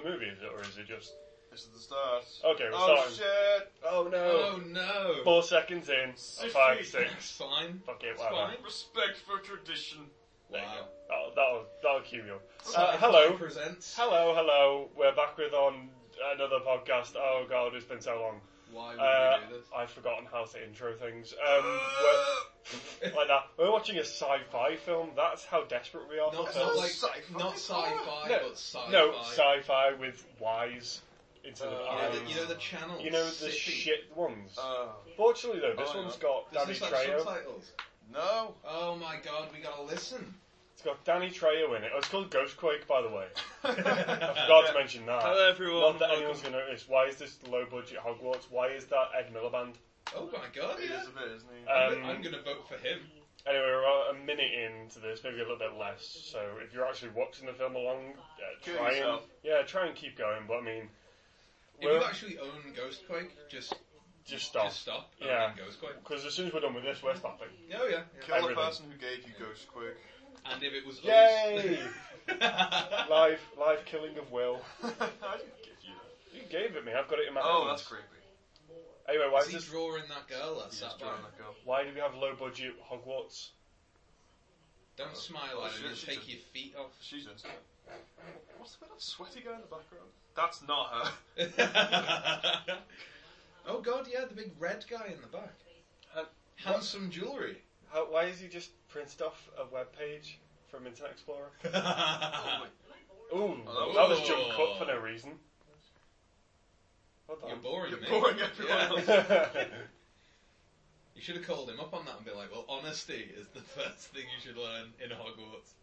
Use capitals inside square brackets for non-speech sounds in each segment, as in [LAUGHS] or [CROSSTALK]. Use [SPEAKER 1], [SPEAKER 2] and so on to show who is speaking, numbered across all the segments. [SPEAKER 1] or is it just
[SPEAKER 2] This is the start.
[SPEAKER 1] okay? We're
[SPEAKER 2] Oh
[SPEAKER 1] starting.
[SPEAKER 2] shit!
[SPEAKER 1] Oh no!
[SPEAKER 3] Oh no!
[SPEAKER 1] Four seconds in. five,
[SPEAKER 3] That's
[SPEAKER 1] six.
[SPEAKER 3] fine.
[SPEAKER 1] Fuck it,
[SPEAKER 3] It's
[SPEAKER 1] whatever.
[SPEAKER 3] fine.
[SPEAKER 2] Respect for tradition.
[SPEAKER 1] There you go.
[SPEAKER 3] Wow.
[SPEAKER 1] That'll, that'll, that'll cue you. Uh,
[SPEAKER 3] Sci-fi
[SPEAKER 1] hello.
[SPEAKER 3] Presents.
[SPEAKER 1] Hello, hello. We're back with on another podcast. Oh god, it's been so long.
[SPEAKER 3] Why would
[SPEAKER 1] Uh,
[SPEAKER 3] we do this?
[SPEAKER 1] I've forgotten how to intro things. Um,
[SPEAKER 3] [GASPS]
[SPEAKER 1] we're, like that. We're watching a sci-fi film. That's how desperate we are.
[SPEAKER 3] Not,
[SPEAKER 1] for
[SPEAKER 3] not,
[SPEAKER 1] films.
[SPEAKER 3] like
[SPEAKER 2] sci-fi.
[SPEAKER 3] not sci-fi,
[SPEAKER 1] No,
[SPEAKER 3] but sci-fi.
[SPEAKER 1] no sci-fi with Y's instead
[SPEAKER 2] Uh,
[SPEAKER 1] of
[SPEAKER 3] You know,
[SPEAKER 1] I's.
[SPEAKER 3] the, you know the Uh, channel.
[SPEAKER 1] You know the shit ones.
[SPEAKER 2] Oh
[SPEAKER 1] Fortunately, though, this
[SPEAKER 2] Oh, yeah.
[SPEAKER 1] one's got
[SPEAKER 3] Does
[SPEAKER 1] Danny
[SPEAKER 3] this have
[SPEAKER 1] Trejo.
[SPEAKER 3] subtitles?
[SPEAKER 1] [LAUGHS]
[SPEAKER 2] no!
[SPEAKER 3] Oh my god, we gotta listen.
[SPEAKER 1] It's got Danny Trejo in it. Oh, it's called Ghostquake, by the way.
[SPEAKER 2] [LAUGHS]
[SPEAKER 1] I forgot
[SPEAKER 2] Yeah.
[SPEAKER 1] to mention that.
[SPEAKER 4] Hello everyone.
[SPEAKER 1] Not that
[SPEAKER 4] Welcome.
[SPEAKER 1] anyone's going to notice. Why is this low budget Hogwarts? Why is that Ed Miliband?
[SPEAKER 3] Oh my god,
[SPEAKER 2] He
[SPEAKER 3] yeah.
[SPEAKER 2] is a bit, isn't he?
[SPEAKER 1] Um,
[SPEAKER 3] I'm, I'm gonna vote for him.
[SPEAKER 1] Anyway, we're about a minute into this, maybe a little bit less. So if you're actually watching the film along, uh,
[SPEAKER 2] Kill
[SPEAKER 1] try and
[SPEAKER 2] yourself.
[SPEAKER 1] yeah, try and keep going. But I mean,
[SPEAKER 3] If you
[SPEAKER 1] we're
[SPEAKER 3] actually own Ghostquake, just
[SPEAKER 1] just stop
[SPEAKER 3] Just stop.
[SPEAKER 1] Yeah.
[SPEAKER 3] owning Ghostquake.
[SPEAKER 1] because as soon as we're done with this, we're stopping.
[SPEAKER 3] Oh yeah.
[SPEAKER 2] Kill
[SPEAKER 3] yeah.
[SPEAKER 1] Everything.
[SPEAKER 2] the person who gave you Ghost
[SPEAKER 1] [LAUGHS]
[SPEAKER 2] Quick.
[SPEAKER 3] And if it was
[SPEAKER 1] Yay!
[SPEAKER 3] [LAUGHS] us.
[SPEAKER 1] live, live killing of Will.
[SPEAKER 2] I didn't give [LAUGHS] you that.
[SPEAKER 1] You gave it me. I've got it in my
[SPEAKER 2] Oh,
[SPEAKER 1] hands.
[SPEAKER 2] that's creepy.
[SPEAKER 1] Anyway, why
[SPEAKER 3] Is
[SPEAKER 1] is
[SPEAKER 3] he
[SPEAKER 1] this?
[SPEAKER 3] drawing that girl that
[SPEAKER 2] He's
[SPEAKER 3] sat by?
[SPEAKER 2] drawing that girl.
[SPEAKER 1] Why do we have low budget Hogwarts?
[SPEAKER 3] Don't smile
[SPEAKER 2] Oh,
[SPEAKER 3] at
[SPEAKER 2] shit,
[SPEAKER 3] him. It'll
[SPEAKER 2] she
[SPEAKER 3] take
[SPEAKER 2] did.
[SPEAKER 3] your feet off.
[SPEAKER 2] She's instant. What's the bit of sweaty guy in the background? That's not her.
[SPEAKER 3] oh god, yeah, the big red guy in the back. Uh,
[SPEAKER 1] Han-
[SPEAKER 3] Handsome [LAUGHS] jewellery.
[SPEAKER 1] How, Uh, why is he just printed off a web page from Internet Explorer?
[SPEAKER 3] Oh, Your
[SPEAKER 1] Ooh,
[SPEAKER 2] Oh,
[SPEAKER 1] that was
[SPEAKER 3] that
[SPEAKER 1] jump
[SPEAKER 3] was-
[SPEAKER 1] cut for no reason. What the? [LAUGHS]
[SPEAKER 3] boring
[SPEAKER 2] You're
[SPEAKER 3] me.
[SPEAKER 2] boring everyone
[SPEAKER 3] Yeah.
[SPEAKER 2] else.
[SPEAKER 3] You should have called him up on that and been like, well, honesty is the [LAUGHS] first thing you should learn in Hogwarts.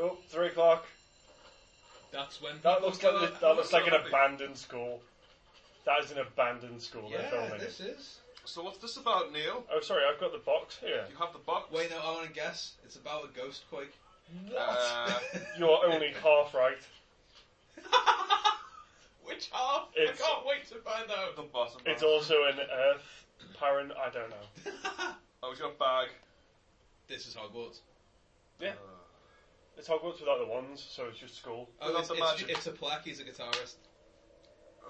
[SPEAKER 1] oh, three o'clock.
[SPEAKER 3] That's when.
[SPEAKER 1] That
[SPEAKER 3] people
[SPEAKER 1] looks like
[SPEAKER 3] go
[SPEAKER 1] the,
[SPEAKER 3] out.
[SPEAKER 1] that looks like an
[SPEAKER 2] Happy.
[SPEAKER 1] abandoned school. That is an abandoned school. They're
[SPEAKER 3] Yeah,
[SPEAKER 1] filming it.
[SPEAKER 3] this is.
[SPEAKER 2] [LAUGHS] so what's this about, Neil?
[SPEAKER 1] Oh, sorry, I've got the box here.
[SPEAKER 2] You have the box.
[SPEAKER 3] Wait, uh, no, I want to guess. It's about a ghost quake. [LAUGHS]
[SPEAKER 2] Uh,
[SPEAKER 1] You're only half right.
[SPEAKER 3] Which half?
[SPEAKER 1] It's-
[SPEAKER 3] I can't wait to find
[SPEAKER 2] the
[SPEAKER 3] [LAUGHS]
[SPEAKER 2] bottom.
[SPEAKER 1] It's
[SPEAKER 2] half.
[SPEAKER 1] also an Earth parent. I don't know.
[SPEAKER 3] out.
[SPEAKER 2] Oh, he's got a bag.
[SPEAKER 3] this is Hogwarts.
[SPEAKER 1] Yeah.
[SPEAKER 2] Uh,
[SPEAKER 1] It's Hogwarts without the wands, so it's just school.
[SPEAKER 3] Oh,
[SPEAKER 2] Without
[SPEAKER 3] it's,
[SPEAKER 2] the
[SPEAKER 3] it's,
[SPEAKER 2] magic.
[SPEAKER 3] it's a plaque. He's a guitarist.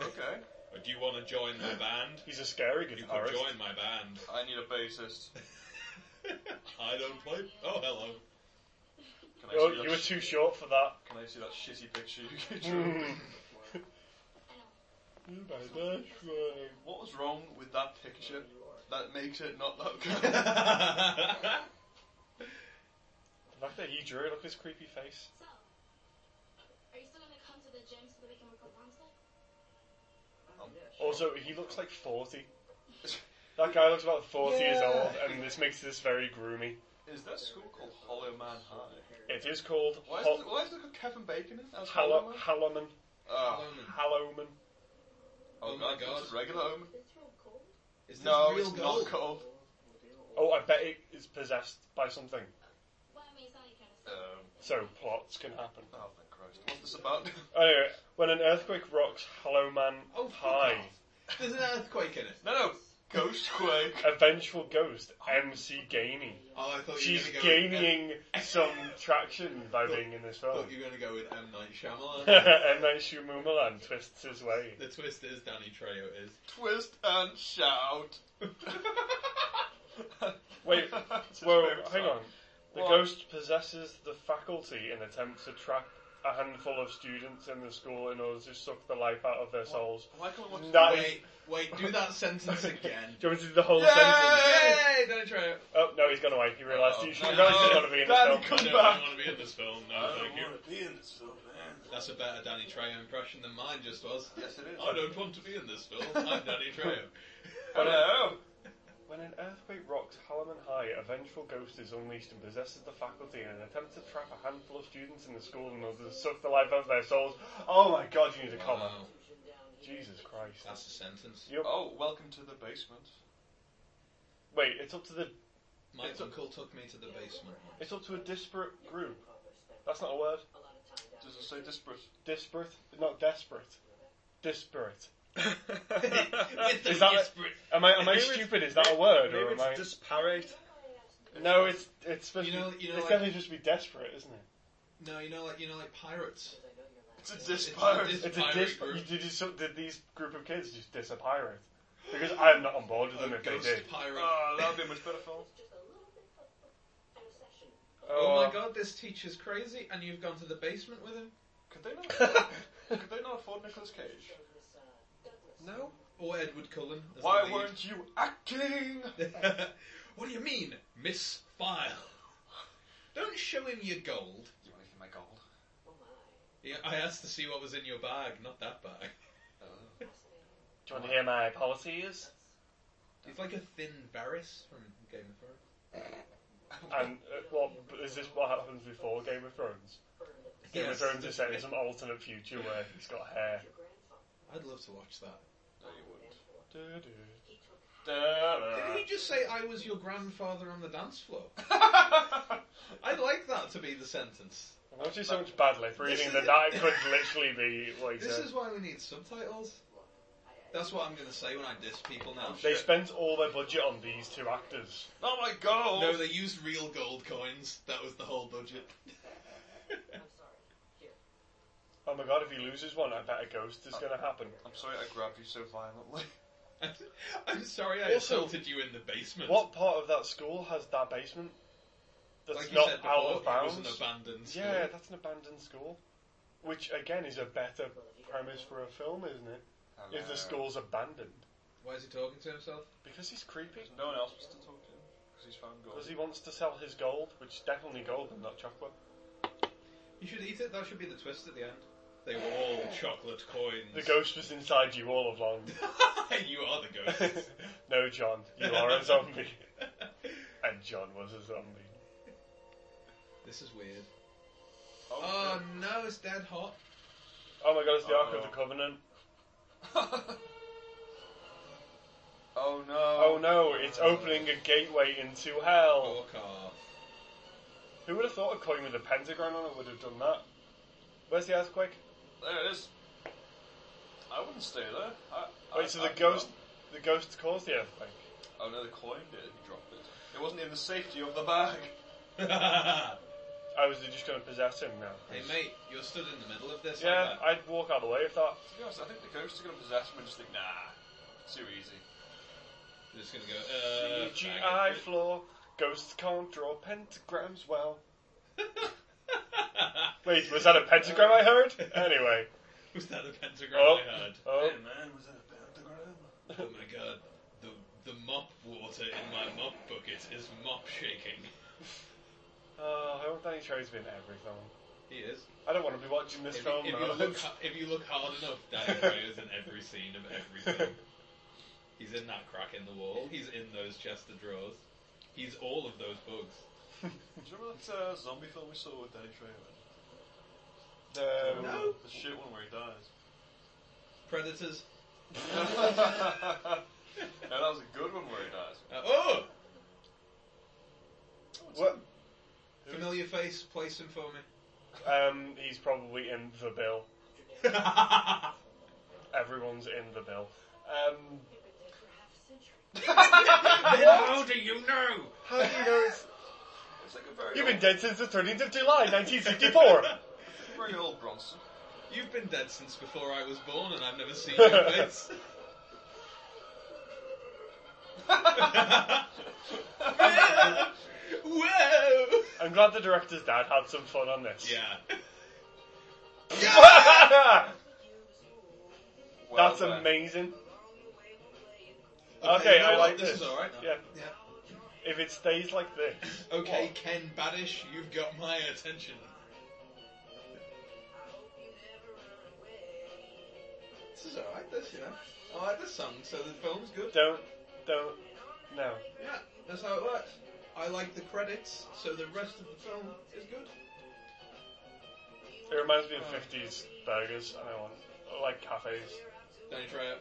[SPEAKER 2] Uh, okay.
[SPEAKER 3] Do you want to join
[SPEAKER 2] [LAUGHS]
[SPEAKER 3] my band?
[SPEAKER 1] He's a scary guitarist.
[SPEAKER 3] my band.
[SPEAKER 2] I need a bassist.
[SPEAKER 3] I don't play. Oh, hello.
[SPEAKER 2] Can I
[SPEAKER 1] Oh,
[SPEAKER 2] see
[SPEAKER 1] you
[SPEAKER 2] that
[SPEAKER 1] were
[SPEAKER 2] sh-
[SPEAKER 1] too short for that.
[SPEAKER 2] Can I see that shitty picture
[SPEAKER 1] [LAUGHS]
[SPEAKER 2] you drew?
[SPEAKER 1] Mm. You made that right.
[SPEAKER 2] What was wrong with that picture that makes it not that
[SPEAKER 1] [LAUGHS]
[SPEAKER 2] good?
[SPEAKER 3] [LAUGHS] That's
[SPEAKER 1] The fact that he drew it, look at his creepy face.
[SPEAKER 5] So, are you still gonna come to the gym so that we can work on Mom's leg?
[SPEAKER 1] Also, he looks like 40. That guy looks about 40 years old, and this makes this very groomy.
[SPEAKER 2] is there a school called Hollow Man High?
[SPEAKER 1] It is called
[SPEAKER 2] Why is,
[SPEAKER 1] Ho-
[SPEAKER 2] it, why is there got Kevin Bacon in it as Hollow
[SPEAKER 1] Hallo-
[SPEAKER 2] Man?
[SPEAKER 1] Halloman.
[SPEAKER 2] Oh,
[SPEAKER 1] Halloman.
[SPEAKER 2] oh,
[SPEAKER 3] Oh my
[SPEAKER 2] God, it's
[SPEAKER 3] God.
[SPEAKER 2] just regular Omen.
[SPEAKER 5] Is this real gold?
[SPEAKER 3] Is this
[SPEAKER 2] No,
[SPEAKER 3] real
[SPEAKER 2] it's
[SPEAKER 3] gold?
[SPEAKER 2] not gold.
[SPEAKER 1] Oh, I bet it is possessed by something.
[SPEAKER 5] Well, I mean, it's not you kind of
[SPEAKER 2] Um,
[SPEAKER 5] stuff.
[SPEAKER 1] So, plots can happen.
[SPEAKER 2] oh, thank Christ. What's this about? [LAUGHS]
[SPEAKER 1] Anyway, when an earthquake rocks Halloman
[SPEAKER 3] Oh, fuck
[SPEAKER 1] High,
[SPEAKER 3] off. There's an earthquake in it.
[SPEAKER 2] no, no. Ghostquake.
[SPEAKER 1] a vengeful ghost, MC Gainey.
[SPEAKER 3] Oh, I thought you
[SPEAKER 1] She's
[SPEAKER 3] were going to go.
[SPEAKER 1] gaining some traction by being in this
[SPEAKER 3] I
[SPEAKER 1] film.
[SPEAKER 3] thought you were going to go with M Night
[SPEAKER 1] [LAUGHS]
[SPEAKER 3] Shyamalan.
[SPEAKER 1] and then Shumumalan twists his way.
[SPEAKER 3] the twist is Danny Trejo is.
[SPEAKER 2] Twist and shout. [LAUGHS]
[SPEAKER 1] Wait,
[SPEAKER 2] It's his
[SPEAKER 1] Well,
[SPEAKER 2] favourite
[SPEAKER 1] hang
[SPEAKER 2] song.
[SPEAKER 1] on. The
[SPEAKER 2] What?
[SPEAKER 1] ghost possesses the faculty and attempts to trap a handful of students in the school in order to suck the life out of their [LAUGHS] souls.
[SPEAKER 2] Why can't we watch
[SPEAKER 1] That
[SPEAKER 2] the-
[SPEAKER 1] is-
[SPEAKER 3] wait, wait, do that sentence again.
[SPEAKER 1] Do you want me to do the whole
[SPEAKER 2] [LAUGHS] Yay!
[SPEAKER 1] sentence?
[SPEAKER 3] Yay, Danny Trejo.
[SPEAKER 1] Oh, no, he's gone away. He realised he, he
[SPEAKER 2] Uh-oh.
[SPEAKER 1] realised he's going to be in the film.
[SPEAKER 2] Daddy, come
[SPEAKER 3] I don't
[SPEAKER 2] back.
[SPEAKER 3] want to be in this film. No,
[SPEAKER 2] I
[SPEAKER 3] thank
[SPEAKER 2] don't
[SPEAKER 3] you.
[SPEAKER 2] want to be in this film, man.
[SPEAKER 3] That's a better Danny Trejo impression than mine just was.
[SPEAKER 2] Yes, it is.
[SPEAKER 3] I don't want to be in this film. I'm [LAUGHS] Danny Trejo.
[SPEAKER 2] Hello.
[SPEAKER 1] When an earthquake rocks Halliman High, a vengeful ghost is unleashed and possesses the faculty and attempts to trap a handful of students in the school in order to suck the life out of their souls. Oh my god, you need a comma.
[SPEAKER 3] Wow,
[SPEAKER 1] Jesus Christ.
[SPEAKER 3] that's a sentence.
[SPEAKER 1] You're,
[SPEAKER 2] Oh, welcome to the basement.
[SPEAKER 1] wait, it's up to the
[SPEAKER 3] My
[SPEAKER 1] It's a-
[SPEAKER 3] uncle took me to the basement.
[SPEAKER 1] it's up to a disparate group. That's not a word.
[SPEAKER 2] Does it say disparate?
[SPEAKER 1] Disparate, not desperate. Disparate.
[SPEAKER 3] With the
[SPEAKER 1] Is that-
[SPEAKER 3] disparate-
[SPEAKER 1] Am I am I
[SPEAKER 4] Maybe it's-
[SPEAKER 1] stupid? Is that a word
[SPEAKER 4] Maybe
[SPEAKER 1] or am
[SPEAKER 4] it's
[SPEAKER 1] I?
[SPEAKER 4] disparate.
[SPEAKER 1] No, it's it's supposed
[SPEAKER 3] You know-
[SPEAKER 1] to be,
[SPEAKER 3] you know,
[SPEAKER 1] it's
[SPEAKER 3] like-
[SPEAKER 1] definitely supposed to be desperate, isn't it?
[SPEAKER 3] No, you know, like you know, like pirates.
[SPEAKER 2] It's a diss pirate. [LAUGHS]
[SPEAKER 3] It's
[SPEAKER 1] It's
[SPEAKER 3] pirate
[SPEAKER 1] a dis-
[SPEAKER 3] group.
[SPEAKER 1] you- did, you, so, did these group of kids just diss a pirate? Because I'm not on board with them
[SPEAKER 3] A
[SPEAKER 1] if they
[SPEAKER 3] ghost
[SPEAKER 1] did.
[SPEAKER 3] pirate.
[SPEAKER 2] Ah, that would be a much better film.
[SPEAKER 5] It's just a little bit of an obsession.
[SPEAKER 3] [LAUGHS] oh my god, this teacher's crazy, and you've gone to the basement with him?
[SPEAKER 2] Could they not? could they not afford Nicolas Cage?
[SPEAKER 5] It was, uh, Douglas.
[SPEAKER 3] No. Or Edward Cullen? as
[SPEAKER 2] Why
[SPEAKER 3] the lead.
[SPEAKER 2] weren't you acting?
[SPEAKER 3] [LAUGHS] what do you mean, Miss File? Don't show him your gold.
[SPEAKER 2] You want to hear my gold?
[SPEAKER 5] Oh my.
[SPEAKER 3] Yeah, I asked to see what was in your bag, not that bag.
[SPEAKER 2] Uh,
[SPEAKER 5] Fascinating.
[SPEAKER 1] Do you want to hear my policies?
[SPEAKER 3] It's like a thin Varys from Game of Thrones.
[SPEAKER 1] And uh, what is this? What happens before Game of Thrones?
[SPEAKER 5] Burned at the
[SPEAKER 1] Game
[SPEAKER 3] Yes.
[SPEAKER 1] of Thrones is set in some alternate future where he's got hair.
[SPEAKER 5] your grandfather.
[SPEAKER 3] I'd love to watch that.
[SPEAKER 2] No, you wouldn't.
[SPEAKER 5] He took
[SPEAKER 3] Did
[SPEAKER 2] Da-da.
[SPEAKER 3] you just say I was your grandfather on the dance floor? [LAUGHS] I'd like that to be the sentence.
[SPEAKER 1] Not just so much bad lip reading that that could literally be what he
[SPEAKER 3] This
[SPEAKER 1] said.
[SPEAKER 3] is why we need subtitles. That's what I'm going to say when I diss people now.
[SPEAKER 1] They spent all their budget on these two actors.
[SPEAKER 2] [LAUGHS] Not my gold.
[SPEAKER 3] No, Oh, they used real gold coins. That was the whole budget. [LAUGHS]
[SPEAKER 5] I'm sorry. Here.
[SPEAKER 1] Oh my god, if he loses one, I bet a ghost is going to happen.
[SPEAKER 2] I'm sorry I grabbed you so violently.
[SPEAKER 3] I'm sorry I
[SPEAKER 1] Also-
[SPEAKER 3] assaulted you in the basement.
[SPEAKER 1] What part of that school has that basement? That's
[SPEAKER 3] Like you
[SPEAKER 1] not
[SPEAKER 3] said before,
[SPEAKER 1] out of bounds.
[SPEAKER 3] it was an abandoned school.
[SPEAKER 1] Yeah, that's an abandoned school. Which again is a better premise for a film, isn't it? If the school's abandoned,
[SPEAKER 3] Why is he talking to himself?
[SPEAKER 1] because he's creepy.
[SPEAKER 2] No one else wants to talk to him because he's found gold.
[SPEAKER 1] Because he wants to sell his gold, which is definitely gold and not chocolate.
[SPEAKER 3] You should eat it. That should be the twist at the end. They were all chocolate coins.
[SPEAKER 1] The ghost was inside you all along.
[SPEAKER 3] [LAUGHS] you are the ghost.
[SPEAKER 1] [LAUGHS] no, John, you are a
[SPEAKER 2] [LAUGHS]
[SPEAKER 1] zombie, and John was a zombie.
[SPEAKER 3] [LAUGHS] this is weird.
[SPEAKER 2] Oh,
[SPEAKER 3] Oh no, it's dead hot.
[SPEAKER 1] Oh my God, it's the Ark
[SPEAKER 2] Oh.
[SPEAKER 1] of the Covenant.
[SPEAKER 2] no. [LAUGHS] oh no.
[SPEAKER 1] Oh no, it's opening a gateway into hell.
[SPEAKER 3] Pork [LAUGHS]
[SPEAKER 2] Oh.
[SPEAKER 3] off.
[SPEAKER 1] Who would have thought a coin with a pentagon on it would have done that? Where's the earthquake?
[SPEAKER 2] There it is. I wouldn't stay there. I, I,
[SPEAKER 1] Wait, so
[SPEAKER 2] I,
[SPEAKER 1] the ghost, the ghost caused the earthquake.
[SPEAKER 2] Oh no, the coin did. He dropped it. It wasn't in the safety of the bag. [LAUGHS]
[SPEAKER 3] hey
[SPEAKER 1] I was just going to possess him now.
[SPEAKER 3] mate, you're stood in the middle of this.
[SPEAKER 1] Yeah,
[SPEAKER 3] aren't you?
[SPEAKER 1] I'd walk out of the way if that.
[SPEAKER 2] To be honest, I think the ghost is going to possess him and just think, nah, it's too easy.
[SPEAKER 3] You're just gonna go. Uh,
[SPEAKER 1] GI
[SPEAKER 3] faggot.
[SPEAKER 1] floor, ghosts can't draw pentagrams
[SPEAKER 2] [LAUGHS]
[SPEAKER 1] well. [LAUGHS] Wait, was that a pentagram I heard?
[SPEAKER 2] [LAUGHS]
[SPEAKER 1] Anyway.
[SPEAKER 3] [LAUGHS] was that a pentagram
[SPEAKER 1] Oh,
[SPEAKER 3] I heard?
[SPEAKER 1] oh.
[SPEAKER 2] man, was that a pentagram?
[SPEAKER 3] Oh my god, the the mop water in my mop bucket is mop shaking.
[SPEAKER 1] Oh, I hope Danny Trejo's been in everything.
[SPEAKER 3] He is.
[SPEAKER 1] I don't want to be watching this
[SPEAKER 3] If, you-
[SPEAKER 1] film
[SPEAKER 3] if
[SPEAKER 1] now.
[SPEAKER 3] you look, ha- if you look hard enough, Danny Trejo's in every scene of every
[SPEAKER 1] [LAUGHS]
[SPEAKER 3] film. He's in that crack in the wall. He's in those chest of drawers. He's all of those bugs.
[SPEAKER 2] Do you remember that uh, zombie film we saw with Danny Trejo?
[SPEAKER 1] No.
[SPEAKER 3] No.
[SPEAKER 2] The shit one where he dies. [LAUGHS]
[SPEAKER 3] Predators.
[SPEAKER 2] no, that was a good one where he dies.
[SPEAKER 3] Uh, oh,
[SPEAKER 1] What?
[SPEAKER 3] familiar face. Place him for me.
[SPEAKER 1] [LAUGHS] Um, he's probably in the bill.
[SPEAKER 3] That's
[SPEAKER 1] Everyone's in the bill. Um,
[SPEAKER 5] We've been dead for half a century.
[SPEAKER 3] How do you know?
[SPEAKER 1] how do you know it's...
[SPEAKER 2] It's like a very
[SPEAKER 1] You've been
[SPEAKER 2] old,
[SPEAKER 1] dead since the 13th of July, 1964!
[SPEAKER 2] very old Bronson.
[SPEAKER 3] [LAUGHS] You've been dead since before I was born, and I've never seen your
[SPEAKER 1] [LAUGHS]
[SPEAKER 3] face. [LAUGHS] Whoa!
[SPEAKER 1] I'm glad the director's dad had some fun on this. [LAUGHS]
[SPEAKER 3] Yeah. [LAUGHS]
[SPEAKER 2] Well uh,
[SPEAKER 1] That's
[SPEAKER 3] uh,
[SPEAKER 2] done.
[SPEAKER 1] amazing. Okay,
[SPEAKER 3] you know
[SPEAKER 1] I
[SPEAKER 3] what?
[SPEAKER 1] like
[SPEAKER 3] this.
[SPEAKER 1] this.
[SPEAKER 3] is alright.
[SPEAKER 1] Yeah.
[SPEAKER 3] Yeah.
[SPEAKER 1] If it stays like this,
[SPEAKER 3] Okay, Ken Baddish, you've got my attention. This is alright, this, you know. I like this song, so the film's good.
[SPEAKER 1] don't, don't, no.
[SPEAKER 3] Yeah, that's how it works. I like the credits, so the rest of the film is good.
[SPEAKER 1] It reminds
[SPEAKER 3] Oh.
[SPEAKER 1] me of 50s burgers, and I want, I like cafes.
[SPEAKER 3] Danny Trejo.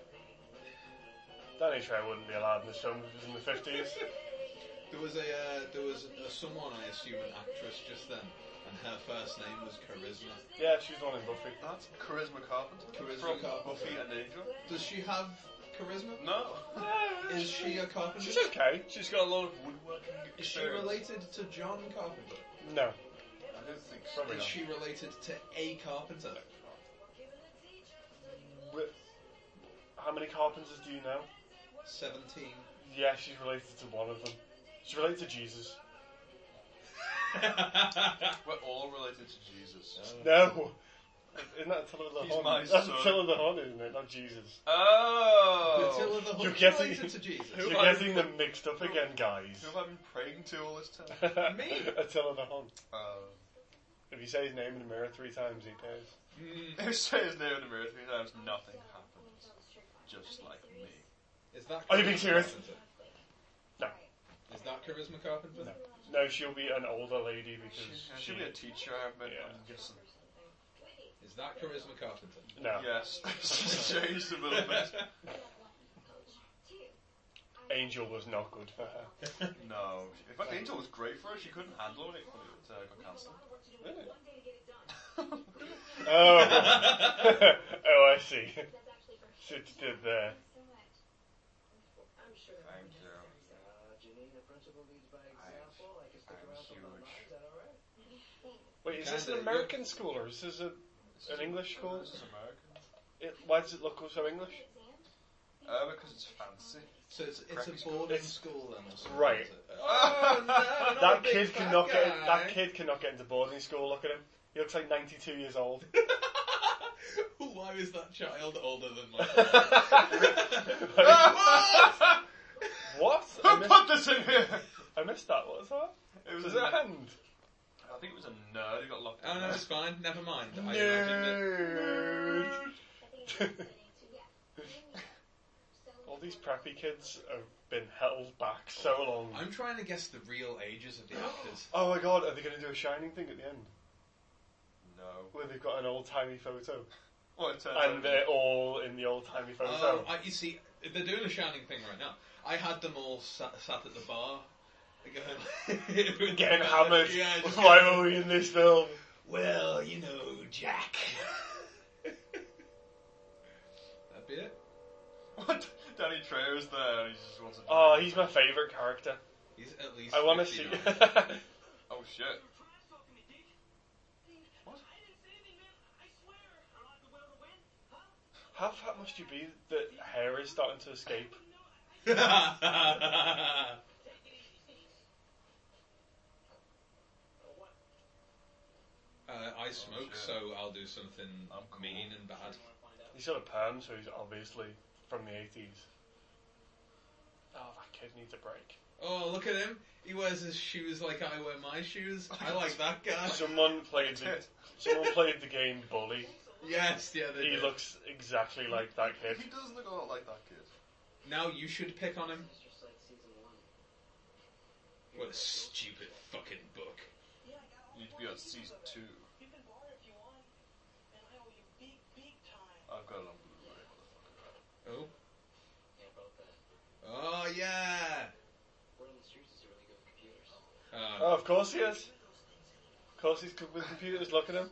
[SPEAKER 1] Danny Trejo wouldn't be allowed in this film if it was in the 50s.
[SPEAKER 3] There was a uh, there was a, someone I assume an actress just then, and her first name was Charisma.
[SPEAKER 1] Yeah, she was the one in Buffy.
[SPEAKER 2] That's Charisma Carpenter.
[SPEAKER 3] Charisma
[SPEAKER 2] from
[SPEAKER 3] Carpenter.
[SPEAKER 2] Buffy and Angel.
[SPEAKER 3] Does she have charisma?
[SPEAKER 2] No.
[SPEAKER 3] Is she a carpenter?
[SPEAKER 1] She's okay.
[SPEAKER 2] She's got a lot of woodworking
[SPEAKER 3] Is she
[SPEAKER 2] experience.
[SPEAKER 3] related to John Carpenter?
[SPEAKER 1] No.
[SPEAKER 2] I don't think so.
[SPEAKER 1] Probably
[SPEAKER 3] Is
[SPEAKER 1] not.
[SPEAKER 3] she related to a carpenter?
[SPEAKER 1] How many carpenters do you know?
[SPEAKER 3] 17. [LAUGHS]
[SPEAKER 1] Yeah, she's related to one of them. She's related to Jesus.
[SPEAKER 3] Oh.
[SPEAKER 2] We're all related to Jesus.
[SPEAKER 1] No! Isn't that Attila the
[SPEAKER 2] He's
[SPEAKER 1] Hun?
[SPEAKER 2] my
[SPEAKER 1] That's
[SPEAKER 2] son.
[SPEAKER 1] Attila the Hun, isn't it? Not Jesus.
[SPEAKER 2] Oh!
[SPEAKER 3] Attila the Hun
[SPEAKER 1] You're getting-
[SPEAKER 3] related to Jesus.
[SPEAKER 2] Who
[SPEAKER 1] You're
[SPEAKER 2] are you?
[SPEAKER 1] getting them mixed up again, guys.
[SPEAKER 2] Who have I been praying to all this time?
[SPEAKER 1] [LAUGHS]
[SPEAKER 2] [LAUGHS]
[SPEAKER 3] Me?
[SPEAKER 1] Attila the Hun.
[SPEAKER 2] Oh.
[SPEAKER 1] If you say his name in the mirror three times, he appears.
[SPEAKER 3] Mm,
[SPEAKER 2] Who says name in the mirror three times? Nothing happens. Just like me.
[SPEAKER 3] Is that
[SPEAKER 1] Are you being serious?
[SPEAKER 3] Charisma Carpenter?
[SPEAKER 1] No.
[SPEAKER 3] Is that Charisma Carpenter?
[SPEAKER 1] No. No, she'll be an older lady
[SPEAKER 2] She,
[SPEAKER 1] because she.
[SPEAKER 2] she'll be a teacher, I bet.
[SPEAKER 1] Yeah.
[SPEAKER 2] I'm guessing.
[SPEAKER 3] Is that Charisma Carpenter?
[SPEAKER 1] No.
[SPEAKER 2] Yes. [LAUGHS] She's changed a little bit.
[SPEAKER 3] [LAUGHS]
[SPEAKER 2] [LAUGHS]
[SPEAKER 1] Angel was not good for her.
[SPEAKER 2] No. In fact, Angel was great for her. She couldn't handle it when it uh, got cancelled.
[SPEAKER 1] Really?
[SPEAKER 2] [LAUGHS] Really?
[SPEAKER 1] Oh! [LAUGHS] oh, I see. [LAUGHS] So it's did there.
[SPEAKER 2] Thank you.
[SPEAKER 4] Janine, the principal leads by
[SPEAKER 2] I'm-
[SPEAKER 4] example. I can
[SPEAKER 2] I'm
[SPEAKER 4] stick around for
[SPEAKER 2] huge.
[SPEAKER 4] my mind. Is that all right?
[SPEAKER 1] Wait, is this an
[SPEAKER 3] Kinda,
[SPEAKER 1] American school or is this a, an English school?
[SPEAKER 2] This is American.
[SPEAKER 1] It, why does it look so English?
[SPEAKER 2] Uh, because it's fancy.
[SPEAKER 3] So it's,
[SPEAKER 2] Correct.
[SPEAKER 3] it's a boarding school then, or something,
[SPEAKER 1] Right.
[SPEAKER 3] is [LAUGHS] it? Oh,
[SPEAKER 2] [LAUGHS]
[SPEAKER 3] no, not a
[SPEAKER 1] That
[SPEAKER 3] big
[SPEAKER 1] kid
[SPEAKER 3] fat
[SPEAKER 1] cannot get in,
[SPEAKER 3] guy.
[SPEAKER 1] that kid cannot get into boarding school. Look at him. He looks like 92 years
[SPEAKER 3] [LAUGHS]
[SPEAKER 1] old.
[SPEAKER 3] [LAUGHS]
[SPEAKER 1] [LAUGHS]
[SPEAKER 3] Why is that child older than [LAUGHS] my
[SPEAKER 1] what? I
[SPEAKER 2] Who
[SPEAKER 3] [LAUGHS]
[SPEAKER 1] missed,
[SPEAKER 2] put this in here?
[SPEAKER 1] I missed that. What was that?
[SPEAKER 2] It was
[SPEAKER 1] Was
[SPEAKER 2] a
[SPEAKER 1] it a
[SPEAKER 2] nerd.
[SPEAKER 1] hand?
[SPEAKER 2] I think it was a nerd who got locked
[SPEAKER 3] Oh no,
[SPEAKER 2] up.
[SPEAKER 3] it's fine. Never mind. I imagined it.
[SPEAKER 1] Nerd. [LAUGHS] All these preppy kids have been held back so long.
[SPEAKER 3] I'm trying to guess the real ages of the actors.
[SPEAKER 1] Oh my god, are they going to do a Shining thing at the end?
[SPEAKER 2] No.
[SPEAKER 1] Where they've got an old timey photo.
[SPEAKER 2] Well, it turns
[SPEAKER 1] And
[SPEAKER 2] out.
[SPEAKER 1] they're all in the old timey photo.
[SPEAKER 3] Oh, I, you see, they're doing a Shining thing right now. I had them all sat, sat at the bar, going, [LAUGHS]
[SPEAKER 1] Getting hammered.
[SPEAKER 3] Yeah, just
[SPEAKER 1] Why were we in this film?
[SPEAKER 3] Well, you know, Jack. [LAUGHS] That'd be it.
[SPEAKER 2] [LAUGHS] What? Danny Trejo's there and he just wants to.
[SPEAKER 1] Oh, he's my favourite character.
[SPEAKER 3] He's at least.
[SPEAKER 1] I want to see.
[SPEAKER 3] 59.
[SPEAKER 1] [LAUGHS]
[SPEAKER 2] Oh shit.
[SPEAKER 1] How fat must you be that hair is starting to escape? [LAUGHS]
[SPEAKER 3] [LAUGHS] Uh, I smoke,
[SPEAKER 2] Oh, shit.
[SPEAKER 3] so I'll do something
[SPEAKER 2] I'm cool.
[SPEAKER 3] mean and bad.
[SPEAKER 1] He's got a perm, so he's obviously from the 80s. Oh, that kid needs a break.
[SPEAKER 3] Oh, look at him. He wears his shoes like I wear my shoes. I
[SPEAKER 1] [LAUGHS]
[SPEAKER 3] like that guy.
[SPEAKER 1] Someone played the, someone
[SPEAKER 3] [LAUGHS]
[SPEAKER 1] played the game Bully.
[SPEAKER 3] Yes, yeah, they
[SPEAKER 1] He
[SPEAKER 3] do.
[SPEAKER 1] looks exactly like that kid.
[SPEAKER 2] [LAUGHS] He does look a lot like that kid.
[SPEAKER 3] Now you should pick on him.
[SPEAKER 4] It's just like season one.
[SPEAKER 3] What a stupid fucking book.
[SPEAKER 2] You'd be on season two.
[SPEAKER 6] You can borrow if you want, and I owe you big, big time.
[SPEAKER 2] I've got it on Blu-ray.
[SPEAKER 3] Oh.
[SPEAKER 4] Yeah, about
[SPEAKER 3] Oh,
[SPEAKER 4] that.
[SPEAKER 3] yeah.
[SPEAKER 4] Word on the streets is you're really good with
[SPEAKER 3] Uh,
[SPEAKER 4] computers.
[SPEAKER 1] Oh, of course he is. Of course he's good with computers. Look at him.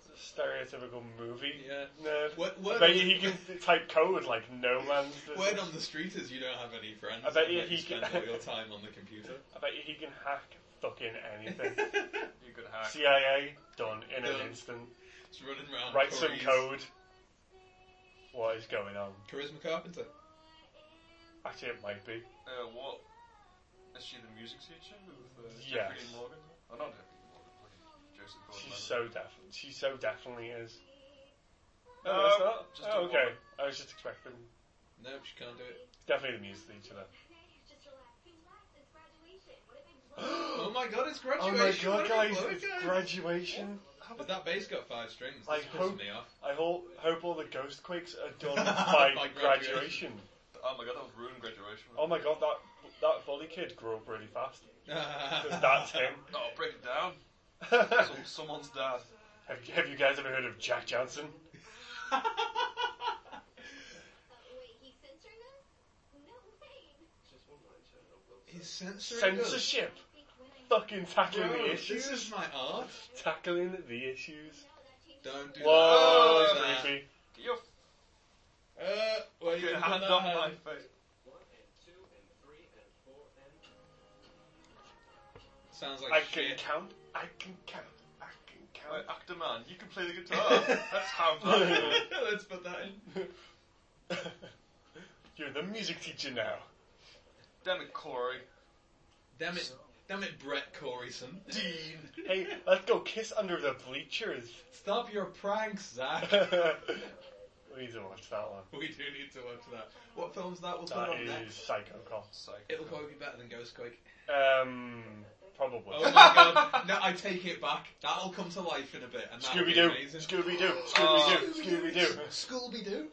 [SPEAKER 1] It's a stereotypical movie
[SPEAKER 3] Yeah.
[SPEAKER 1] nerd.
[SPEAKER 3] Word, word,
[SPEAKER 1] I bet
[SPEAKER 3] on,
[SPEAKER 1] you he can type code like no man's business.
[SPEAKER 3] word on the street is you don't have any friends.
[SPEAKER 1] I bet
[SPEAKER 3] and
[SPEAKER 1] you
[SPEAKER 3] that
[SPEAKER 1] he
[SPEAKER 3] spend
[SPEAKER 1] can- [LAUGHS]
[SPEAKER 3] all your time on the computer.
[SPEAKER 1] I bet you he can hack fucking
[SPEAKER 3] [LAUGHS]
[SPEAKER 1] anything.
[SPEAKER 2] You could hack.
[SPEAKER 1] CIA done in an
[SPEAKER 3] Done.
[SPEAKER 1] instant.
[SPEAKER 3] Just running around.
[SPEAKER 1] Write some
[SPEAKER 3] Corey's-
[SPEAKER 1] code. What is going on?
[SPEAKER 3] Charisma Carpenter.
[SPEAKER 1] Actually, it might be.
[SPEAKER 2] Uh, what? Is she the music teacher? With, uh,
[SPEAKER 1] Yes.
[SPEAKER 2] Jeffrey Dean Morgan? Oh, not Jeffrey Dean Morgan. fucking Joseph
[SPEAKER 1] She's
[SPEAKER 2] Gordon-Levitt.
[SPEAKER 1] so def. She so definitely is. Oh,
[SPEAKER 2] Um,
[SPEAKER 1] that's not.
[SPEAKER 2] just
[SPEAKER 1] oh,
[SPEAKER 2] a
[SPEAKER 1] okay.
[SPEAKER 2] woman.
[SPEAKER 1] I was just expecting.
[SPEAKER 3] Nope, she can't do it.
[SPEAKER 1] Definitely the music teacher. Then.
[SPEAKER 3] [GASPS] Oh my god, it's
[SPEAKER 1] Oh
[SPEAKER 3] graduation.
[SPEAKER 1] my
[SPEAKER 3] What
[SPEAKER 1] god,
[SPEAKER 3] an
[SPEAKER 1] guys!
[SPEAKER 3] upload,
[SPEAKER 1] It's
[SPEAKER 3] guys.
[SPEAKER 1] graduation.
[SPEAKER 3] But that bass got five strings.
[SPEAKER 1] I
[SPEAKER 3] This
[SPEAKER 1] hope-
[SPEAKER 3] pisses me off.
[SPEAKER 1] I hope, hope all the ghost quakes are done by,
[SPEAKER 3] By
[SPEAKER 1] graduation.
[SPEAKER 3] graduation.
[SPEAKER 2] Oh my god, that was ruined graduation.
[SPEAKER 1] Oh my god, that that bully kid grew up really fast. 'Cause
[SPEAKER 3] [LAUGHS]
[SPEAKER 1] that's him. [LAUGHS]
[SPEAKER 2] No, Oh, break it down.
[SPEAKER 1] have,
[SPEAKER 2] Some, someone's dad.
[SPEAKER 1] have you guys ever heard of Jack Johnson?
[SPEAKER 5] Oh,
[SPEAKER 4] It's just one line, Chad. Don't go
[SPEAKER 3] He's censoring us.
[SPEAKER 1] Censorship. Fucking tackling
[SPEAKER 3] Bro,
[SPEAKER 1] the
[SPEAKER 3] this
[SPEAKER 1] issues.
[SPEAKER 3] is my art.
[SPEAKER 1] Tackling the issues.
[SPEAKER 3] Don't do
[SPEAKER 1] Whoa,
[SPEAKER 2] Oh,
[SPEAKER 3] that.
[SPEAKER 1] Spoofy.
[SPEAKER 2] Get your
[SPEAKER 3] Uh, well, you
[SPEAKER 2] fucking
[SPEAKER 3] can
[SPEAKER 2] hand
[SPEAKER 3] put
[SPEAKER 2] off
[SPEAKER 3] that
[SPEAKER 2] my
[SPEAKER 3] hand.
[SPEAKER 2] face.
[SPEAKER 4] One and two and three and four and
[SPEAKER 3] Sounds like
[SPEAKER 1] I can
[SPEAKER 3] shit. [LAUGHS]
[SPEAKER 1] count. I can count. I can count.
[SPEAKER 2] Right,
[SPEAKER 1] can.
[SPEAKER 2] actor man, you can play the
[SPEAKER 1] [LAUGHS]
[SPEAKER 2] guitar. Let's have that.
[SPEAKER 3] Let's put that in.
[SPEAKER 1] [LAUGHS] You're the music teacher now.
[SPEAKER 2] Damn it, Corey.
[SPEAKER 3] Damn it, damn it, Brett Coreyson.
[SPEAKER 2] Dean.
[SPEAKER 1] Hey, let's go kiss under the bleachers. [LAUGHS]
[SPEAKER 3] Stop your pranks, Zach.
[SPEAKER 1] we need to watch that one.
[SPEAKER 3] we do need to watch that. What film's that? We'll put
[SPEAKER 1] That
[SPEAKER 3] on
[SPEAKER 1] is
[SPEAKER 3] next.
[SPEAKER 1] Psycho Cop.
[SPEAKER 2] Psycho.
[SPEAKER 3] It'll probably be better than Ghostquake.
[SPEAKER 1] Um, probably.
[SPEAKER 3] Oh my
[SPEAKER 1] [LAUGHS]
[SPEAKER 3] god! No, I take it back. That'll come to life in a bit, and that'll
[SPEAKER 1] Scooby
[SPEAKER 3] be
[SPEAKER 1] Doo,
[SPEAKER 3] amazing.
[SPEAKER 1] Scooby Doo,
[SPEAKER 2] Oh.
[SPEAKER 1] Scooby Doo, Scooby Doo.
[SPEAKER 3] [LAUGHS] Scooby Doo.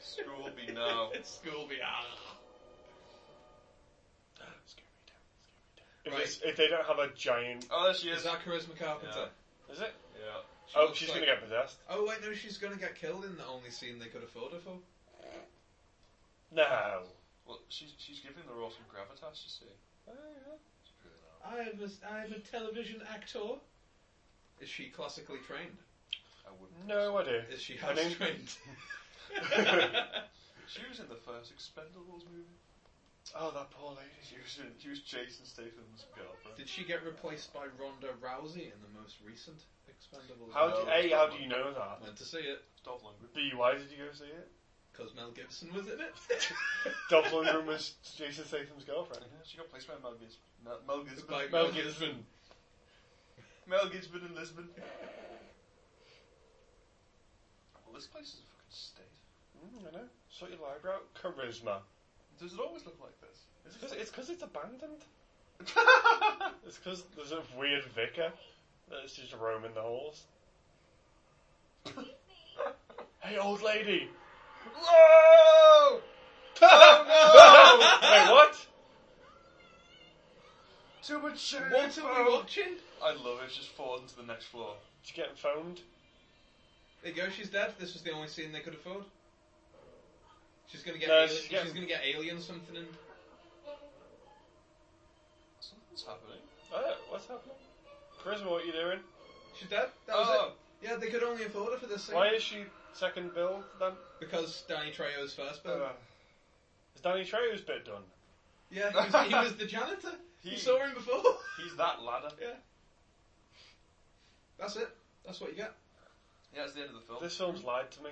[SPEAKER 2] School be
[SPEAKER 3] [LAUGHS]
[SPEAKER 2] now.
[SPEAKER 3] Scooby. Ah.
[SPEAKER 1] If,
[SPEAKER 3] Right.
[SPEAKER 1] it's- if they don't have a giant,
[SPEAKER 2] Oh, there she
[SPEAKER 3] Is
[SPEAKER 2] is.
[SPEAKER 3] that Charisma Carpenter?
[SPEAKER 2] Yeah.
[SPEAKER 1] is it?
[SPEAKER 2] Yeah.
[SPEAKER 3] She
[SPEAKER 1] Oh,
[SPEAKER 3] looks
[SPEAKER 1] she's
[SPEAKER 3] like-
[SPEAKER 1] gonna get possessed.
[SPEAKER 3] Oh wait, no, she's gonna get killed in the only scene they could afford her for. Oh,
[SPEAKER 1] No.
[SPEAKER 2] Well, she's she's giving the role some gravitas, you see. It's really not.
[SPEAKER 3] I'm a, I'm a television actor. Is she classically trained?
[SPEAKER 2] I wouldn't.
[SPEAKER 1] No, I do.
[SPEAKER 3] Is she
[SPEAKER 1] I
[SPEAKER 3] house
[SPEAKER 1] mean-
[SPEAKER 3] [LAUGHS] trained?
[SPEAKER 2] She was in the first Expendables movie.
[SPEAKER 1] Oh, that poor lady.
[SPEAKER 2] She was in, she was Jason Statham's girlfriend.
[SPEAKER 3] Did she get replaced by Ronda Rousey in the most recent Expendables?
[SPEAKER 1] How
[SPEAKER 2] No,
[SPEAKER 1] do, a,
[SPEAKER 2] it's
[SPEAKER 1] how
[SPEAKER 2] not
[SPEAKER 1] do you know that?
[SPEAKER 3] Went to see it
[SPEAKER 2] Dolph Lundgren.
[SPEAKER 1] B, why did you go see it?
[SPEAKER 3] because Mel Gibson was in
[SPEAKER 1] [LAUGHS]
[SPEAKER 3] it. [LAUGHS]
[SPEAKER 1] Dolph Lundgren was Jason Statham's girlfriend.
[SPEAKER 2] Yeah, she got placed by Mel Gibson. Mel, Mel Gibson.
[SPEAKER 3] By
[SPEAKER 1] Mel Gibson.
[SPEAKER 2] Mel Gibson in Lisbon. Well, this place is a fucking state.
[SPEAKER 1] Mm, I know. Sort your library out. Charisma.
[SPEAKER 2] Does it always look like this?
[SPEAKER 1] It's because it's, 'cause it's abandoned.
[SPEAKER 2] [LAUGHS]
[SPEAKER 1] It's because there's a weird vicar that's just roaming the halls. hey, old lady!
[SPEAKER 2] Whoa!
[SPEAKER 1] [LAUGHS] Oh no! [LAUGHS] Wait, what?
[SPEAKER 2] Too much shit.
[SPEAKER 3] What are
[SPEAKER 1] Um,
[SPEAKER 3] we watching?
[SPEAKER 2] I love it. It's just falling to the next floor.
[SPEAKER 1] She's getting phoned.
[SPEAKER 3] There you go. She's dead. This was the only scene they could afford. She's gonna get.
[SPEAKER 1] No,
[SPEAKER 3] ali-
[SPEAKER 1] she's
[SPEAKER 3] she's,
[SPEAKER 1] getting-
[SPEAKER 3] gonna get alien something. In.
[SPEAKER 2] Something's happening.
[SPEAKER 1] Oh, what's happening? Charisma, what are you doing?
[SPEAKER 3] She's dead. That was
[SPEAKER 2] Oh.
[SPEAKER 3] it. Yeah, they could only afford her for this scene
[SPEAKER 1] Why is she second build then?
[SPEAKER 3] because Danny Trejo's first
[SPEAKER 1] Um.
[SPEAKER 3] bill.
[SPEAKER 1] Uh. Is Danny Trejo's bit done?
[SPEAKER 3] yeah, he was, he was
[SPEAKER 1] [LAUGHS]
[SPEAKER 3] the janitor.
[SPEAKER 2] He-
[SPEAKER 3] you saw him before. [LAUGHS]
[SPEAKER 2] He's that ladder.
[SPEAKER 3] yeah. That's it. That's what you get.
[SPEAKER 2] Yeah, it's the end of the film.
[SPEAKER 1] This film's lied to me.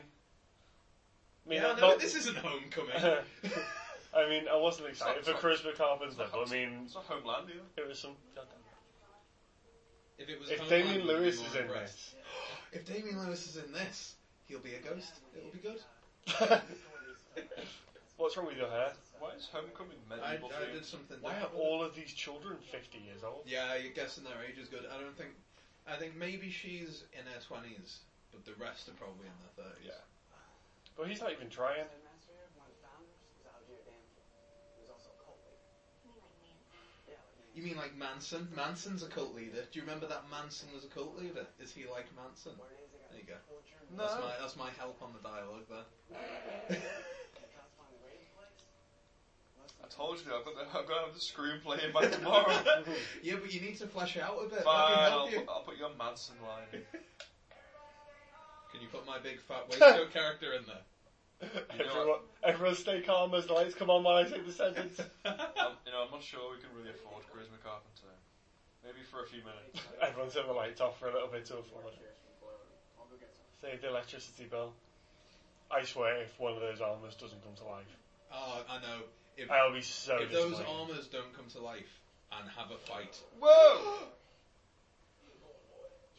[SPEAKER 1] I mean,
[SPEAKER 3] yeah,
[SPEAKER 1] not-
[SPEAKER 3] no, this
[SPEAKER 1] [LAUGHS]
[SPEAKER 3] isn't homecoming. [LAUGHS]
[SPEAKER 1] I mean, I wasn't excited
[SPEAKER 2] It's not-
[SPEAKER 1] for Charisma Carpenter,
[SPEAKER 2] not-
[SPEAKER 1] but I mean,
[SPEAKER 2] It's not Homeland either.
[SPEAKER 1] it was some.
[SPEAKER 3] if it was
[SPEAKER 1] If
[SPEAKER 3] Homeland,
[SPEAKER 1] Damien
[SPEAKER 3] we'd be
[SPEAKER 1] Lewis
[SPEAKER 3] more
[SPEAKER 1] is in
[SPEAKER 3] impressed.
[SPEAKER 1] this,
[SPEAKER 3] If Damien Lewis is in this, he'll be a ghost. It'll be good. [LAUGHS]
[SPEAKER 1] what's wrong with your hair?
[SPEAKER 2] Why is Homecoming
[SPEAKER 3] I,
[SPEAKER 2] medieval
[SPEAKER 3] I
[SPEAKER 2] themed?
[SPEAKER 3] did something.
[SPEAKER 1] Why are
[SPEAKER 3] different.
[SPEAKER 1] all of these children 50 years old?
[SPEAKER 3] Yeah, you're guessing their age is good. I don't think. I think maybe she's in her twenties, but the rest are probably in their thirties.
[SPEAKER 1] Yeah. But he's not even trying.
[SPEAKER 3] You mean like Manson? Manson's a cult leader. Do you remember that Manson was a cult leader? Is he like Manson? There you go. That's my that's my help on the dialogue there. [LAUGHS]
[SPEAKER 2] I told you, I've got, the, I've got to have the screenplay in by [LAUGHS] tomorrow.
[SPEAKER 3] yeah, but [LAUGHS] you need to flesh it out a bit.
[SPEAKER 2] Fine,
[SPEAKER 3] Let me
[SPEAKER 2] I'll,
[SPEAKER 3] help you.
[SPEAKER 2] put- I'll put your Manson line in.
[SPEAKER 3] Can you put my big fat
[SPEAKER 2] [LAUGHS]
[SPEAKER 3] waistcoat character in there?
[SPEAKER 2] You know
[SPEAKER 1] Everyone, everyone stay calm as the lights come on when I say the sentence. [LAUGHS]
[SPEAKER 2] I'm, Um, you know, I'm not sure we can really afford Charisma Carpenter. Maybe for a few minutes.
[SPEAKER 1] Everyone turn the lights off for a little bit to afford it. Save the electricity bill. I swear, if one of those armors doesn't come to life,
[SPEAKER 3] [LAUGHS] oh, I know. If,
[SPEAKER 1] I'll be so
[SPEAKER 3] if those
[SPEAKER 1] disappointed.
[SPEAKER 3] armors don't come to life and have a fight,
[SPEAKER 2] Whoa!
[SPEAKER 3] [GASPS]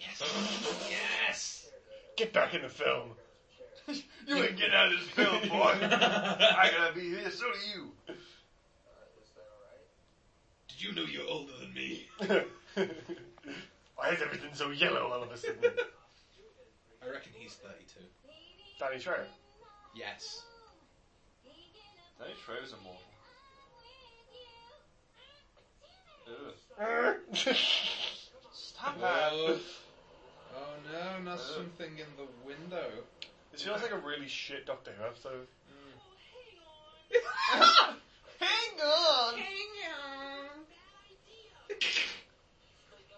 [SPEAKER 3] yes.
[SPEAKER 1] Get back in the film.
[SPEAKER 2] [LAUGHS] You ain't getting out of this film,
[SPEAKER 3] [LAUGHS]
[SPEAKER 2] boy! I [LAUGHS] gotta be here, so do you!
[SPEAKER 3] Did you know you're older than me?
[SPEAKER 1] [LAUGHS] Why is everything so yellow all of a sudden?
[SPEAKER 3] I reckon he's 32.
[SPEAKER 1] Danny [LAUGHS] Trejo.
[SPEAKER 3] Yes.
[SPEAKER 2] [GASPS] Danny Trejo's immortal. Ugh. Stop
[SPEAKER 3] Whoa.
[SPEAKER 1] Um,
[SPEAKER 3] Oh no, not something in the window.
[SPEAKER 1] This feels like a really shit Doctor Who episode.
[SPEAKER 2] Hang on!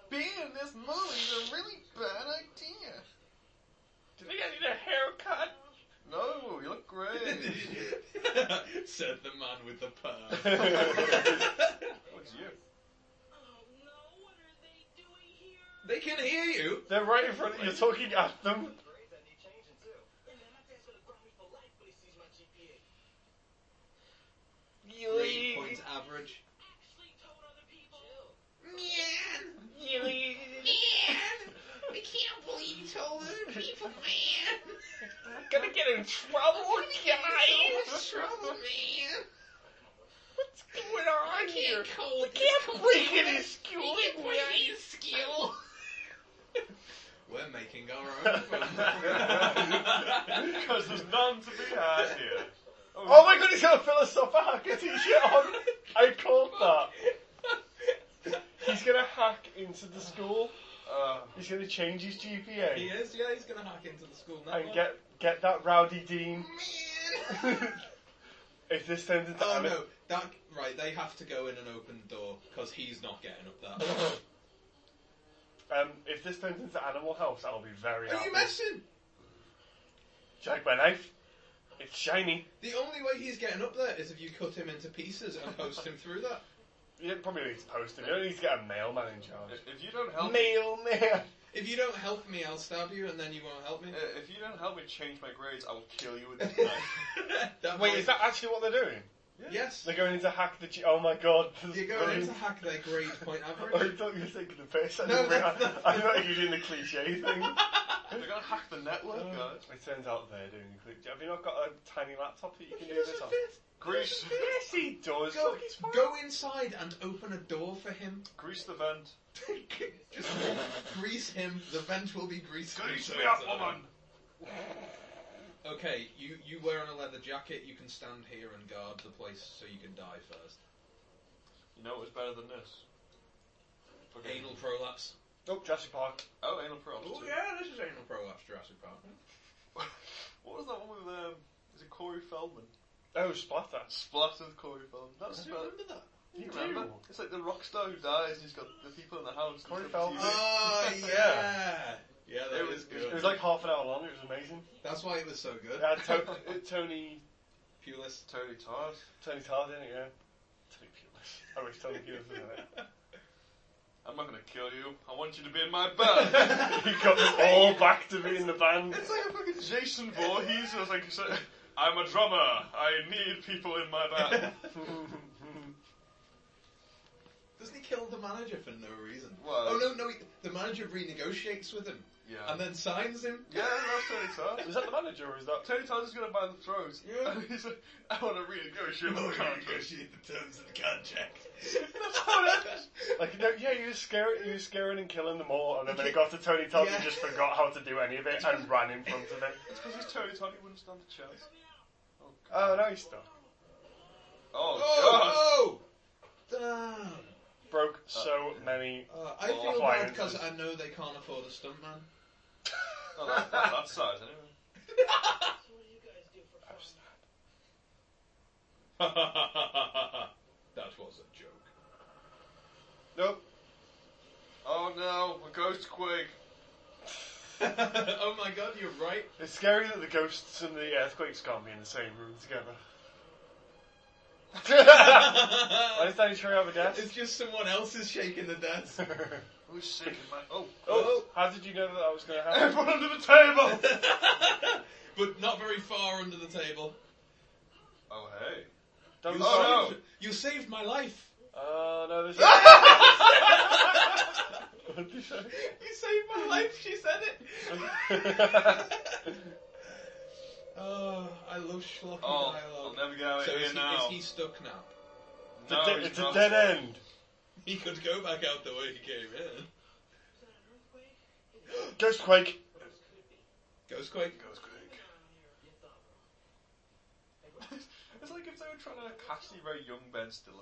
[SPEAKER 2] Being in this movie is a really bad idea.
[SPEAKER 1] Did I get a haircut?
[SPEAKER 2] No, you look great.
[SPEAKER 1] [LAUGHS]
[SPEAKER 3] [LAUGHS] Said the man with the perm.
[SPEAKER 1] perm.
[SPEAKER 2] What's you?
[SPEAKER 6] Oh no, what are they doing
[SPEAKER 3] [LAUGHS]
[SPEAKER 6] here?
[SPEAKER 3] They can hear you.
[SPEAKER 1] They're right in front of you. You're talking at them.
[SPEAKER 4] Grades I need changing too.
[SPEAKER 6] And then my dad's gonna ground me for life when he sees my GPA.
[SPEAKER 3] Grade point average.
[SPEAKER 6] Actually told other people.
[SPEAKER 3] Man, man, I can't believe you told other people, man.
[SPEAKER 1] Gonna get in trouble, guys.
[SPEAKER 3] trouble, man.
[SPEAKER 1] What's going on here?
[SPEAKER 3] code.
[SPEAKER 1] Can't break in his school.
[SPEAKER 3] skill. We're making our own fun.
[SPEAKER 2] Because there's none to be had here.
[SPEAKER 1] Oh my god, he's got a philosopher hacker t-shirt on. I called that. He's gonna hack into the school.
[SPEAKER 2] Uh,
[SPEAKER 1] He's gonna change his
[SPEAKER 3] [LAUGHS] he
[SPEAKER 1] GPA
[SPEAKER 3] is, yeah, he's gonna hack into the school now.
[SPEAKER 1] and get get that rowdy
[SPEAKER 3] [LAUGHS]
[SPEAKER 1] dean.
[SPEAKER 3] Man.
[SPEAKER 1] if this turns into
[SPEAKER 3] Oh
[SPEAKER 1] Ami-
[SPEAKER 3] no, that right. They have to go in and open the door because he's not getting up that.
[SPEAKER 1] um, if this turns into Animal House, I'll be very
[SPEAKER 3] Are
[SPEAKER 1] happy.
[SPEAKER 3] you messing?
[SPEAKER 1] Check my knife. It's shiny.
[SPEAKER 3] The only way he's getting up there is if you cut him into pieces and post him through that.
[SPEAKER 1] You don't probably need to post it. You don't need to get a mailman in charge.
[SPEAKER 2] if, if you don't help me,
[SPEAKER 1] Mailman.
[SPEAKER 3] If you don't help me, I'll stab you, and then you won't help me.
[SPEAKER 2] uh, if you don't help me change my grades, I will kill you with
[SPEAKER 1] [LAUGHS]
[SPEAKER 2] this knife.
[SPEAKER 3] [LAUGHS] That
[SPEAKER 1] Uh, Wait,
[SPEAKER 3] might-
[SPEAKER 1] is that actually what they're doing?
[SPEAKER 3] Yes.
[SPEAKER 1] They're going in to hack the. G- oh my god. this
[SPEAKER 3] You're
[SPEAKER 1] is
[SPEAKER 3] going in
[SPEAKER 1] brilliant.
[SPEAKER 3] to hack their grade point
[SPEAKER 1] I
[SPEAKER 3] average.
[SPEAKER 1] thought you were taking the piss. I,
[SPEAKER 3] No,
[SPEAKER 1] didn't realize-
[SPEAKER 3] that's not-
[SPEAKER 1] I thought you were doing the cliche
[SPEAKER 3] [LAUGHS]
[SPEAKER 1] thing.
[SPEAKER 2] They're gonna hack the
[SPEAKER 3] Oh,
[SPEAKER 2] network,
[SPEAKER 1] Uh.
[SPEAKER 2] guys.
[SPEAKER 1] it turns out they're doing the cliche. Have you not got a tiny laptop that you can
[SPEAKER 3] He
[SPEAKER 1] do
[SPEAKER 3] doesn't
[SPEAKER 1] this on?
[SPEAKER 3] fit.
[SPEAKER 2] Grease,
[SPEAKER 1] Yes, he does.
[SPEAKER 3] Go,
[SPEAKER 1] Look, he's fine.
[SPEAKER 3] go inside and open a door for him. [LAUGHS]
[SPEAKER 2] grease the vent.
[SPEAKER 3] Just grease him. The vent will be greased.
[SPEAKER 2] Grease
[SPEAKER 3] from
[SPEAKER 2] me up,
[SPEAKER 3] inside.
[SPEAKER 2] woman.
[SPEAKER 3] Okay, you you wearing a leather jacket. You can stand here and guard the place so you can die first.
[SPEAKER 2] You know what was better than this? Fucking-
[SPEAKER 3] Anal prolapse.
[SPEAKER 1] Oh, Jurassic Park.
[SPEAKER 2] Oh, anal prolapse. too.
[SPEAKER 3] yeah, this is anal prolapse, Jurassic Park.
[SPEAKER 2] What was that one with um? Is it Corey Feldman?
[SPEAKER 1] Oh, Splatter.
[SPEAKER 2] Splat with Corey Feldman. That's
[SPEAKER 3] Do
[SPEAKER 2] about.
[SPEAKER 3] remember that?
[SPEAKER 1] You
[SPEAKER 2] You remember?
[SPEAKER 1] do.
[SPEAKER 2] It's like the rock star who dies and he's got the people in the house.
[SPEAKER 1] Corey
[SPEAKER 2] He's got the
[SPEAKER 1] Feldman.
[SPEAKER 2] TV.
[SPEAKER 3] Oh yeah, yeah, that
[SPEAKER 2] It
[SPEAKER 3] is
[SPEAKER 2] was-
[SPEAKER 3] good.
[SPEAKER 1] It was like half an hour long. It was amazing.
[SPEAKER 3] That's why it was so good.
[SPEAKER 1] It had
[SPEAKER 3] [LAUGHS]
[SPEAKER 1] to- it- Tony,
[SPEAKER 3] Pulis.
[SPEAKER 2] Tony Todd.
[SPEAKER 1] Tony Todd in it, yeah. Tony Pulis. I wish Tony Pulis was in it.
[SPEAKER 3] [LAUGHS]
[SPEAKER 2] I'm not gonna kill you. I want you to be in my band.
[SPEAKER 3] [LAUGHS]
[SPEAKER 1] He got them all back to be in the band.
[SPEAKER 2] it's like a fucking Jason Voorhees. I was like, so- I'm a drummer. I need people in my
[SPEAKER 3] [LAUGHS]
[SPEAKER 2] band. [LAUGHS]
[SPEAKER 3] Doesn't he kill the manager for no reason?
[SPEAKER 2] Well-
[SPEAKER 3] Oh no, no, he, the manager renegotiates with him
[SPEAKER 2] yeah.
[SPEAKER 3] and then signs him.
[SPEAKER 2] yeah, that's
[SPEAKER 3] [LAUGHS]
[SPEAKER 2] Tony
[SPEAKER 1] [LAUGHS]
[SPEAKER 2] Todd.
[SPEAKER 1] Was that the manager or was that?
[SPEAKER 2] Tony Todd is gonna ban the throat.
[SPEAKER 3] Yeah.
[SPEAKER 2] And [LAUGHS] he's like, I want to renegotiate my contract.
[SPEAKER 3] the terms of the contract.
[SPEAKER 1] Like, no, yeah, you were scaring, you were scaring and killing them all, and then when it got to Tony Todd,
[SPEAKER 3] Yeah.
[SPEAKER 1] he just forgot how to do any of it and ran in front of it.
[SPEAKER 2] It's because he's Tony Todd. He wouldn't stand a chance. Oh, God.
[SPEAKER 1] Oh, no, he's stuck.
[SPEAKER 2] Oh, God.
[SPEAKER 3] [LAUGHS] oh, oh, damn.
[SPEAKER 1] Broke so many.
[SPEAKER 3] Uh,
[SPEAKER 1] Oh,
[SPEAKER 3] I feel bad
[SPEAKER 1] appliances.
[SPEAKER 3] because I know they can't afford a stuntman.
[SPEAKER 2] Oh, that, that, that size, anyway.
[SPEAKER 6] That's what you guys do for fun.
[SPEAKER 3] [LAUGHS] that was a joke.
[SPEAKER 1] Nope.
[SPEAKER 2] Oh, no. A ghost quake.
[SPEAKER 3] [LAUGHS] oh my god, you're right.
[SPEAKER 1] It's scary that the ghosts and the earthquakes can't be in the same room together. Why does Danny Trejo have a [LAUGHS]
[SPEAKER 3] it's
[SPEAKER 1] desk?
[SPEAKER 3] just someone else is shaking the [LAUGHS] desk.
[SPEAKER 2] Who's shaking my... Oh.
[SPEAKER 1] oh, how did you know that that was going to
[SPEAKER 3] Oh. [LAUGHS]
[SPEAKER 1] happen?
[SPEAKER 2] [LAUGHS] Everyone under the table!
[SPEAKER 3] but not very far under the table.
[SPEAKER 2] Oh, hey.
[SPEAKER 1] Don't
[SPEAKER 2] Oh,
[SPEAKER 1] stop.
[SPEAKER 2] no.
[SPEAKER 3] You saved my life.
[SPEAKER 1] Oh, no, this [LAUGHS] What did you say?
[SPEAKER 3] [LAUGHS]
[SPEAKER 1] [LAUGHS]
[SPEAKER 3] You saved my life, she
[SPEAKER 2] [LAUGHS]
[SPEAKER 3] said it. oh, I love schlocky
[SPEAKER 2] Oh, I'll
[SPEAKER 3] dialogue.
[SPEAKER 2] never get out of
[SPEAKER 3] So
[SPEAKER 2] here
[SPEAKER 3] is he,
[SPEAKER 2] now.
[SPEAKER 3] is he stuck now?
[SPEAKER 1] It's,
[SPEAKER 2] no,
[SPEAKER 1] a, de-
[SPEAKER 2] he's
[SPEAKER 1] it's a
[SPEAKER 2] not.
[SPEAKER 1] dead end.
[SPEAKER 3] He could go back out the way he came in.
[SPEAKER 6] Is that an earthquake?
[SPEAKER 1] Ghostquake.
[SPEAKER 3] Ghostquake.
[SPEAKER 2] Goes quick.
[SPEAKER 6] You thought wrong.
[SPEAKER 2] [LAUGHS] It's like if they were trying to cast a very young Ben [LAUGHS] Stiller.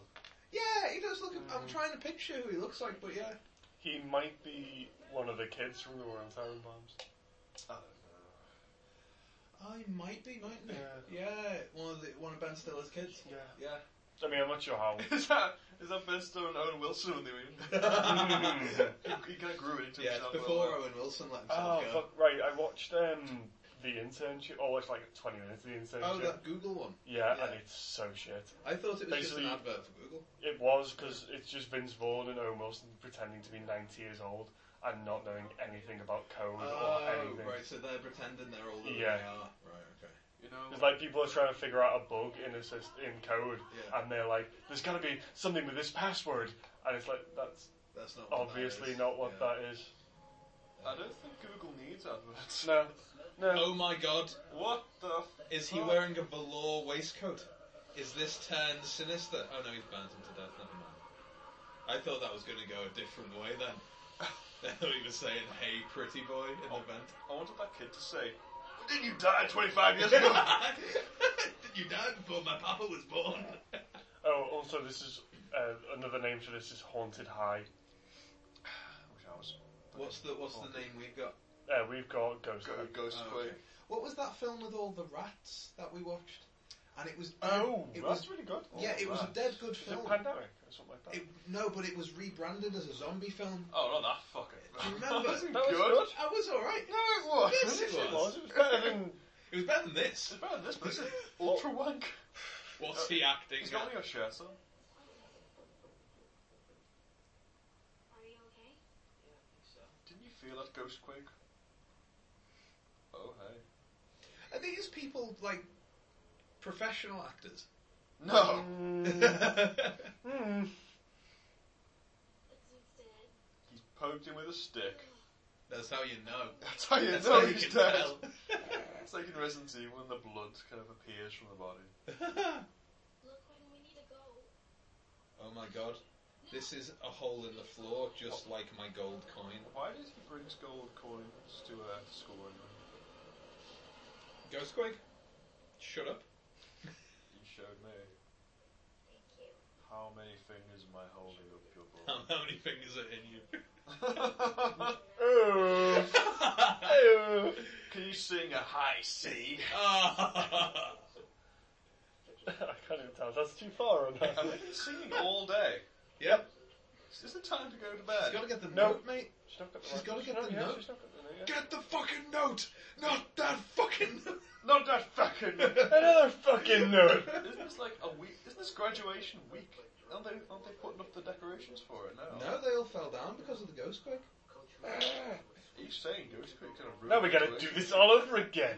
[SPEAKER 3] Yeah, he does look. I'm trying to picture who he looks like, but yeah.
[SPEAKER 1] He might be one of the kids from the Royal Siren Bombs.
[SPEAKER 2] I
[SPEAKER 3] I Oh, might be, mightn't I? Yeah, one of the one of Ben Stiller's kids.
[SPEAKER 1] Yeah.
[SPEAKER 3] Yeah.
[SPEAKER 1] I mean, I'm not sure how.
[SPEAKER 2] don't know. Is that, is that Ben Stiller and Owen Wilson when they were [LAUGHS] in? He kind of grew into
[SPEAKER 3] yeah, it's
[SPEAKER 2] himself.
[SPEAKER 3] before Owen Wilson let himself
[SPEAKER 1] oh,
[SPEAKER 3] go.
[SPEAKER 1] fuck, right. I watched um, the internship, or watched like 20 minutes of the internship.
[SPEAKER 3] Oh, that Google one.
[SPEAKER 1] yeah,
[SPEAKER 3] yeah.
[SPEAKER 1] and it's so shit.
[SPEAKER 3] I thought it was just an
[SPEAKER 1] Basically-
[SPEAKER 3] advert for Google.
[SPEAKER 1] It was because it's just Vince Vaughn and Owen Wilson pretending to be 90 years old, and not knowing anything about code
[SPEAKER 3] Oh,
[SPEAKER 1] or anything.
[SPEAKER 3] right, so they're pretending they're older
[SPEAKER 1] Yeah.
[SPEAKER 3] than they are. Right, okay.
[SPEAKER 2] You know,
[SPEAKER 1] It's like people are trying to figure out a bug in a syst in code,
[SPEAKER 3] Yeah.
[SPEAKER 1] and they're like, "There's got to be something with this password," and it's like that's
[SPEAKER 3] That's not what that
[SPEAKER 1] obviously
[SPEAKER 3] is.
[SPEAKER 1] not what
[SPEAKER 3] Yeah.
[SPEAKER 1] that is.
[SPEAKER 2] I don't think Google needs adverts.
[SPEAKER 1] No, no.
[SPEAKER 3] Oh my god,
[SPEAKER 2] What the? F-
[SPEAKER 3] is he
[SPEAKER 2] fuck?
[SPEAKER 3] wearing a velour waistcoat? Is this turned sinister? Oh no, he's burned him to death, never mind. I thought that was going to go a different way then. [LAUGHS] I thought he was saying, hey, pretty boy, in the vent.
[SPEAKER 2] I wanted that kid to say, "Didn't you die 25 years [LAUGHS] ago?"
[SPEAKER 3] [LAUGHS] you died before my papa was born. [LAUGHS]
[SPEAKER 1] Oh, also, this is uh, another name for this is haunted high.
[SPEAKER 2] Which I was.
[SPEAKER 3] What's the What's the name we've got?
[SPEAKER 1] Uh, we've got Ghost.
[SPEAKER 2] Go,
[SPEAKER 1] Week.
[SPEAKER 2] ghost
[SPEAKER 3] Oh,
[SPEAKER 2] Quake.
[SPEAKER 3] okay. What was that film with all the rats that we watched? And it was
[SPEAKER 1] Oh,
[SPEAKER 3] it
[SPEAKER 1] that's
[SPEAKER 3] was
[SPEAKER 1] really good.
[SPEAKER 3] yeah, it was a dead good
[SPEAKER 1] Is it
[SPEAKER 3] film.
[SPEAKER 1] pandemic or something like that?
[SPEAKER 3] It, no, but it was rebranded as a zombie film.
[SPEAKER 2] Oh, not that fucker.
[SPEAKER 3] Do you remember?
[SPEAKER 2] That
[SPEAKER 1] That was
[SPEAKER 2] good.
[SPEAKER 1] good.
[SPEAKER 3] I was all right.
[SPEAKER 2] No, it was.
[SPEAKER 3] Yes, it was.
[SPEAKER 1] It was better than
[SPEAKER 3] It was better than this.
[SPEAKER 2] It's better than this, but it's ultra wank.
[SPEAKER 3] What's he acting?
[SPEAKER 2] He's
[SPEAKER 3] at?
[SPEAKER 2] got your shirt on.
[SPEAKER 5] Are you okay?
[SPEAKER 2] Didn't you feel that ghost quake? Oh hey.
[SPEAKER 3] Are these people like professional actors? [LAUGHS]
[SPEAKER 2] No.
[SPEAKER 1] Mm, mm.
[SPEAKER 5] It's it's dead.
[SPEAKER 2] He's poked him with a stick.
[SPEAKER 3] [LAUGHS] That's how you know.
[SPEAKER 2] That's how you
[SPEAKER 3] That's
[SPEAKER 2] know
[SPEAKER 3] how you
[SPEAKER 2] he's
[SPEAKER 3] can
[SPEAKER 2] dead.
[SPEAKER 3] [LAUGHS] tell.
[SPEAKER 2] [LAUGHS] It's like in Resident Evil when the blood kind of appears from the body.
[SPEAKER 5] Look when we need to go.
[SPEAKER 3] oh my god. This is a hole in the floor, just like my gold coin.
[SPEAKER 2] Why did he bring gold coins to uh, school? anyway?
[SPEAKER 3] Ghostquake, shut up. [LAUGHS]
[SPEAKER 2] You showed me
[SPEAKER 5] Thank you.
[SPEAKER 2] how many fingers am I holding up your
[SPEAKER 3] How,
[SPEAKER 2] body.
[SPEAKER 3] how many fingers are in you?
[SPEAKER 2] [LAUGHS]
[SPEAKER 3] [LAUGHS]
[SPEAKER 1] Oh, oh.
[SPEAKER 2] Can you sing a high C?
[SPEAKER 3] Ah.
[SPEAKER 1] [LAUGHS] I can't even tell. That's too far on that.
[SPEAKER 2] I've been singing all day.
[SPEAKER 3] yep.
[SPEAKER 2] Is it time to go to
[SPEAKER 3] She's
[SPEAKER 2] bed?
[SPEAKER 3] got to get the
[SPEAKER 1] No.
[SPEAKER 3] note, mate.
[SPEAKER 1] She's not got the
[SPEAKER 3] She's
[SPEAKER 1] right-
[SPEAKER 3] gotta get
[SPEAKER 1] not-
[SPEAKER 3] the
[SPEAKER 1] yeah,
[SPEAKER 3] note.
[SPEAKER 1] She's not got the note. Yeah.
[SPEAKER 3] Get the fucking note. Not that [LAUGHS] fucking. note.
[SPEAKER 2] Not that fucking.
[SPEAKER 1] [LAUGHS] Another fucking note.
[SPEAKER 2] isn't this like a week? Isn't this graduation week? Aren't they aren't they putting up the decorations for it now?
[SPEAKER 3] no, they all fell down because of the Ghostquake.
[SPEAKER 2] Are you saying Ghost Creek kind of ruined
[SPEAKER 1] Now we gotta do
[SPEAKER 2] graduation?
[SPEAKER 1] this all over again.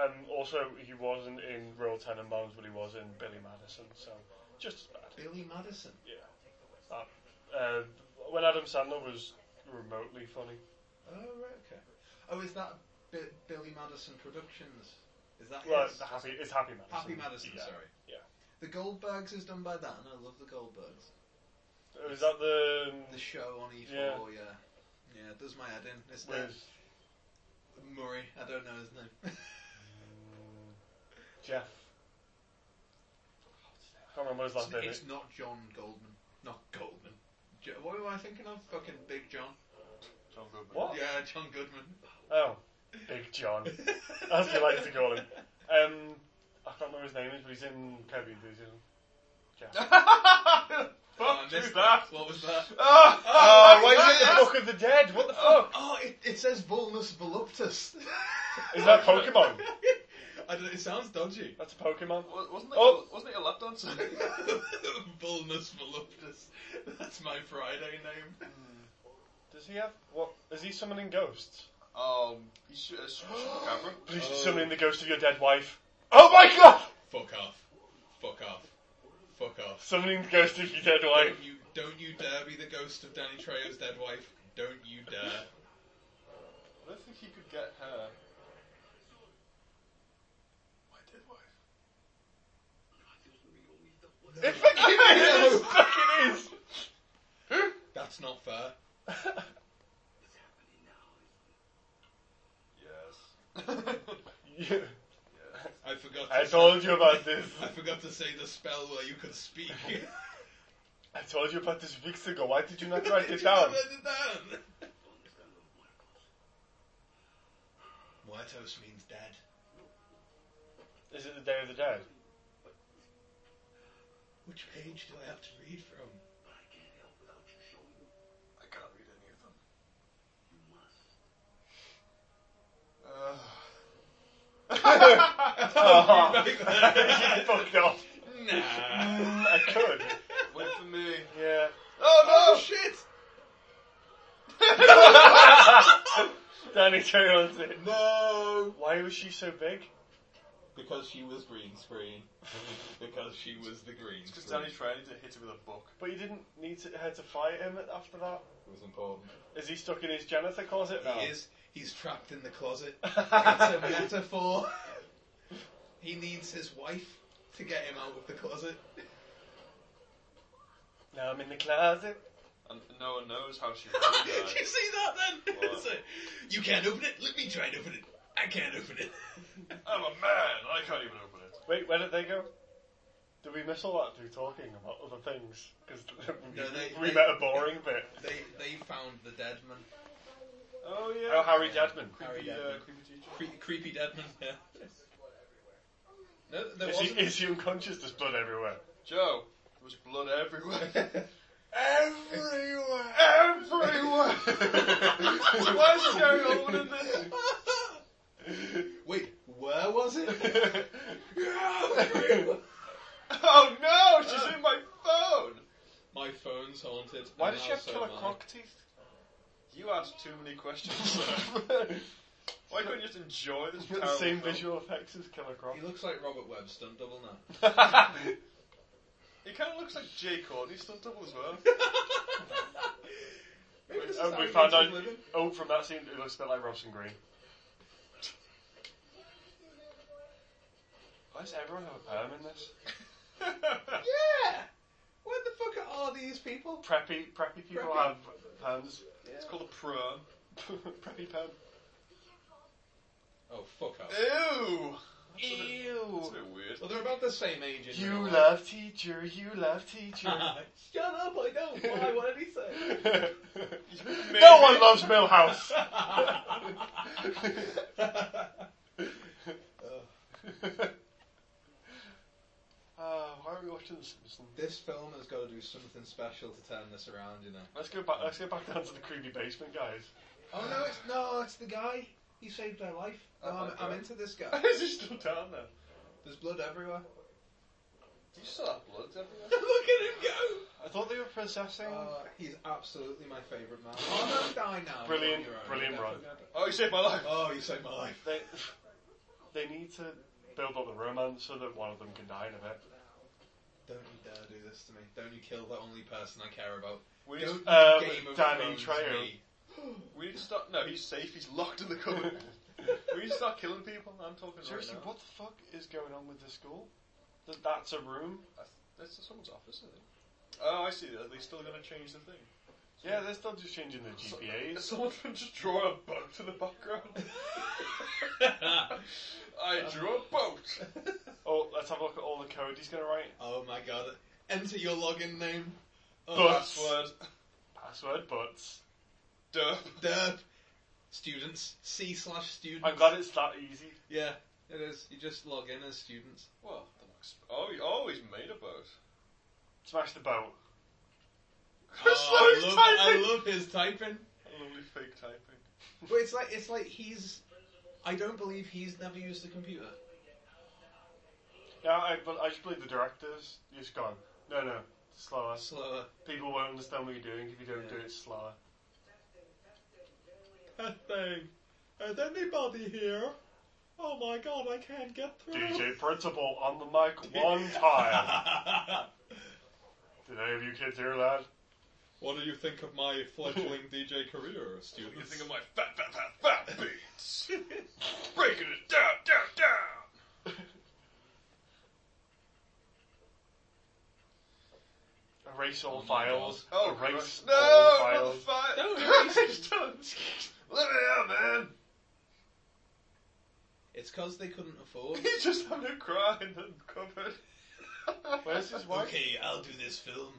[SPEAKER 1] Um, also, he wasn't in Royal Tenenbaums, but he was in Billy Madison, so just as bad.
[SPEAKER 3] Billy Madison.
[SPEAKER 1] Uh, when Adam Sandler was remotely funny,
[SPEAKER 3] Oh right, okay. Oh, is that Bi- Billy Madison Productions? Is that
[SPEAKER 1] well,
[SPEAKER 3] his?
[SPEAKER 1] the happy it's Happy Madison.
[SPEAKER 3] Happy Madison?
[SPEAKER 1] Yeah.
[SPEAKER 3] Sorry.
[SPEAKER 1] yeah.
[SPEAKER 3] The Goldbergs is done by that, and I love the Goldbergs.
[SPEAKER 1] Uh, Is that the
[SPEAKER 3] The show on E4, yeah,
[SPEAKER 1] Yeah.
[SPEAKER 3] yeah, it does my head in. It's
[SPEAKER 1] with
[SPEAKER 3] named Murray. I don't know his name. [LAUGHS]
[SPEAKER 1] Jeff? I can't remember his last name.
[SPEAKER 3] it's, it's not John Goldman. Not Goldman. Jo- what am I thinking of? Fucking Big John.
[SPEAKER 2] John Goodman.
[SPEAKER 1] What?
[SPEAKER 3] Yeah, John Goodman.
[SPEAKER 1] [LAUGHS] Oh, Big John, as you like to call
[SPEAKER 3] [LAUGHS]
[SPEAKER 1] him. Um, I can't remember his name is, but he's in Kirby Enthusiasm. Jeff.
[SPEAKER 3] Oh,
[SPEAKER 2] Fuck
[SPEAKER 3] I
[SPEAKER 2] you,
[SPEAKER 3] missed
[SPEAKER 2] that.
[SPEAKER 3] What was that?
[SPEAKER 2] Ah!
[SPEAKER 1] Oh, why is
[SPEAKER 3] is it
[SPEAKER 1] it
[SPEAKER 3] the
[SPEAKER 1] the Book of the Dead? What the fuck?
[SPEAKER 3] Oh, it, it says Volnus Voluptus.
[SPEAKER 1] Is that Pokemon?
[SPEAKER 3] [LAUGHS] I don't, it sounds dodgy.
[SPEAKER 1] That's a Pokemon.
[SPEAKER 2] Wa- Wasn't it?
[SPEAKER 1] Oh.
[SPEAKER 2] Wasn't it a lap dancer?
[SPEAKER 3] [LAUGHS]
[SPEAKER 1] [LAUGHS]
[SPEAKER 3] Volnus Voluptus. That's my Friday name.
[SPEAKER 1] Does he have what? Is he summoning ghosts?
[SPEAKER 2] um, he sh- uh, sh- the camera.
[SPEAKER 1] [GASPS] Please
[SPEAKER 3] Oh.
[SPEAKER 1] summoning the ghost of your dead wife. Oh my god!
[SPEAKER 3] Fuck off. Fuck off. Fuck off.
[SPEAKER 1] Summoning the ghost of your dead wife.
[SPEAKER 3] Don't you, don't you dare be the ghost of Danny Trejo's dead wife. Don't you dare.
[SPEAKER 2] I don't think he could get her. My dead wife.
[SPEAKER 1] It fucking is. [LAUGHS] It fucking is.
[SPEAKER 3] That's not fair.
[SPEAKER 2] [LAUGHS] Yes.
[SPEAKER 1] [LAUGHS] You-
[SPEAKER 2] yes.
[SPEAKER 3] I forgot. To
[SPEAKER 1] I told you about this.
[SPEAKER 3] I forgot to say the spell where you could speak.
[SPEAKER 1] [LAUGHS] I told you about this weeks ago. Why did you not write it [LAUGHS] down?
[SPEAKER 3] Write it down. Muertos means dead.
[SPEAKER 1] Is it the Day of the Dead?
[SPEAKER 3] Which page do I have to read from?
[SPEAKER 2] I can't read any of them. Uh,
[SPEAKER 3] [LAUGHS]
[SPEAKER 1] Oh,
[SPEAKER 3] Right there.
[SPEAKER 1] [LAUGHS] you fucked off.
[SPEAKER 3] [LAUGHS] nah.
[SPEAKER 1] I could.
[SPEAKER 2] wait for me.
[SPEAKER 1] Yeah.
[SPEAKER 3] Oh, no! shit!
[SPEAKER 1] Danny Trejo's it.
[SPEAKER 3] No!
[SPEAKER 1] Why was she so big?
[SPEAKER 3] Because she was green screen. because she was the green
[SPEAKER 2] Because
[SPEAKER 3] screen.
[SPEAKER 2] Danny tried to hit her with a book.
[SPEAKER 1] But you didn't need to, her to fight him after that.
[SPEAKER 3] It was important.
[SPEAKER 1] Is he stuck in his janitor closet now?
[SPEAKER 3] He is. He's trapped in the closet. It's a metaphor. he needs his wife to get him out of the closet.
[SPEAKER 1] now I'm in the closet.
[SPEAKER 2] And no one knows how [LAUGHS] she really
[SPEAKER 3] Did you
[SPEAKER 2] died.
[SPEAKER 3] see that then? [LAUGHS]
[SPEAKER 2] What?
[SPEAKER 3] It's like, you can't open it? Let me try and open it. I can't open it.
[SPEAKER 2] I'm a man, I can't even open it.
[SPEAKER 1] Wait, where did they go? Did we miss all that through talking about other things? Because
[SPEAKER 3] No, they-
[SPEAKER 1] [LAUGHS] we
[SPEAKER 3] they-
[SPEAKER 1] met a boring bit.
[SPEAKER 3] [LAUGHS] they, they found the dead man.
[SPEAKER 2] Oh yeah.
[SPEAKER 1] Oh, Harry Jadman.
[SPEAKER 3] Harry
[SPEAKER 2] Creepy, uh,
[SPEAKER 3] Jadman.
[SPEAKER 2] creepy teacher.
[SPEAKER 3] Cre- creepy dead man, yeah. No, there
[SPEAKER 1] Is he,
[SPEAKER 3] wasn't.
[SPEAKER 1] is he unconscious? There's blood everywhere.
[SPEAKER 2] Joe, there was blood everywhere.
[SPEAKER 1] Everywhere!
[SPEAKER 2] everywhere!
[SPEAKER 1] [LAUGHS]
[SPEAKER 2] Why is Gary Oldman in this?
[SPEAKER 3] [LAUGHS] Wait, where was it?
[SPEAKER 2] [LAUGHS] Oh no, she's in my phone!
[SPEAKER 3] [LAUGHS] My phone's haunted.
[SPEAKER 2] Why
[SPEAKER 3] and
[SPEAKER 2] does she
[SPEAKER 3] now
[SPEAKER 2] have
[SPEAKER 3] so
[SPEAKER 2] killer
[SPEAKER 3] am I.
[SPEAKER 2] croc teeth? You asked too many questions [LAUGHS] there. Why couldn't you just enjoy [LAUGHS] this
[SPEAKER 1] You've got the
[SPEAKER 2] terrible
[SPEAKER 1] same
[SPEAKER 2] film?
[SPEAKER 1] visual effects as Killer Croc.
[SPEAKER 3] He looks like Robert Webb stunt double now.
[SPEAKER 2] [LAUGHS] He kind of looks like Jay Courtney stunt double as well. [LAUGHS]
[SPEAKER 3] Maybe this is
[SPEAKER 1] And
[SPEAKER 3] how
[SPEAKER 1] Oh, we
[SPEAKER 3] he
[SPEAKER 1] found
[SPEAKER 3] makes
[SPEAKER 1] out.
[SPEAKER 3] his living.
[SPEAKER 1] [LAUGHS] Oh, from that scene, it looks a bit like Robson Green. Why does everyone have a perm in this?
[SPEAKER 3] Yeah. Where the fuck are all these people?
[SPEAKER 1] Preppy, preppy people
[SPEAKER 3] Preppy.
[SPEAKER 1] have perms. [LAUGHS]
[SPEAKER 2] It's called a perm.
[SPEAKER 1] preppy perm.
[SPEAKER 3] Oh fuck off.
[SPEAKER 2] Ew! That's a
[SPEAKER 1] Ew.
[SPEAKER 2] bit weird.
[SPEAKER 3] Well, they're about the same age. In
[SPEAKER 1] You
[SPEAKER 3] real life. [LAUGHS]
[SPEAKER 1] love teacher. You love
[SPEAKER 2] [LAUGHS]
[SPEAKER 1] teacher. [LAUGHS]
[SPEAKER 3] Shut up! I don't. Why? What did he say?
[SPEAKER 1] [LAUGHS] no one loves
[SPEAKER 2] [LAUGHS]
[SPEAKER 1] Millhouse. [LAUGHS] Uh, why are we watching The Simpsons?
[SPEAKER 3] [LAUGHS] this film has got to do something special to turn this around, you know.
[SPEAKER 1] Let's go back. Let's go back down to the creepy basement,
[SPEAKER 2] [LAUGHS]
[SPEAKER 1] guys.
[SPEAKER 3] Oh no! It's no! It's the guy. He saved their life. No,
[SPEAKER 2] Oh,
[SPEAKER 3] I'm,
[SPEAKER 2] okay.
[SPEAKER 3] I'm into this guy.
[SPEAKER 2] Is he still down there?
[SPEAKER 3] [LAUGHS] There's blood everywhere.
[SPEAKER 2] Do you still have blood everywhere?
[SPEAKER 3] [LAUGHS] Look at him go!
[SPEAKER 1] I thought they were possessing.
[SPEAKER 3] Uh, he's absolutely my favourite man. Oh no, die now.
[SPEAKER 1] Brilliant,
[SPEAKER 3] You're on your own.
[SPEAKER 1] brilliant
[SPEAKER 3] You're
[SPEAKER 1] run.
[SPEAKER 3] definitely-
[SPEAKER 2] Oh, you saved my life!
[SPEAKER 3] Oh, you saved my life.
[SPEAKER 1] they [LAUGHS] they need to build up the romance so that one of them can die in a bit.
[SPEAKER 3] Don't you dare do this to me. Don't you kill the only person I care about.
[SPEAKER 2] We need,
[SPEAKER 3] Don't
[SPEAKER 2] to,
[SPEAKER 1] Um,
[SPEAKER 3] you Game of
[SPEAKER 1] Danny
[SPEAKER 3] Thrones
[SPEAKER 1] Trejo.
[SPEAKER 3] me.
[SPEAKER 2] we need to start. No, he's safe. He's locked in the cupboard.
[SPEAKER 1] [LAUGHS]
[SPEAKER 2] we need to start killing people. I'm talking
[SPEAKER 1] Seriously,
[SPEAKER 2] right now.
[SPEAKER 1] what the fuck is going on with this school? That that's a room.
[SPEAKER 2] That's just someone's office, I think. Oh, I see. Are they still going to change the thing?
[SPEAKER 1] Yeah, they're still just changing the
[SPEAKER 2] So-
[SPEAKER 1] GPAs.
[SPEAKER 2] Someone from just draw a boat in the background.
[SPEAKER 1] [LAUGHS]
[SPEAKER 2] [LAUGHS] I drew
[SPEAKER 1] [LAUGHS]
[SPEAKER 2] a boat.
[SPEAKER 1] Oh, let's have a look at all the code he's gonna write.
[SPEAKER 3] Oh my god. Enter your login name.
[SPEAKER 1] But-
[SPEAKER 3] Oh,
[SPEAKER 2] Password.
[SPEAKER 1] Password butts.
[SPEAKER 2] Derp.
[SPEAKER 3] derp. Students. C slash students.
[SPEAKER 1] I'm glad it's that easy.
[SPEAKER 3] Yeah, it is. You just log in as students.
[SPEAKER 2] Well, the next- oh, he always made a boat.
[SPEAKER 1] Smash the boat.
[SPEAKER 3] Oh,
[SPEAKER 2] Slow's
[SPEAKER 3] I,
[SPEAKER 2] typing.
[SPEAKER 3] love, I love his typing.
[SPEAKER 2] Lovely fake typing.
[SPEAKER 3] But it's like it's like he's. I don't believe he's never used a computer.
[SPEAKER 1] Yeah, I, but I just believe the directors just gone. No, no, slower.
[SPEAKER 3] Slower.
[SPEAKER 1] People won't understand what you're doing if you don't do
[SPEAKER 3] Yeah.
[SPEAKER 1] it slower.
[SPEAKER 3] thing. Uh, Is anybody here? Oh my god, I can't get
[SPEAKER 1] DJ Principal on the mic one time.
[SPEAKER 2] [LAUGHS]
[SPEAKER 3] [LAUGHS]
[SPEAKER 1] Did any of you kids hear that?
[SPEAKER 3] what do you think of my fledgling DJ career, students?
[SPEAKER 2] What do you think of my fat, fat, fat, fat [LAUGHS] beats? Breaking it down, down, down.
[SPEAKER 1] Erase all
[SPEAKER 3] Oh my
[SPEAKER 1] files.
[SPEAKER 2] Oh,
[SPEAKER 1] erase
[SPEAKER 2] Christ.
[SPEAKER 1] all
[SPEAKER 2] no, not the
[SPEAKER 1] files.
[SPEAKER 2] fire.
[SPEAKER 3] Don't
[SPEAKER 2] [LAUGHS]
[SPEAKER 3] erase
[SPEAKER 2] Just don't. Let me out, man.
[SPEAKER 3] It's because they couldn't [LAUGHS] afford.
[SPEAKER 2] He's just having a cry in the [LAUGHS] cupboard.
[SPEAKER 1] Where's his wife?
[SPEAKER 3] okay, I'll do this film,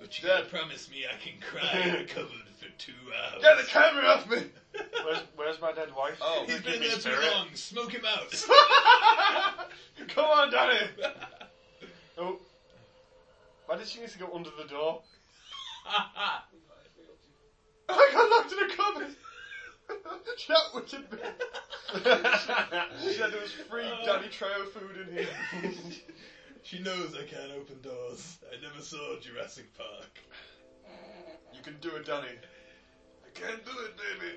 [SPEAKER 3] but
[SPEAKER 2] you gotta
[SPEAKER 3] promise me I can
[SPEAKER 1] cry
[SPEAKER 3] [LAUGHS]
[SPEAKER 1] in a
[SPEAKER 3] cupboard for two hours.
[SPEAKER 2] Get the camera off me! [LAUGHS]
[SPEAKER 1] Where's, where's my dead wife?
[SPEAKER 2] Oh,
[SPEAKER 1] Give me spirit.
[SPEAKER 3] Smoke him out.
[SPEAKER 2] Come on, Danny!
[SPEAKER 1] Oh. Why did she need to go under the door?
[SPEAKER 2] [LAUGHS] I got locked in a cupboard! [LAUGHS] that wicked man.
[SPEAKER 1] [LAUGHS]
[SPEAKER 2] She said there was free Danny Trejo food in here.
[SPEAKER 3] [LAUGHS] she knows I can't open doors. I never saw Jurassic Park.
[SPEAKER 2] You can do it, Danny.
[SPEAKER 3] I
[SPEAKER 2] I can't do it, baby.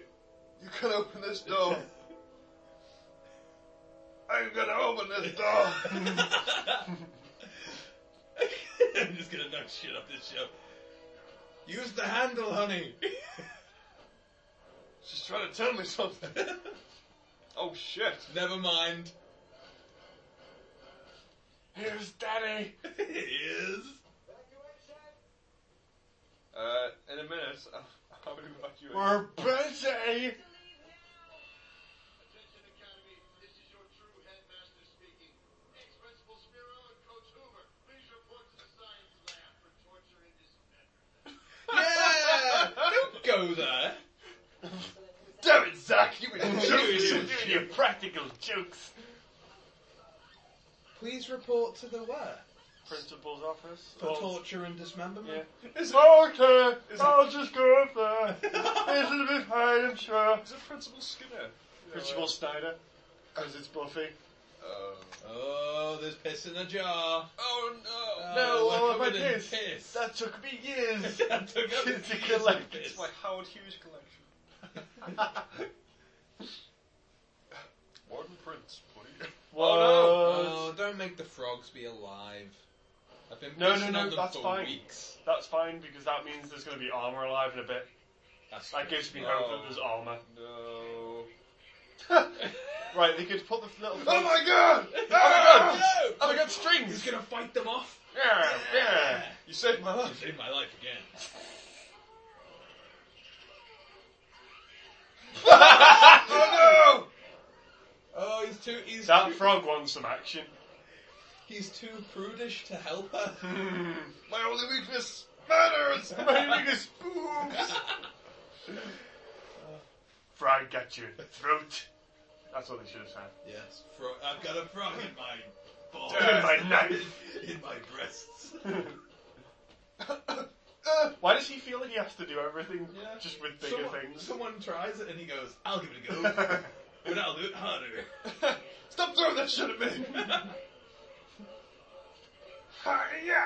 [SPEAKER 2] You can open this [LAUGHS] door. I'm gonna open this
[SPEAKER 3] [LAUGHS]
[SPEAKER 2] door.
[SPEAKER 3] I'm just gonna knock shit off this show. Use the handle, honey.
[SPEAKER 2] She's trying to tell me something. [LAUGHS] Oh shit.
[SPEAKER 3] [LAUGHS] Never mind.
[SPEAKER 1] Here's Daddy.
[SPEAKER 3] It is.
[SPEAKER 2] Uh, in a minute, [LAUGHS] I'll, I'll evacuate.
[SPEAKER 1] We're busy.
[SPEAKER 4] Attention Academy, this is your true headmaster speaking. Ex-Principal Spiro and Coach Hoover, please report to the science lab for torture and dismemberment.
[SPEAKER 3] [LAUGHS] Yeah! Don't go there.
[SPEAKER 2] Damn it, Zach! [LAUGHS] You were
[SPEAKER 1] Doing
[SPEAKER 2] joking.
[SPEAKER 1] your practical jokes.
[SPEAKER 3] Please report to the where?
[SPEAKER 1] Principal's office.
[SPEAKER 3] For
[SPEAKER 1] Oh,
[SPEAKER 3] torture and dismemberment?
[SPEAKER 1] Yeah.
[SPEAKER 2] Is it,
[SPEAKER 1] Oh, okay. I'll just go up [LAUGHS] there. It'll be fine, I'm sure.
[SPEAKER 2] is it Principal Skinner?
[SPEAKER 1] Principal Snyder. Because it's Buffy.
[SPEAKER 2] Oh.
[SPEAKER 3] Oh, there's piss in a jar.
[SPEAKER 2] Oh no!
[SPEAKER 1] No,
[SPEAKER 3] we're
[SPEAKER 1] all of
[SPEAKER 3] covered
[SPEAKER 1] my
[SPEAKER 3] in
[SPEAKER 1] piss.
[SPEAKER 3] piss. [LAUGHS]
[SPEAKER 1] That took me [LAUGHS] years.
[SPEAKER 3] That took up
[SPEAKER 1] It's a
[SPEAKER 3] years
[SPEAKER 1] collect-
[SPEAKER 3] of piss.
[SPEAKER 2] It's my Howard Hughes collection.
[SPEAKER 1] Oh,
[SPEAKER 2] One prince, please.
[SPEAKER 1] Whoa.
[SPEAKER 3] Oh, don't make the frogs be alive. I've been
[SPEAKER 1] No, no,
[SPEAKER 3] pissing
[SPEAKER 1] no,
[SPEAKER 3] on them
[SPEAKER 1] that's
[SPEAKER 3] for
[SPEAKER 1] fine.
[SPEAKER 3] weeks.
[SPEAKER 1] That's fine because that means there's going to be armor alive in a bit.
[SPEAKER 3] That's
[SPEAKER 1] That gives me hope that there's armor.
[SPEAKER 2] No.
[SPEAKER 1] Right, they could put [LAUGHS] the little.
[SPEAKER 2] [LAUGHS] Oh my god!
[SPEAKER 1] God!
[SPEAKER 2] Ah!
[SPEAKER 3] No!
[SPEAKER 1] Oh, they got
[SPEAKER 3] He's
[SPEAKER 1] strings!
[SPEAKER 3] gonna fight them off.
[SPEAKER 1] Yeah, yeah.
[SPEAKER 2] You saved my
[SPEAKER 3] You
[SPEAKER 2] life.
[SPEAKER 3] saved my life again.
[SPEAKER 2] Oh
[SPEAKER 3] Oh, he's too. He's
[SPEAKER 1] That
[SPEAKER 3] too,
[SPEAKER 1] frog wants some [LAUGHS] action.
[SPEAKER 3] he's too prudish to help her. [LAUGHS]
[SPEAKER 2] no! My only weakness [LAUGHS] matters!
[SPEAKER 1] My biggest boobs! Frog got your throat. That's what they should have said.
[SPEAKER 3] yes, frog. I've got a frog in my [LAUGHS] balls.
[SPEAKER 1] In my knife.
[SPEAKER 3] in my breasts.
[SPEAKER 1] Why does he feel like he has to do everything
[SPEAKER 3] Yeah.
[SPEAKER 1] just with bigger
[SPEAKER 3] Someone,
[SPEAKER 1] [LAUGHS] things?
[SPEAKER 3] someone tries it and he goes, "I'll give
[SPEAKER 1] [LAUGHS]
[SPEAKER 3] it a go, but I'll do it [LAUGHS] harder."
[SPEAKER 2] Stop throwing that shit at me!
[SPEAKER 3] [LAUGHS]
[SPEAKER 2] Hiya!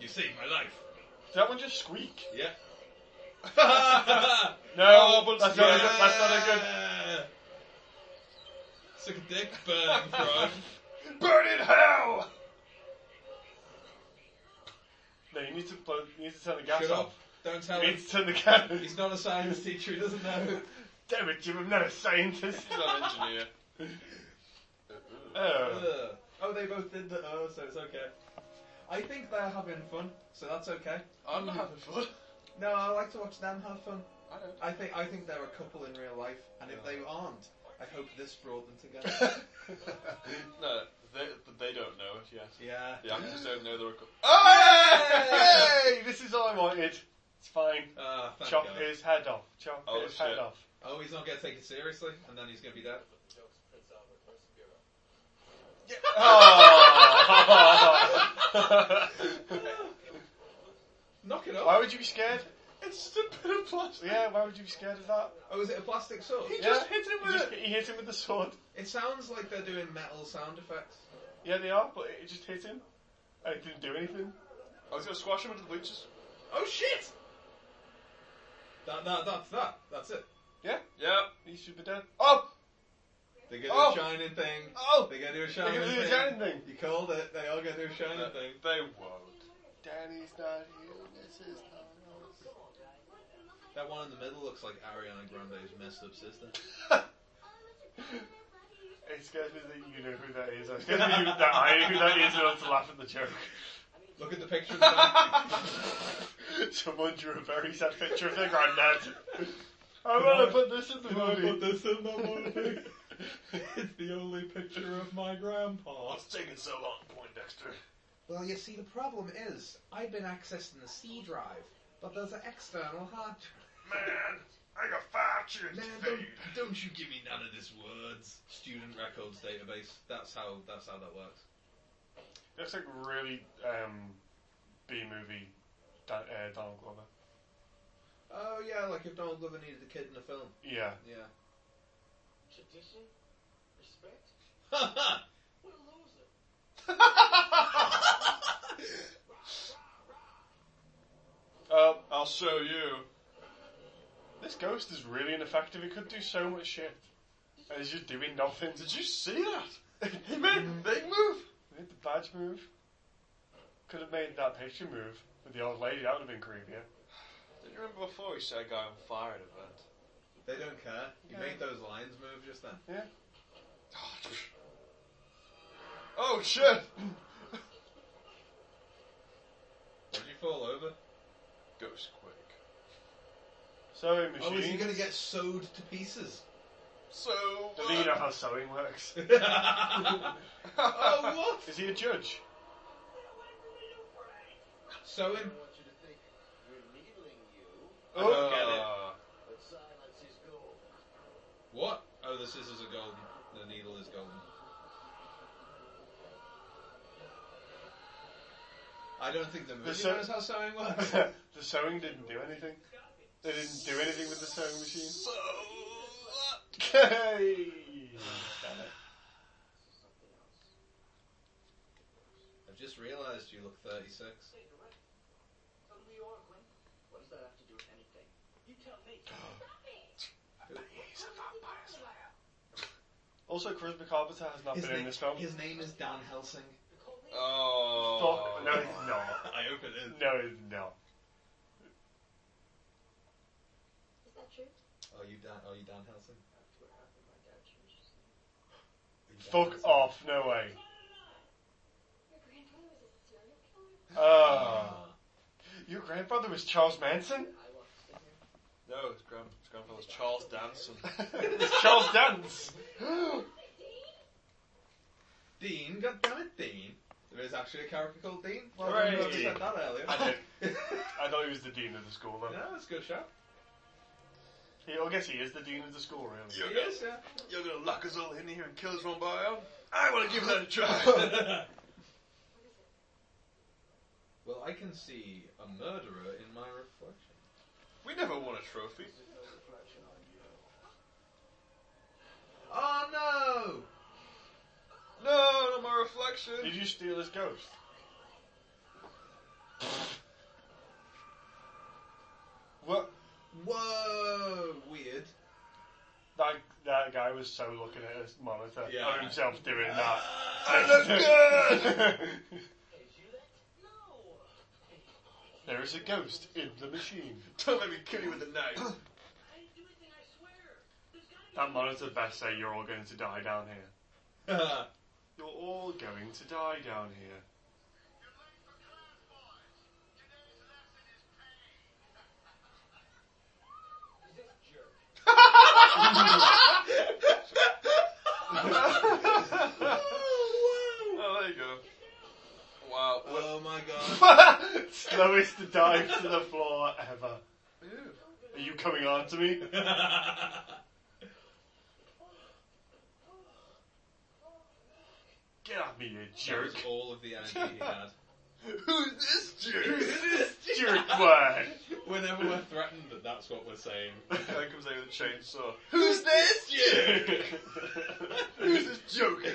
[SPEAKER 3] you saved my life.
[SPEAKER 1] Did that one just squeak?
[SPEAKER 3] Yeah.
[SPEAKER 1] [LAUGHS] No,
[SPEAKER 3] Oh,
[SPEAKER 1] that's, not a good, that's not a good.
[SPEAKER 3] Suck a dick,
[SPEAKER 1] [LAUGHS]
[SPEAKER 3] burn, frog.
[SPEAKER 2] Burn in hell!
[SPEAKER 1] No, you need to blow, you need to turn the gas
[SPEAKER 3] Shut
[SPEAKER 1] off.
[SPEAKER 3] up. Don't tell
[SPEAKER 1] You
[SPEAKER 3] him.
[SPEAKER 1] need to turn the gas.
[SPEAKER 3] He's not a science teacher, he doesn't know.
[SPEAKER 1] [LAUGHS] Damn it, Jim! I'm not a
[SPEAKER 2] [LAUGHS]
[SPEAKER 1] scientist.
[SPEAKER 2] He's not an engineer.
[SPEAKER 1] oh.
[SPEAKER 3] Ugh. Oh, they both did the oh, so it's okay. I think they're having fun, so that's okay.
[SPEAKER 2] I'm not having fun.
[SPEAKER 3] No, I like to watch them have fun.
[SPEAKER 2] I don't.
[SPEAKER 3] I think I think they're a couple in real life, and if they aren't, I hope this brought them together. [LAUGHS]
[SPEAKER 1] [LAUGHS]
[SPEAKER 2] no, they, they don't know it yet.
[SPEAKER 3] yeah.
[SPEAKER 2] Yeah, I just don't know the record. Ah!
[SPEAKER 3] Oh!
[SPEAKER 1] Yay! This is all I wanted. It's fine.
[SPEAKER 3] Ah, thank
[SPEAKER 1] Chop
[SPEAKER 3] God.
[SPEAKER 1] his head off. Chop
[SPEAKER 2] Oh,
[SPEAKER 1] his
[SPEAKER 2] shit.
[SPEAKER 1] head off.
[SPEAKER 3] Oh, he's not gonna take it seriously, and then he's gonna be dead.
[SPEAKER 4] Jokes, Prince Albert, First Bureau.
[SPEAKER 2] [LAUGHS]
[SPEAKER 1] Oh.
[SPEAKER 3] Knock
[SPEAKER 1] [LAUGHS]
[SPEAKER 3] it
[SPEAKER 1] why
[SPEAKER 3] off.
[SPEAKER 1] would you be scared?
[SPEAKER 2] It's just a bit of plastic.
[SPEAKER 1] Yeah, why would you be scared of that?
[SPEAKER 3] Oh, is it a plastic sword?
[SPEAKER 2] He
[SPEAKER 1] Yeah.
[SPEAKER 2] just hit him
[SPEAKER 1] He,
[SPEAKER 2] with
[SPEAKER 1] just,
[SPEAKER 2] it.
[SPEAKER 1] he hit him with the sword.
[SPEAKER 3] It sounds like they're doing metal sound effects.
[SPEAKER 1] Yeah, they are, but it just hit him. And it didn't do anything.
[SPEAKER 2] I was gonna squash him into the bleachers.
[SPEAKER 3] Oh shit! That, that, that's that. That's it.
[SPEAKER 2] Yeah.
[SPEAKER 1] He should be dead. Oh!
[SPEAKER 3] They go to
[SPEAKER 1] Oh.
[SPEAKER 3] a shining thing.
[SPEAKER 1] Oh!
[SPEAKER 3] They go to a
[SPEAKER 1] Look
[SPEAKER 3] shining
[SPEAKER 1] at
[SPEAKER 3] thing.
[SPEAKER 1] the giant thing.
[SPEAKER 3] You called it. They all go to a shining
[SPEAKER 2] No,
[SPEAKER 3] thing.
[SPEAKER 2] they won't.
[SPEAKER 1] Daddy's not here. This is not us.
[SPEAKER 3] That one in the middle looks like Ariana Grande's messed up sister.
[SPEAKER 1] It scares me that you know who that is. I scares me that I know who that is in order to laugh at the joke. [LAUGHS]
[SPEAKER 3] Look at the picture. Of that.
[SPEAKER 1] Someone drew a very sad picture of their
[SPEAKER 3] [LAUGHS]
[SPEAKER 1] granddad. I'm gonna put this in the movie.
[SPEAKER 3] this in the
[SPEAKER 1] [LAUGHS]
[SPEAKER 3] movie? it's the only picture of my grandpa.
[SPEAKER 2] What's taking so long, Poindexter?
[SPEAKER 3] [LAUGHS] Well, you see, the problem is I've been accessing the C drive, but there's an external hard drive.
[SPEAKER 2] Man, I got five children
[SPEAKER 3] Man,
[SPEAKER 2] to
[SPEAKER 3] don't,
[SPEAKER 2] feed.
[SPEAKER 3] don't you give me none of this words. Student records database. That's how. That's how that works.
[SPEAKER 1] Looks like really um, B movie da- uh, Donald Glover.
[SPEAKER 3] Oh yeah, like if Donald Glover needed a kid in a film.
[SPEAKER 1] Yeah.
[SPEAKER 3] [LAUGHS] Yeah.
[SPEAKER 4] Tradition? Respect? What a loser.
[SPEAKER 1] Uh,
[SPEAKER 2] Oh, I'll show you.
[SPEAKER 1] This ghost is really ineffective. He could do so much shit. And he's just doing nothing.
[SPEAKER 2] Did you see that? [LAUGHS] he made a big move.
[SPEAKER 1] Made the badge move. Could have made that picture move with the old lady. That would have been creepier.
[SPEAKER 2] Did you remember before he said guy on fire at an event?
[SPEAKER 3] They don't care. You
[SPEAKER 1] Yeah.
[SPEAKER 3] made those lines move just then.
[SPEAKER 2] Oh shit! [LAUGHS]
[SPEAKER 3] Did you fall over?
[SPEAKER 2] Goes quick.
[SPEAKER 1] Sewing
[SPEAKER 3] Oh, is he
[SPEAKER 1] machine.
[SPEAKER 3] going to get sewed to [LAUGHS] pieces?
[SPEAKER 2] So. uh,
[SPEAKER 1] Does he know how sewing works?
[SPEAKER 3] oh, what?
[SPEAKER 1] Is he a
[SPEAKER 2] [LAUGHS]
[SPEAKER 1] judge?
[SPEAKER 3] Sewing?
[SPEAKER 4] I want you to think we're needling you,
[SPEAKER 1] Oh,
[SPEAKER 3] Uh,
[SPEAKER 4] but silence is gold.
[SPEAKER 3] What? Oh, the scissors are golden. The needle is golden. I don't think the movie
[SPEAKER 1] se-
[SPEAKER 3] knows how sewing [LAUGHS] works.
[SPEAKER 1] [LAUGHS] the sewing didn't do anything. They didn't do anything with the sewing machine.
[SPEAKER 2] So.
[SPEAKER 1] Hey! [LAUGHS]
[SPEAKER 3] I've just realised you look 36.
[SPEAKER 6] Say you're right. From New York, when?
[SPEAKER 4] What does that have to do with anything?
[SPEAKER 6] You tell me.
[SPEAKER 1] Also, Charisma Carpenter has not
[SPEAKER 3] His,
[SPEAKER 1] been in
[SPEAKER 3] name-
[SPEAKER 1] this film.
[SPEAKER 3] his name is Dan Helsing.
[SPEAKER 2] Oh.
[SPEAKER 1] Fuck, no, it's not.
[SPEAKER 3] I hope it is.
[SPEAKER 1] No, it's not.
[SPEAKER 5] Is that true?
[SPEAKER 3] Are you Dan? Are you Dan Helsing? Are you Dan
[SPEAKER 1] Fuck
[SPEAKER 3] Helsing?
[SPEAKER 1] off, no way.
[SPEAKER 5] Your grandfather was a serial
[SPEAKER 3] Ah.
[SPEAKER 5] killer?
[SPEAKER 1] Oh. Your grandfather was Charles Manson?
[SPEAKER 2] No, his, grand, his grandfather's Charles [LAUGHS] Danson.
[SPEAKER 1] it's Charles Dance!
[SPEAKER 3] Dean, God damn it, Dean. There is actually a character called Dean. Why
[SPEAKER 1] Hooray.
[SPEAKER 3] didn't you have said that earlier?
[SPEAKER 1] I did.
[SPEAKER 3] [LAUGHS]
[SPEAKER 1] I thought he was the dean of the school, though.
[SPEAKER 3] no, it's a good shout.
[SPEAKER 1] He, I guess he is the dean of the school, really.
[SPEAKER 2] Yeah.
[SPEAKER 3] Yes, yeah.
[SPEAKER 2] You're gonna lock us all in here and kill us one by one? I wanna give that a
[SPEAKER 3] [LAUGHS]
[SPEAKER 2] try! [LAUGHS]
[SPEAKER 3] well,
[SPEAKER 5] What is it?
[SPEAKER 3] I can see a murderer in my reflection.
[SPEAKER 2] we never won a trophy.
[SPEAKER 3] Oh no!
[SPEAKER 2] No, not my reflection!
[SPEAKER 1] Did you steal his ghost? what?
[SPEAKER 3] Whoa! [LAUGHS] Weird.
[SPEAKER 1] That, that guy was so looking at his monitor
[SPEAKER 3] Yeah.
[SPEAKER 1] of himself doing that.
[SPEAKER 2] I
[SPEAKER 1] [LAUGHS]
[SPEAKER 2] look good!
[SPEAKER 6] No!
[SPEAKER 1] there is a ghost in the machine.
[SPEAKER 2] Don't let me kill you with a [LAUGHS] knife.
[SPEAKER 6] I didn't do anything, I swear. There's gotta
[SPEAKER 1] That
[SPEAKER 6] be.
[SPEAKER 1] monitor best say you're all going to die down here.
[SPEAKER 3] Whoa!
[SPEAKER 1] You're all going to die down here.
[SPEAKER 4] You're late for class, boys. Today's lesson is pain.
[SPEAKER 6] This jerk.
[SPEAKER 2] Oh, there you go. Wow. Well,
[SPEAKER 3] Oh my [LAUGHS] god.
[SPEAKER 1] Slowest dive to the floor ever.
[SPEAKER 2] ew.
[SPEAKER 1] Are you coming on to me? Get at me, you
[SPEAKER 3] That
[SPEAKER 1] jerk.
[SPEAKER 3] was all of the energy he [LAUGHS] had.
[SPEAKER 2] Who's this jerk?
[SPEAKER 3] [LAUGHS]
[SPEAKER 1] Jerk word.
[SPEAKER 3] Whenever we're threatened, that's what we're [LAUGHS] saying.
[SPEAKER 2] Guy comes over with
[SPEAKER 1] [LAUGHS]
[SPEAKER 2] a chainsaw. Who's this Who's this [LAUGHS] joker?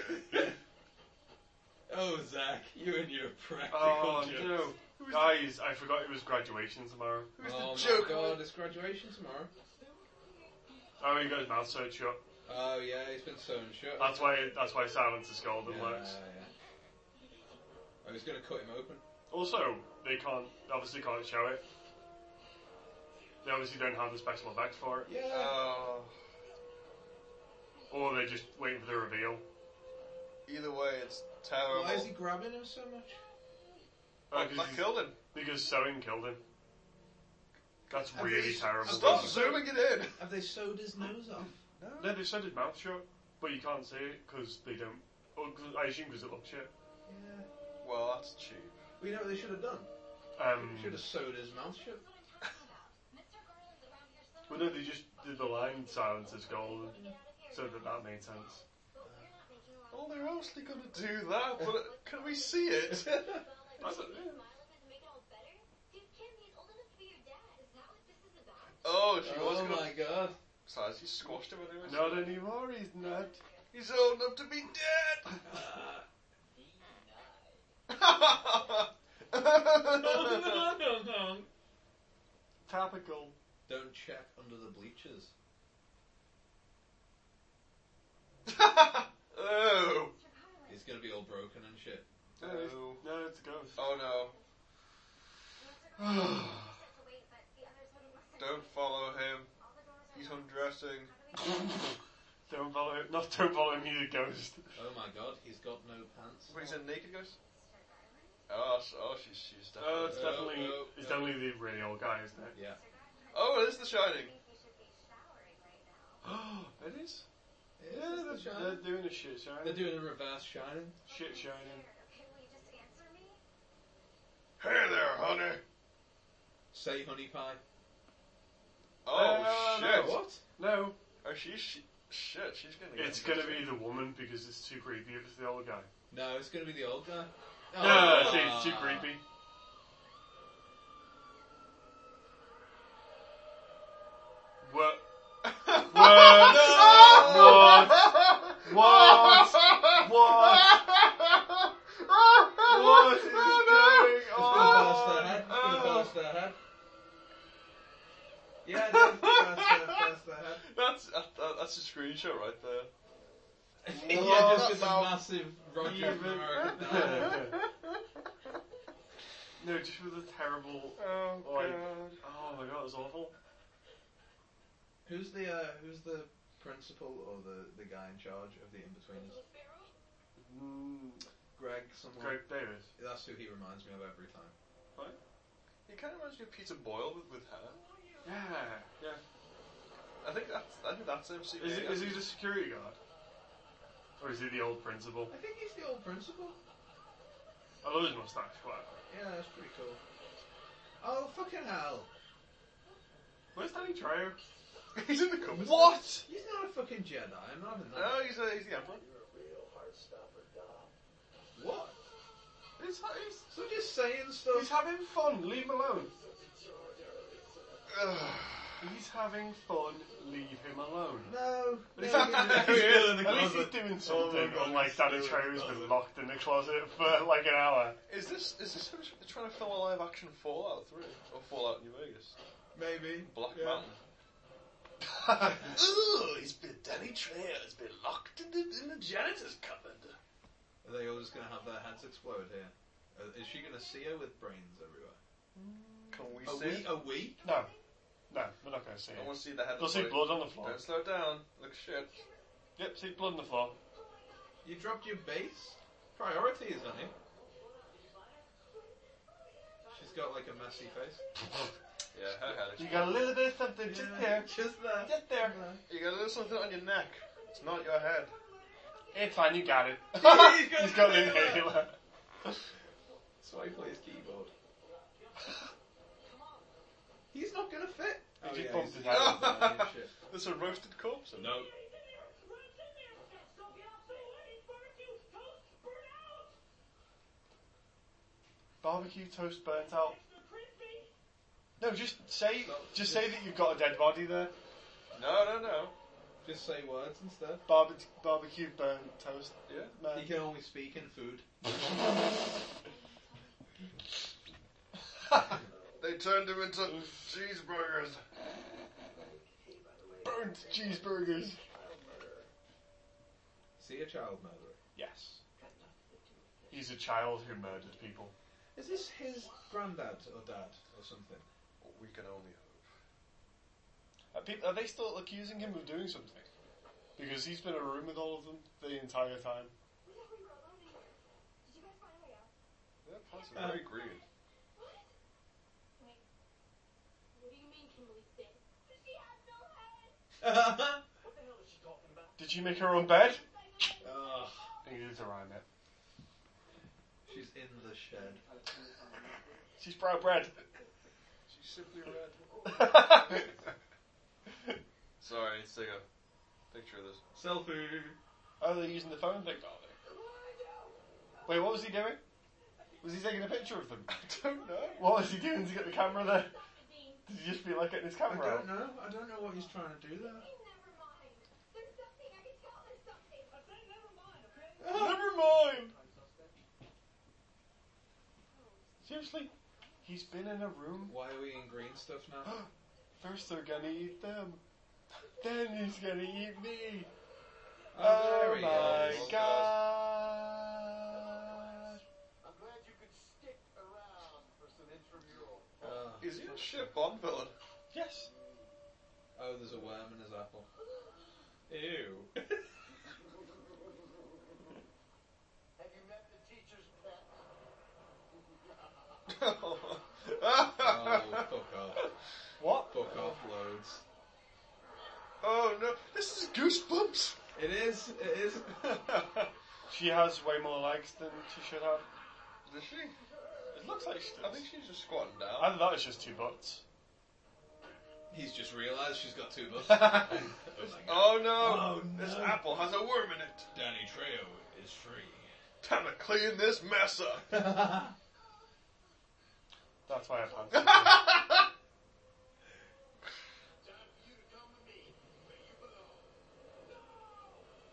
[SPEAKER 3] Oh, Zach, you and your practical
[SPEAKER 1] oh
[SPEAKER 3] jokes.
[SPEAKER 1] no. Guys, I forgot it was graduation tomorrow.
[SPEAKER 2] Who's
[SPEAKER 3] oh my
[SPEAKER 2] the joker?
[SPEAKER 3] god, it's graduation tomorrow.
[SPEAKER 1] Oh, he got his mouth sewed shut.
[SPEAKER 3] Oh yeah, he's been sewn shut.
[SPEAKER 1] That's why. That's why silence is golden
[SPEAKER 3] yeah,
[SPEAKER 1] works.
[SPEAKER 3] I was gonna cut him open.
[SPEAKER 1] Also, they can't. Obviously, can't show it. They obviously don't have the special effects for it,
[SPEAKER 3] Yeah.
[SPEAKER 2] Oh,
[SPEAKER 1] or they're just waiting for the reveal.
[SPEAKER 2] either way, it's
[SPEAKER 3] Why is
[SPEAKER 2] terrible.
[SPEAKER 3] he grabbing him so much?
[SPEAKER 2] Oh,
[SPEAKER 1] Because-
[SPEAKER 2] I killed him.
[SPEAKER 1] Because sewing killed him. That's
[SPEAKER 3] Have
[SPEAKER 1] really
[SPEAKER 3] they-
[SPEAKER 1] terrible.
[SPEAKER 2] Stop
[SPEAKER 3] Stop
[SPEAKER 2] zooming it in.
[SPEAKER 3] Have they sewed his nose off?
[SPEAKER 1] No, they said his mouth shut, but you can't see it because they don't. Or 'cause- I assume because it looks shit.
[SPEAKER 3] Yeah.
[SPEAKER 2] Well, that's cheap.
[SPEAKER 3] Well, you know what they should have done?
[SPEAKER 1] Um,
[SPEAKER 3] Should have sewed his mouth [LAUGHS] shut.
[SPEAKER 5] That's what I'm
[SPEAKER 1] well, no, they
[SPEAKER 5] talking about. Mr. Garland's around here somewhere.
[SPEAKER 1] just did the line "silence is golden,"
[SPEAKER 5] Get out of here
[SPEAKER 1] so that
[SPEAKER 5] now.
[SPEAKER 1] that made sense.
[SPEAKER 5] But we're not making a
[SPEAKER 2] Well,
[SPEAKER 5] lot
[SPEAKER 2] Oh, they're obviously gonna do that, but can we see it? [LAUGHS]
[SPEAKER 5] of dollars.
[SPEAKER 1] That's
[SPEAKER 5] Think
[SPEAKER 1] it.
[SPEAKER 5] you smile at him to make it all better? Dude, Kim, he's old enough to be your dad. Is that what this is about?
[SPEAKER 2] oh, she was
[SPEAKER 3] oh
[SPEAKER 2] gonna.
[SPEAKER 3] my god.
[SPEAKER 2] Besides, he squashed him anyway.
[SPEAKER 1] Not anymore, he's not.
[SPEAKER 2] He's old enough to be dead.
[SPEAKER 3] [LAUGHS] Dong, dong, dong.
[SPEAKER 2] Topical.
[SPEAKER 3] Don't check under the bleachers.
[SPEAKER 2] [LAUGHS] oh.
[SPEAKER 5] Mr. Harlan,
[SPEAKER 3] It's gonna be all broken and shit.
[SPEAKER 1] No, it's, no, it's a ghost.
[SPEAKER 2] Oh
[SPEAKER 5] Mr. Harlan, you said to wait, but the others wouldn't listen.
[SPEAKER 2] no. [SIGHS] Don't follow him.
[SPEAKER 5] All the doors are
[SPEAKER 2] He's
[SPEAKER 5] locked.
[SPEAKER 2] undressing.
[SPEAKER 5] How do we get
[SPEAKER 1] Don't follow. Not don't follow me, the ghost.
[SPEAKER 3] Oh my god, he's got no pants.
[SPEAKER 2] What is it, naked ghost?
[SPEAKER 5] Mr. Garland?
[SPEAKER 2] Oh, s- oh, she's she's
[SPEAKER 1] Oh, it's
[SPEAKER 2] definitely.
[SPEAKER 1] definitely
[SPEAKER 3] Uh, no,
[SPEAKER 1] it's
[SPEAKER 3] no.
[SPEAKER 1] definitely the really old guy,
[SPEAKER 3] [GASPS]
[SPEAKER 1] isn't it?
[SPEAKER 3] Yeah.
[SPEAKER 5] Mr. Garland,
[SPEAKER 2] Oh, it is The
[SPEAKER 5] I
[SPEAKER 2] Shining.
[SPEAKER 5] think you should be showering right now.
[SPEAKER 2] it is.
[SPEAKER 1] Yeah,
[SPEAKER 3] Is this the
[SPEAKER 1] they're,
[SPEAKER 3] Shining?
[SPEAKER 1] they're doing a shit shining.
[SPEAKER 3] They're doing a reverse shining.
[SPEAKER 1] shit shining.
[SPEAKER 5] Here, okay, will you just answer me?
[SPEAKER 2] Hey there, honey.
[SPEAKER 3] Say honey pie.
[SPEAKER 2] Oh
[SPEAKER 1] Uh,
[SPEAKER 2] shit.
[SPEAKER 1] no.
[SPEAKER 3] What?
[SPEAKER 1] No,
[SPEAKER 2] Oh, she's she, shit. She's gonna. Get
[SPEAKER 1] it's gonna
[SPEAKER 2] infected.
[SPEAKER 1] be the woman because it's too creepy if it's the old guy.
[SPEAKER 3] No, it's gonna be the old guy.
[SPEAKER 1] No,
[SPEAKER 3] Ah.
[SPEAKER 1] see, it's too creepy. What? [LAUGHS] What? What?
[SPEAKER 2] [LAUGHS]
[SPEAKER 1] What? What? What is going
[SPEAKER 3] It's gonna
[SPEAKER 1] on?
[SPEAKER 3] burst their head. It's
[SPEAKER 2] Oh.
[SPEAKER 3] gonna burst their head. Yeah, it's gonna burst their, burst their head.
[SPEAKER 2] That's that, that, that's a screenshot right there.
[SPEAKER 3] [LAUGHS] yeah, just with a
[SPEAKER 2] About
[SPEAKER 3] massive Roger
[SPEAKER 1] even-
[SPEAKER 3] from American Dad.
[SPEAKER 1] [LAUGHS]
[SPEAKER 2] [LAUGHS]
[SPEAKER 1] No, just with a terrible.
[SPEAKER 2] oh
[SPEAKER 1] Like-
[SPEAKER 2] god.
[SPEAKER 1] Oh my god, it was awful.
[SPEAKER 3] Who's the uh, who's the principal or the, the guy in charge of the in betweeners?
[SPEAKER 1] Mm,
[SPEAKER 3] Greg someone.
[SPEAKER 1] Greg Davis.
[SPEAKER 3] That's who he reminds me of every time.
[SPEAKER 2] You kind of reminds me of Peter Boyle with, with hair.
[SPEAKER 1] Yeah, yeah.
[SPEAKER 2] I think that's I think that's MC.
[SPEAKER 1] Is, he- is he the security guard? Or is he the old principal?
[SPEAKER 3] I think he's the old principal.
[SPEAKER 1] I love his mustache, wow.
[SPEAKER 3] Yeah, that's pretty cool. Oh fucking hell!
[SPEAKER 1] Where's Danny Trejo? [LAUGHS]
[SPEAKER 2] He's in the cupboard.
[SPEAKER 3] What? He's not a fucking Jedi. I'm not having that.
[SPEAKER 2] No, he's a, he's the emperor.
[SPEAKER 3] What?
[SPEAKER 2] He's, he's,
[SPEAKER 3] So just saying stuff.
[SPEAKER 1] having fun, leave him alone. He's having fun, leave him alone.
[SPEAKER 3] No.
[SPEAKER 1] But [LAUGHS] he's
[SPEAKER 3] no,
[SPEAKER 1] not-
[SPEAKER 3] no,
[SPEAKER 1] [LAUGHS] he's
[SPEAKER 3] no.
[SPEAKER 1] still in the Oh At least he's doing something,
[SPEAKER 2] God,
[SPEAKER 1] unlike
[SPEAKER 2] he's
[SPEAKER 1] Danny
[SPEAKER 2] doing
[SPEAKER 1] Trejo's
[SPEAKER 2] something.
[SPEAKER 1] been locked in the closet for like an hour.
[SPEAKER 2] is this is this how they're trying to film a live action Fallout Three or Fallout New Vegas?
[SPEAKER 3] Maybe.
[SPEAKER 2] Black
[SPEAKER 3] Yeah.
[SPEAKER 2] [LAUGHS] Mountain. Ooh, he's been Danny Trejo has been locked in the, in the janitor's cupboard.
[SPEAKER 3] Are they all just gonna have their heads explode here? Uh, Is she gonna see her with brains everywhere?
[SPEAKER 2] Can we
[SPEAKER 3] A
[SPEAKER 2] see? it?
[SPEAKER 3] we? A we?
[SPEAKER 1] No, no, we're not going to see
[SPEAKER 2] I
[SPEAKER 1] it.
[SPEAKER 2] want to see the head. of
[SPEAKER 1] They'll see
[SPEAKER 2] the body.
[SPEAKER 1] blood on the floor.
[SPEAKER 2] Don't slow down. Look shit.
[SPEAKER 1] Yep, see blood on the floor.
[SPEAKER 3] You dropped your base? Priorities, honey. She's got like a messy face.
[SPEAKER 2] Yeah, her head. is-
[SPEAKER 1] You got a little bit of something just there.
[SPEAKER 3] Just there.
[SPEAKER 1] Just there.
[SPEAKER 2] You got a little something on your neck. It's not your head.
[SPEAKER 1] It's fine, you got it.
[SPEAKER 3] He's got
[SPEAKER 1] [LAUGHS] He's got an
[SPEAKER 3] an
[SPEAKER 1] inhaler.
[SPEAKER 3] Swipe play his keyboard. He's not gonna fit.
[SPEAKER 1] He just
[SPEAKER 3] Oh, he's-
[SPEAKER 1] bumped his head.
[SPEAKER 3] Yeah, shit.
[SPEAKER 2] There's a roasted corpse. in it.
[SPEAKER 3] No.
[SPEAKER 1] Barbecue toast burnt out. No, just say,
[SPEAKER 3] Stop.
[SPEAKER 1] just say that you've got a dead body there.
[SPEAKER 2] No, no, no.
[SPEAKER 3] Just say words and stuff.
[SPEAKER 1] Barbe- barbecue burnt toast.
[SPEAKER 2] Yeah.
[SPEAKER 1] Man.
[SPEAKER 3] He can only speak in food.
[SPEAKER 2] They turned him into cheeseburgers.
[SPEAKER 1] Burnt cheeseburgers.
[SPEAKER 3] See a child murderer.
[SPEAKER 1] Yes. He's a child who murdered people.
[SPEAKER 3] Is this his granddad or dad
[SPEAKER 1] [LAUGHS]
[SPEAKER 3] or something?
[SPEAKER 2] We can only hope.
[SPEAKER 1] Are, peop are they still accusing him of doing something? Because he's been in a room with all of them the entire time.
[SPEAKER 5] We thought we were alone in here. Did you guys find a way out?
[SPEAKER 2] That plant's very green.
[SPEAKER 5] What? Wait. What do you mean Kimberly's dead? She has no
[SPEAKER 3] Ugh.
[SPEAKER 5] head!
[SPEAKER 1] Did she make her own bed? I needed to rhyme it.
[SPEAKER 3] she's in the shed.
[SPEAKER 1] She's brown bread.
[SPEAKER 2] She's simply red. Sorry, I need to take a picture of this.
[SPEAKER 3] Selfie.
[SPEAKER 1] Oh, they're using the phone thing, are they? Wait, what was he doing? Was he taking a picture of them?
[SPEAKER 2] I don't know.
[SPEAKER 1] What was he doing to get the camera there?
[SPEAKER 5] Dr. Dean,
[SPEAKER 1] Did he just be like getting his
[SPEAKER 3] I
[SPEAKER 1] camera out?
[SPEAKER 3] don't know. I don't know what he's trying to do there.
[SPEAKER 5] never mind. There's something I can tell there's something.
[SPEAKER 6] I say never mind, okay?
[SPEAKER 1] Never mind. Seriously, He's been in a room.
[SPEAKER 3] Why are we in green stuff
[SPEAKER 1] [GASPS]
[SPEAKER 3] now? Oh,
[SPEAKER 1] First they're gonna eat them. Then he's gonna eat me.
[SPEAKER 3] Oh,
[SPEAKER 1] Oh,
[SPEAKER 3] there he
[SPEAKER 1] my
[SPEAKER 3] is.
[SPEAKER 1] god.
[SPEAKER 4] I'm glad you could stick around for some intramural.
[SPEAKER 3] Oh.
[SPEAKER 2] Is he a shit Bond [LAUGHS] villain?
[SPEAKER 1] Yes.
[SPEAKER 3] Oh, there's a worm in his
[SPEAKER 1] [LAUGHS]
[SPEAKER 3] apple. Ew.
[SPEAKER 4] Have you met the teacher's pet?
[SPEAKER 2] [LAUGHS] oh,
[SPEAKER 3] oh, fuck off.
[SPEAKER 1] What?
[SPEAKER 3] Fuck off loads.
[SPEAKER 2] Oh, no, this is [LAUGHS] Goosebumps.
[SPEAKER 3] It is, it
[SPEAKER 1] [LAUGHS]
[SPEAKER 3] is.
[SPEAKER 2] Does
[SPEAKER 1] She has way more legs than she should have.
[SPEAKER 2] she?
[SPEAKER 1] It looks like she
[SPEAKER 2] I think she's just squatting
[SPEAKER 1] I
[SPEAKER 2] down.
[SPEAKER 1] thought it's just two butts.
[SPEAKER 3] He's just realised she's got two
[SPEAKER 1] [LAUGHS]
[SPEAKER 3] butts.
[SPEAKER 2] Oh no!
[SPEAKER 3] Oh, no.
[SPEAKER 2] This apple has a worm in it.
[SPEAKER 3] Danny Trejo
[SPEAKER 1] [LAUGHS]
[SPEAKER 3] is free.
[SPEAKER 2] Time to clean this mess up.
[SPEAKER 1] That's why I've had
[SPEAKER 4] Time for you to come to me, where you belong.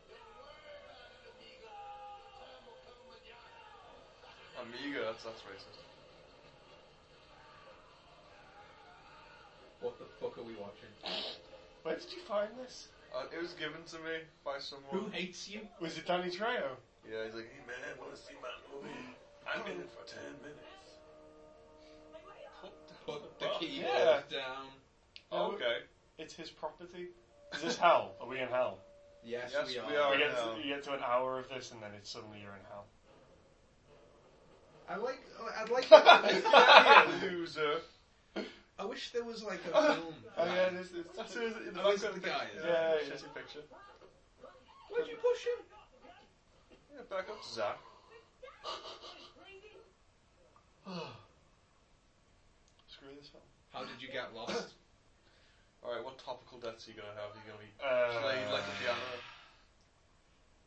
[SPEAKER 4] Don't worry about it, amigo. The time will come manana.
[SPEAKER 2] Amiga, that's that's racist.
[SPEAKER 3] What the fuck are we watching?
[SPEAKER 1] [LAUGHS] Where did you find this?
[SPEAKER 2] Uh, it was given to me by someone.
[SPEAKER 3] Who hates you?
[SPEAKER 1] Was it Danny Trejo?
[SPEAKER 2] Yeah, he's like, hey man, wanna see my movie? I'm in it for ten minutes.
[SPEAKER 3] Put the keyboard
[SPEAKER 1] Yeah.
[SPEAKER 3] down.
[SPEAKER 1] No,
[SPEAKER 2] okay.
[SPEAKER 1] It's his property. Is this hell? Are we in hell?
[SPEAKER 3] Yes,
[SPEAKER 2] Yes,
[SPEAKER 3] we, are.
[SPEAKER 2] we are.
[SPEAKER 1] you, get
[SPEAKER 2] hell.
[SPEAKER 1] to, you get to an hour of this and then it's suddenly you're in hell.
[SPEAKER 3] I like. I'd [LAUGHS]
[SPEAKER 1] Oh.
[SPEAKER 3] like.
[SPEAKER 2] [LAUGHS] yeah, loser.
[SPEAKER 3] I wish there was [LAUGHS] like a film.
[SPEAKER 1] Oh yeah, this is.
[SPEAKER 2] That's who is in the
[SPEAKER 3] Oh, it's
[SPEAKER 2] background
[SPEAKER 3] the guy,
[SPEAKER 2] picture.
[SPEAKER 1] yeah. Yeah, yeah.
[SPEAKER 2] shitty picture.
[SPEAKER 3] Why'd you push him?
[SPEAKER 2] Yeah, back up to Zach.
[SPEAKER 1] Screw this film.
[SPEAKER 3] How did you get lost? [LAUGHS]
[SPEAKER 2] Alright, what topical deaths are you gonna have? Are you gonna be
[SPEAKER 1] Uh,
[SPEAKER 2] played like a piano?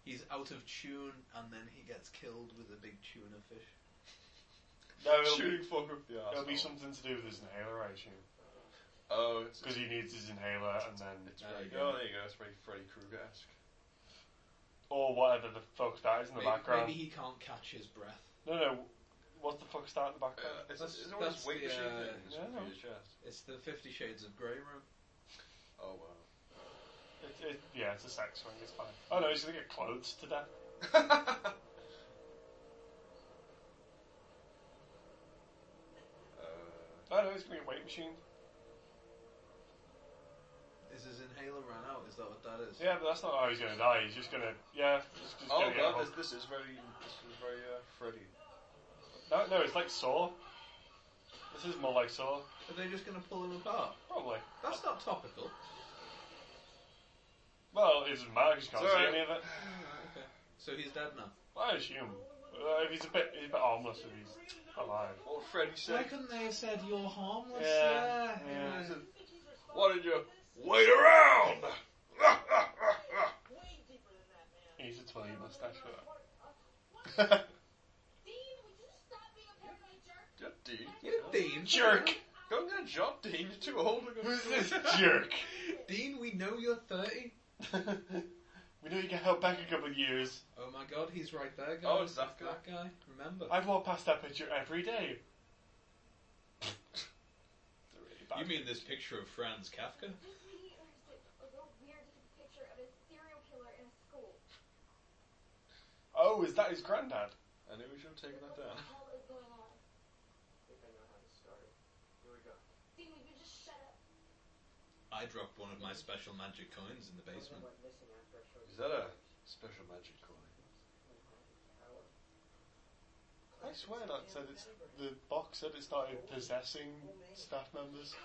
[SPEAKER 3] He's out of tune, and then he gets killed with a big tuna fish.
[SPEAKER 1] No, it'll be,
[SPEAKER 2] Shooting fucker up the arse.
[SPEAKER 1] it'll be something to do with his inhaler, I assume.
[SPEAKER 2] Oh, it's,
[SPEAKER 1] Because he needs his inhaler and then.
[SPEAKER 2] it's
[SPEAKER 3] There
[SPEAKER 2] really
[SPEAKER 3] you
[SPEAKER 2] good.
[SPEAKER 3] go.
[SPEAKER 2] Oh, there you go. It's very Freddy Krueger esque.
[SPEAKER 1] Or whatever the fuck's that is in the
[SPEAKER 3] Maybe,
[SPEAKER 1] background.
[SPEAKER 3] maybe he can't catch his breath.
[SPEAKER 1] No, no. What the fuck's that in the background?
[SPEAKER 2] Uh, is
[SPEAKER 3] That's-
[SPEAKER 2] this, is there one of
[SPEAKER 3] that's
[SPEAKER 2] those weight
[SPEAKER 3] the,
[SPEAKER 2] machine
[SPEAKER 3] uh,
[SPEAKER 2] things
[SPEAKER 1] Yeah,
[SPEAKER 2] with
[SPEAKER 1] no.
[SPEAKER 2] your chest?
[SPEAKER 3] It's the Fifty Shades of Grey room.
[SPEAKER 2] Oh
[SPEAKER 1] It, it, yeah, it's a sex swing, it's fine. Oh no, he's gonna get clothes to death.
[SPEAKER 2] Uh, wow. Uh,
[SPEAKER 1] Oh no, he's gonna get weight machine.
[SPEAKER 3] Is his inhaler ran out? Is that what that is?
[SPEAKER 1] Yeah, but that's not how he's gonna die, he's just gonna. Yeah, he's just
[SPEAKER 2] Oh
[SPEAKER 1] gonna get
[SPEAKER 2] god,
[SPEAKER 1] hooked.
[SPEAKER 2] this, this is very, this is very uh, Freddy.
[SPEAKER 1] No, no, it's like Saw. This is more like Saw,
[SPEAKER 3] Are they just going to pull him apart?
[SPEAKER 1] probably.
[SPEAKER 3] That's not topical.
[SPEAKER 1] Well, it doesn't matter, 'cause you can't
[SPEAKER 2] Sorry.
[SPEAKER 1] see any of it.
[SPEAKER 3] Okay. So he's dead now.
[SPEAKER 1] I assume. Uh, if he's a bit, he's a bit harmless if he's alive.
[SPEAKER 2] What would Freddy
[SPEAKER 3] Why
[SPEAKER 2] say?
[SPEAKER 3] couldn't they have said you're harmless?
[SPEAKER 1] Yeah,
[SPEAKER 3] Yeah,
[SPEAKER 1] yeah.
[SPEAKER 3] you know.
[SPEAKER 2] Why did you wait around?
[SPEAKER 6] Way deeper than that, man.
[SPEAKER 1] He needs a twirly mustache for that.
[SPEAKER 3] [LAUGHS]
[SPEAKER 5] Dean, would you stop being a paranoid jerk?
[SPEAKER 2] You're Dean.
[SPEAKER 3] You're Dean.
[SPEAKER 1] Jerk!
[SPEAKER 2] Go and get a job, Dean. You're too old. to go-
[SPEAKER 1] Who's this jerk? [LAUGHS]
[SPEAKER 3] Dean, we know you're 30.
[SPEAKER 1] we know you can help back a couple of years.
[SPEAKER 3] Oh my god, he's right there, guys.
[SPEAKER 2] Oh, it's that guy.
[SPEAKER 3] That guy. Remember.
[SPEAKER 1] I'd walk past that picture every day. They're really bad.
[SPEAKER 3] [LAUGHS] You mean this picture of Franz Kafka?
[SPEAKER 5] This lady urged it. A little weird picture of a serial killer in a school.
[SPEAKER 1] Oh, is that his granddad?
[SPEAKER 2] I knew we should have taken that
[SPEAKER 5] What
[SPEAKER 2] down.
[SPEAKER 5] the hell is going on?
[SPEAKER 4] think I know how to start it. Here we go.
[SPEAKER 5] Dean, would you just shut up?
[SPEAKER 3] I dropped one of my special magic coins in the basement.
[SPEAKER 4] went missing after I showed
[SPEAKER 2] Is that a special magic coin?
[SPEAKER 1] I swear that said it's the box said it started possessing staff members.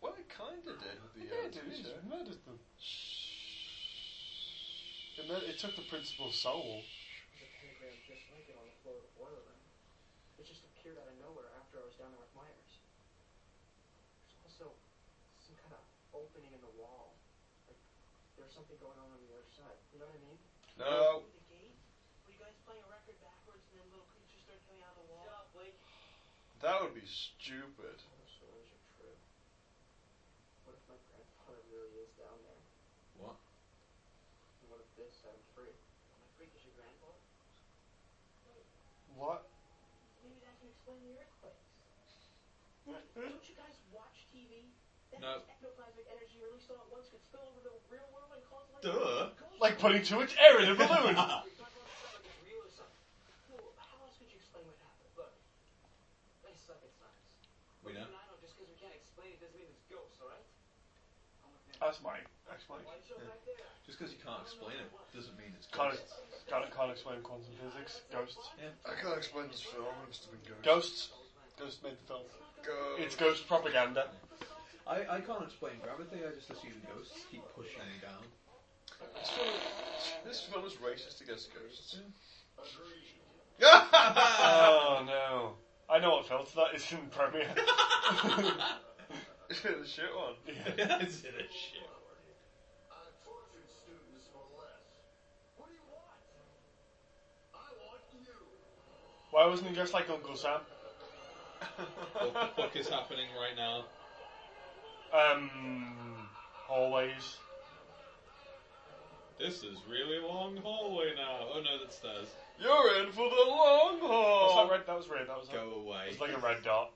[SPEAKER 2] Well, it kinda did with the
[SPEAKER 1] Yeah,
[SPEAKER 2] uh,
[SPEAKER 1] it did. It
[SPEAKER 2] t-shirt.
[SPEAKER 1] just murdered them. It, mur- it took the principal's soul.
[SPEAKER 4] There's a pentagram just like it on the floor of the boiler room. It just appeared out of nowhere after I was down there with Myers. There's also some kind of opening in the wall. Like there's something going on on the other side. You know what I mean?
[SPEAKER 2] No.
[SPEAKER 6] With the gate? Were you guys playing a record backwards and then little creatures started coming out of the wall? Stop, Blake.
[SPEAKER 2] That would be stupid.
[SPEAKER 4] All those stories are true. What if my grandfather really is down there?
[SPEAKER 3] What?
[SPEAKER 4] And what if this set him free? My freak is your grandfather?
[SPEAKER 1] What?
[SPEAKER 5] Maybe that can explain the earthquakes.
[SPEAKER 6] Don't you guys watch TV? That
[SPEAKER 3] No.
[SPEAKER 6] much ectoplasmic energy released all at once could spill over the real world and cause like
[SPEAKER 3] Duh.
[SPEAKER 1] [LAUGHS] Like putting too much air in a balloon. [LAUGHS]
[SPEAKER 6] You're talking about something like real or something. Well, how else could you explain what happened? Look, they suck at science.
[SPEAKER 3] We know.
[SPEAKER 6] And I know just because we can't explain it doesn't mean it's ghosts, all right? I'm looking at
[SPEAKER 1] That's Mike. That's Mike.
[SPEAKER 6] light show back there.
[SPEAKER 3] Just because you can't explain it doesn't mean it's
[SPEAKER 1] Can't,
[SPEAKER 3] ghosts.
[SPEAKER 1] can't, can't explain quantum physics. Ghosts.
[SPEAKER 2] I can't explain this film. It must have been ghosts.
[SPEAKER 1] Ghosts. Ghosts made the film.
[SPEAKER 2] Ghost.
[SPEAKER 1] It's ghost propaganda.
[SPEAKER 3] I, I can't explain gravity. I just assume ghosts keep pushing me down. [LAUGHS]
[SPEAKER 2] This film, this film is racist against ghosts.
[SPEAKER 1] [LAUGHS] Oh no. I know what filter that is in Premiere.
[SPEAKER 2] [LAUGHS]
[SPEAKER 1] [LAUGHS]
[SPEAKER 2] the shit one.
[SPEAKER 3] it's in a shit.
[SPEAKER 7] I tortured students for less. What do you want? I want you.
[SPEAKER 1] Why wasn't he dressed like Uncle
[SPEAKER 2] [LAUGHS]
[SPEAKER 1] Sam?
[SPEAKER 3] What the fuck is happening right now?
[SPEAKER 1] Um, hallways.
[SPEAKER 3] This is really long hallway now. Oh no, that's stairs.
[SPEAKER 2] You're in for the long
[SPEAKER 1] Was
[SPEAKER 2] haul.
[SPEAKER 1] that red? That was red. That was.
[SPEAKER 3] Oh. Go away.
[SPEAKER 1] It's like a red dot.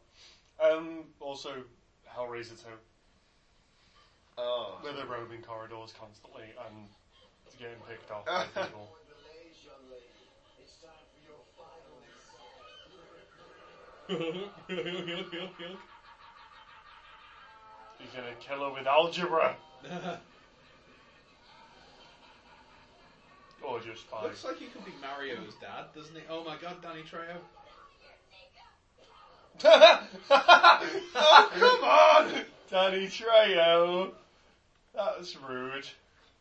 [SPEAKER 1] Um, also, Hellraiser 2,
[SPEAKER 2] Oh.
[SPEAKER 1] where they're roaming corridors constantly and getting picked off
[SPEAKER 3] [LAUGHS]
[SPEAKER 1] by people.
[SPEAKER 7] On delays, young lady. It's time for your final exam.
[SPEAKER 1] You're gonna kill her with algebra
[SPEAKER 3] [LAUGHS]
[SPEAKER 1] or just by
[SPEAKER 3] Looks like he could be Mario's dad, doesn't he? Oh my god, Danny Trejo.
[SPEAKER 2] [LAUGHS] oh, come on!
[SPEAKER 1] [LAUGHS] Danny Trejo. That's rude.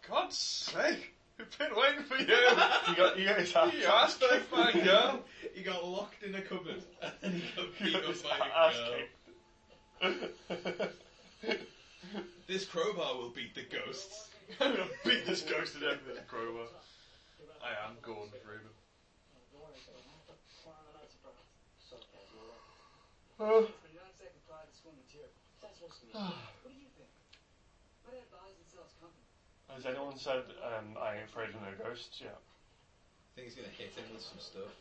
[SPEAKER 2] God's sake. We've been waiting for [LAUGHS] you.
[SPEAKER 1] You got you got
[SPEAKER 3] [LAUGHS]
[SPEAKER 1] his ass.
[SPEAKER 2] You asked for my girl.
[SPEAKER 3] He got locked in a cupboard [LAUGHS] and he got
[SPEAKER 1] You [LAUGHS]
[SPEAKER 3] beat
[SPEAKER 1] got
[SPEAKER 3] up
[SPEAKER 1] his
[SPEAKER 3] by a
[SPEAKER 1] ass
[SPEAKER 3] girl.
[SPEAKER 1] kicked. [LAUGHS]
[SPEAKER 3] This crowbar will beat the ghosts.
[SPEAKER 2] [LAUGHS] I'm gonna beat this ghost to death with a crowbar. I am Gordon Freeman.
[SPEAKER 1] Uh,
[SPEAKER 4] You're not exactly pride to swim with you. What's that supposed to mean? what do you think? My dad buys and sells company.
[SPEAKER 1] has anyone said um, I ain't afraid of no ghosts yet?
[SPEAKER 3] I think he's gonna hit him with some stuff.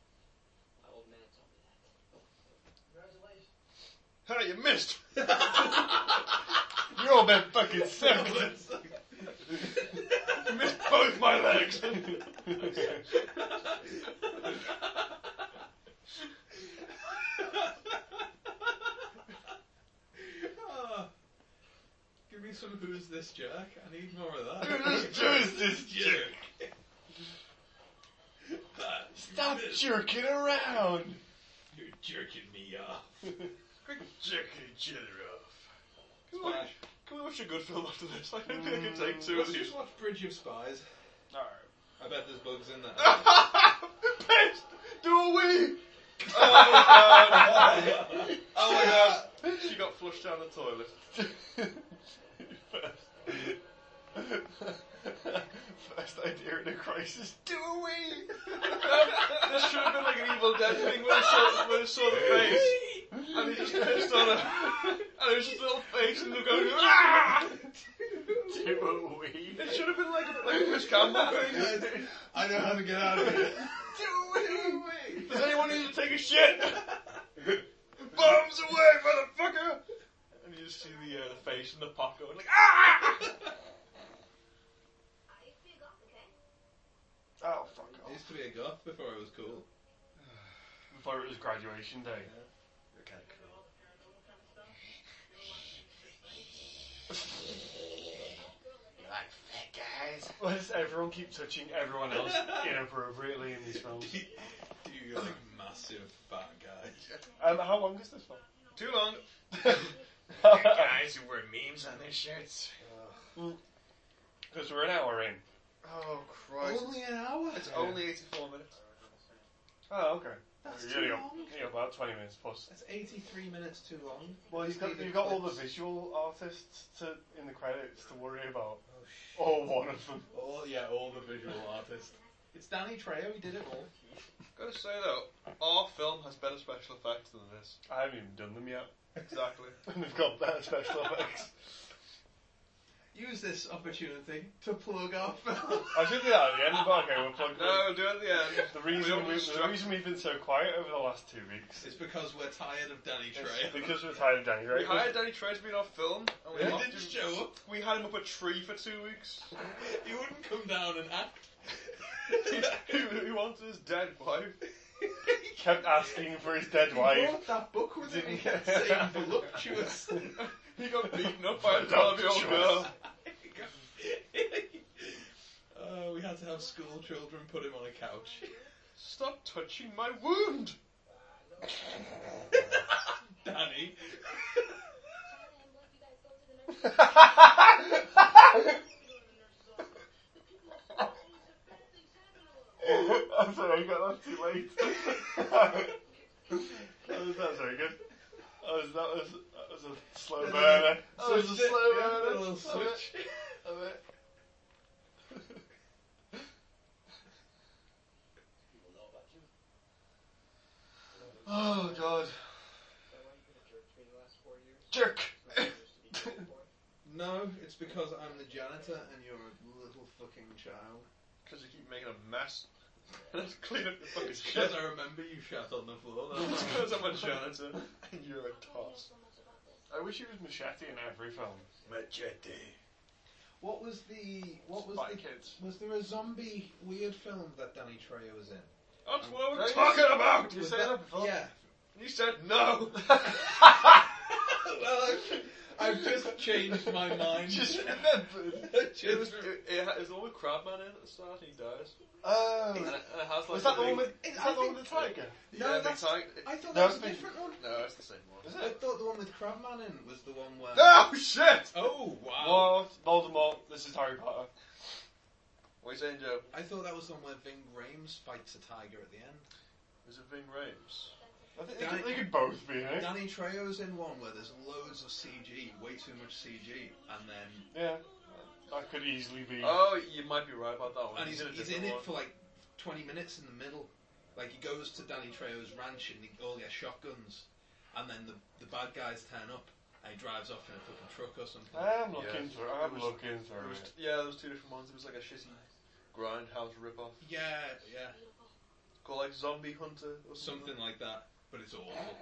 [SPEAKER 3] [LAUGHS]
[SPEAKER 4] My old man told me that. Congratulations.
[SPEAKER 2] Hey, you missed!
[SPEAKER 1] You're all been fucking sick.
[SPEAKER 2] You missed both my [LAUGHS] legs!
[SPEAKER 3] [LAUGHS] Ah, Give me some who's this jerk? I need more of that.
[SPEAKER 2] Who's this-
[SPEAKER 3] this jerk? Ah,
[SPEAKER 1] Stop
[SPEAKER 3] this-
[SPEAKER 1] jerking around.
[SPEAKER 3] You're jerking me off.
[SPEAKER 2] Quick, jerking each other
[SPEAKER 1] Oh,
[SPEAKER 2] off. Come on,
[SPEAKER 3] Splash.
[SPEAKER 2] Can we watch a good film after this? I don't think I can take two
[SPEAKER 3] Let's
[SPEAKER 2] of these.
[SPEAKER 3] just watch Bridge of Spies.
[SPEAKER 1] Alright.
[SPEAKER 3] I bet there's bugs [LAUGHS] in there.
[SPEAKER 2] Pissed! Do a wee! [LAUGHS]
[SPEAKER 3] oh my god!
[SPEAKER 2] She got flushed down the [LAUGHS] toilet.
[SPEAKER 1] First idea in a crisis.
[SPEAKER 2] Do a wee! this should have been like an Evil Dead thing where I saw, where I saw the face. And he just pissed on her. [LAUGHS] And it was just a little face and they're going, ah! [LAUGHS]
[SPEAKER 1] Do a wee.
[SPEAKER 2] It should have been like a like a Chris
[SPEAKER 3] [LAUGHS]
[SPEAKER 2] Campbell thing.
[SPEAKER 3] I know how to get out of
[SPEAKER 2] [LAUGHS]
[SPEAKER 3] here.
[SPEAKER 2] Do a wee! Does anyone need to take a shit? [LAUGHS] Bombs away, motherfucker! And you just see the, uh, the face and the pop going like, ah!
[SPEAKER 5] I used to be a goth, okay?
[SPEAKER 2] Oh, fuck
[SPEAKER 3] I used to be a goth before I was cool.
[SPEAKER 1] Before it was graduation day.
[SPEAKER 2] Okay, cool.
[SPEAKER 1] Why does everyone keep touching everyone [LAUGHS] else inappropriately in these [LAUGHS] films?
[SPEAKER 3] You like massive fat guy.
[SPEAKER 1] Um, how long is this film?
[SPEAKER 2] Too long. [LAUGHS]
[SPEAKER 1] [LAUGHS] Because
[SPEAKER 2] who wear memes on their shirts.
[SPEAKER 1] we're an hour in.
[SPEAKER 2] Oh, Christ.
[SPEAKER 3] an hour.
[SPEAKER 2] It's only 84 minutes.
[SPEAKER 1] Oh, okay.
[SPEAKER 3] That's
[SPEAKER 1] You're
[SPEAKER 3] too
[SPEAKER 1] nearly
[SPEAKER 3] long.
[SPEAKER 1] up- you're about 20 minutes plus.
[SPEAKER 3] That's 83 minutes too long.
[SPEAKER 1] Well, you've got, you've got all the visual artists to in the credits to worry about. Or one of them.
[SPEAKER 3] Oh yeah, all the [LAUGHS] visual artists. It's Danny Trejo. He did it all.
[SPEAKER 2] Gotta say though, our film has better special effects than this.
[SPEAKER 1] I [LAUGHS] haven't even done them yet.
[SPEAKER 2] Exactly.
[SPEAKER 1] And they've got better special effects.
[SPEAKER 3] Use this opportunity to plug our film.
[SPEAKER 1] I should do that at the end, but okay, we'll plug
[SPEAKER 2] No, do it at the end.
[SPEAKER 1] the, the reason
[SPEAKER 2] we'll
[SPEAKER 1] we, the
[SPEAKER 2] distract-
[SPEAKER 1] reason we've been so quiet over the last two weeks
[SPEAKER 3] It's because we're tired of Danny
[SPEAKER 1] is
[SPEAKER 3] Trejo.
[SPEAKER 1] because we're tired of Danny, right?
[SPEAKER 2] We hired Danny Trejo to be in our film, and we,
[SPEAKER 3] He
[SPEAKER 2] locked
[SPEAKER 3] didn't
[SPEAKER 2] him-
[SPEAKER 3] show up.
[SPEAKER 2] we had him up a tree for two weeks. [LAUGHS]
[SPEAKER 3] He wouldn't come down and act. [LAUGHS]
[SPEAKER 2] he, he wanted his dead wife.
[SPEAKER 1] He kept asking for his dead
[SPEAKER 3] He
[SPEAKER 1] wife.
[SPEAKER 3] brought that book with him. He
[SPEAKER 1] Didn't-
[SPEAKER 3] kept saying voluptuous.
[SPEAKER 2] He got beaten up by a 12 year old
[SPEAKER 1] [LAUGHS]
[SPEAKER 2] girl.
[SPEAKER 3] [LAUGHS] Uh, we had to have school children put him on a [LAUGHS] couch.
[SPEAKER 2] Stop touching my wound! [LAUGHS]
[SPEAKER 3] Danny.
[SPEAKER 5] Charlie, I'm glad you guys
[SPEAKER 1] I'm
[SPEAKER 5] go to the nurse's office. Go to the nurse's office. The people are so crazy.
[SPEAKER 1] sorry, I got that too late.
[SPEAKER 5] The bad things happen in the world.
[SPEAKER 1] [LAUGHS] that was not very good. That was, that was, that was a slow
[SPEAKER 3] That's
[SPEAKER 1] burner.
[SPEAKER 3] okay.
[SPEAKER 1] That was a
[SPEAKER 3] shit,
[SPEAKER 1] slow
[SPEAKER 3] yeah,
[SPEAKER 1] burner.
[SPEAKER 3] a little
[SPEAKER 1] Love it.
[SPEAKER 3] switch.
[SPEAKER 2] [LAUGHS]
[SPEAKER 1] Love it.
[SPEAKER 7] People know about you.
[SPEAKER 1] Oh god.
[SPEAKER 4] Is that why you've been a jerk to me the last four years?
[SPEAKER 1] Jerk! [LAUGHS]
[SPEAKER 4] It's not used to be a good boy.
[SPEAKER 3] No, it's because I'm the janitor and you're a little fucking child.
[SPEAKER 2] Because you keep making a mess. [LAUGHS] Let's clean up the fucking
[SPEAKER 3] It's because
[SPEAKER 2] shit.
[SPEAKER 3] I remember you shat on the floor.
[SPEAKER 2] It's
[SPEAKER 3] That's why.
[SPEAKER 2] because I'm a janitor.
[SPEAKER 1] [LAUGHS] And you're a
[SPEAKER 5] I don't know
[SPEAKER 1] toss.
[SPEAKER 5] so much about this.
[SPEAKER 1] I wish he was machete in every film.
[SPEAKER 2] Machete.
[SPEAKER 3] What was the what was
[SPEAKER 1] Spy
[SPEAKER 3] the
[SPEAKER 1] Kids.
[SPEAKER 3] was there a zombie weird film that Danny Trejo was in?
[SPEAKER 2] That's what
[SPEAKER 1] No,
[SPEAKER 2] we're
[SPEAKER 1] you-
[SPEAKER 2] talking about!
[SPEAKER 1] You
[SPEAKER 3] Was
[SPEAKER 1] said that before.
[SPEAKER 3] Yeah.
[SPEAKER 2] You said no!
[SPEAKER 3] [LAUGHS]
[SPEAKER 1] [LAUGHS]
[SPEAKER 3] well, I've, I've just changed my [LAUGHS] mind.
[SPEAKER 1] Just remembered.
[SPEAKER 2] It was, it, it, ha- it's all the crab man in at the start, he dies.
[SPEAKER 1] Oh.
[SPEAKER 2] And it, and it has like
[SPEAKER 1] Was that
[SPEAKER 2] a
[SPEAKER 1] the one
[SPEAKER 2] big-
[SPEAKER 1] with, is that the one with the tiger?
[SPEAKER 3] No,
[SPEAKER 2] yeah, big
[SPEAKER 3] that's-
[SPEAKER 2] tiger-
[SPEAKER 3] I thought
[SPEAKER 1] No,
[SPEAKER 3] that was a
[SPEAKER 1] it's been-
[SPEAKER 3] different one.
[SPEAKER 2] No, it's the same one. Um,
[SPEAKER 1] Is
[SPEAKER 3] I
[SPEAKER 1] it? Ah!
[SPEAKER 3] thought the one with Crabman in was the one where.
[SPEAKER 2] Oh shit!
[SPEAKER 3] Oh wow!
[SPEAKER 1] What? Voldemort, this is Harry Potter.
[SPEAKER 2] What are you saying, Joe?
[SPEAKER 3] I thought that was the one where Ving Rhames fights a tiger at the end.
[SPEAKER 2] Is it Ving Rhames?
[SPEAKER 1] I think they
[SPEAKER 3] Danny-
[SPEAKER 1] could, they could both be eh? in it.
[SPEAKER 3] Danny Trejo's in one where there's loads of CG, way too much CG, and then
[SPEAKER 1] Yeah. That could easily be.
[SPEAKER 2] Oh, you might be right about that one.
[SPEAKER 3] Oh, and he's,
[SPEAKER 2] in a
[SPEAKER 3] he's
[SPEAKER 2] different
[SPEAKER 3] in
[SPEAKER 2] one.
[SPEAKER 3] it for like 20 minutes in the middle. Like he goes to Danny Trejo's ranch and they all get shotguns, and then the the bad guys turn up and he drives off in a fucking truck or something.
[SPEAKER 1] I'm looking
[SPEAKER 2] Yeah.
[SPEAKER 1] through it. I'm
[SPEAKER 2] It was-
[SPEAKER 1] looking
[SPEAKER 2] There
[SPEAKER 1] through
[SPEAKER 2] was
[SPEAKER 1] it.
[SPEAKER 2] t- yeah, there was two different ones. It was like a shitty grindhouse ripoff
[SPEAKER 3] Yeah, yeah,
[SPEAKER 5] Beautiful.
[SPEAKER 2] called like Zombie Hunter or something.
[SPEAKER 3] something like that. But it's awful.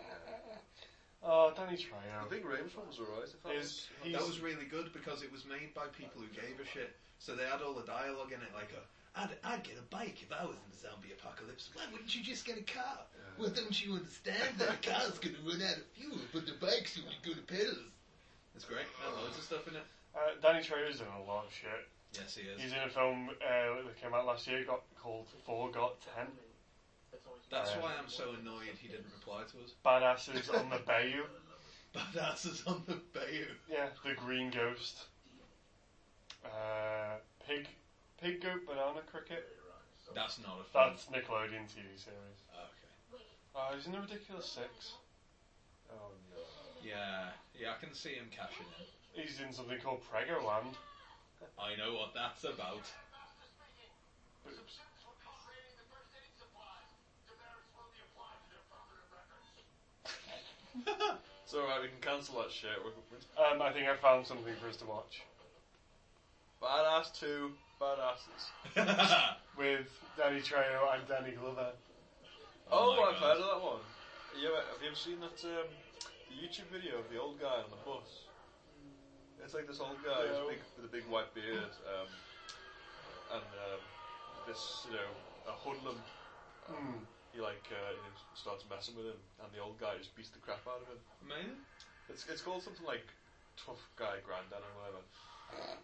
[SPEAKER 1] Oh, Danny
[SPEAKER 2] I
[SPEAKER 1] Trejo.
[SPEAKER 2] think Rhames one was alright. If that
[SPEAKER 1] Is
[SPEAKER 2] was,
[SPEAKER 1] he's
[SPEAKER 3] That was really good because it was made by people who gave a shit. So they had all the dialogue in it, like, uh, I'd, I'd get a bike if I was in the zombie apocalypse. Why wouldn't you just get a car? Well, don't you understand that a car's going to run out of fuel, but the bike's going to go to pedals? That's great. Had loads of stuff in it.
[SPEAKER 1] uh, Danny Trejo's in a lot of shit.
[SPEAKER 3] Yes, he
[SPEAKER 1] He's in a film uh, that came out last year got called Four Got Ten.
[SPEAKER 4] That's always
[SPEAKER 3] That's
[SPEAKER 1] Yeah.
[SPEAKER 3] why I'm so annoyed he didn't reply to us. [LAUGHS]
[SPEAKER 1] Badasses on the Bayou.
[SPEAKER 3] Badasses on the bayou.
[SPEAKER 1] Yeah, The Green Ghost. Uh, pig, pig Goat Banana Cricket.
[SPEAKER 3] That's not a film.
[SPEAKER 1] That's Nickelodeon TV series.
[SPEAKER 3] Okay.
[SPEAKER 5] Wait.
[SPEAKER 1] Oh, he's in The Ridiculous Six.
[SPEAKER 7] Oh no.
[SPEAKER 3] Yeah, yeah, I can see him cashing in.
[SPEAKER 1] He's in something called Prego Land.
[SPEAKER 3] I know what that's about. [LAUGHS]
[SPEAKER 2] it's alright. We can cancel that shit. We're, we're
[SPEAKER 1] Um, I think I found something for us to watch
[SPEAKER 2] badass two badasses.
[SPEAKER 1] with Danny Trejo and Danny Glover.
[SPEAKER 2] Oh,
[SPEAKER 3] Oh my
[SPEAKER 2] I've
[SPEAKER 3] God.
[SPEAKER 2] heard of that one. Have you ever, have you ever seen that um, the YouTube video of the old guy on the bus? It's like this old guy
[SPEAKER 1] No.
[SPEAKER 2] with, big, with a big white beard um, and um, this, you know, a hoodlum.
[SPEAKER 1] Hmm.
[SPEAKER 2] He like uh, you know, starts messing with him, and the old guy just beats the crap out of him.
[SPEAKER 3] Amazing.
[SPEAKER 2] It's it's called something like Tough Guy Granddad or whatever.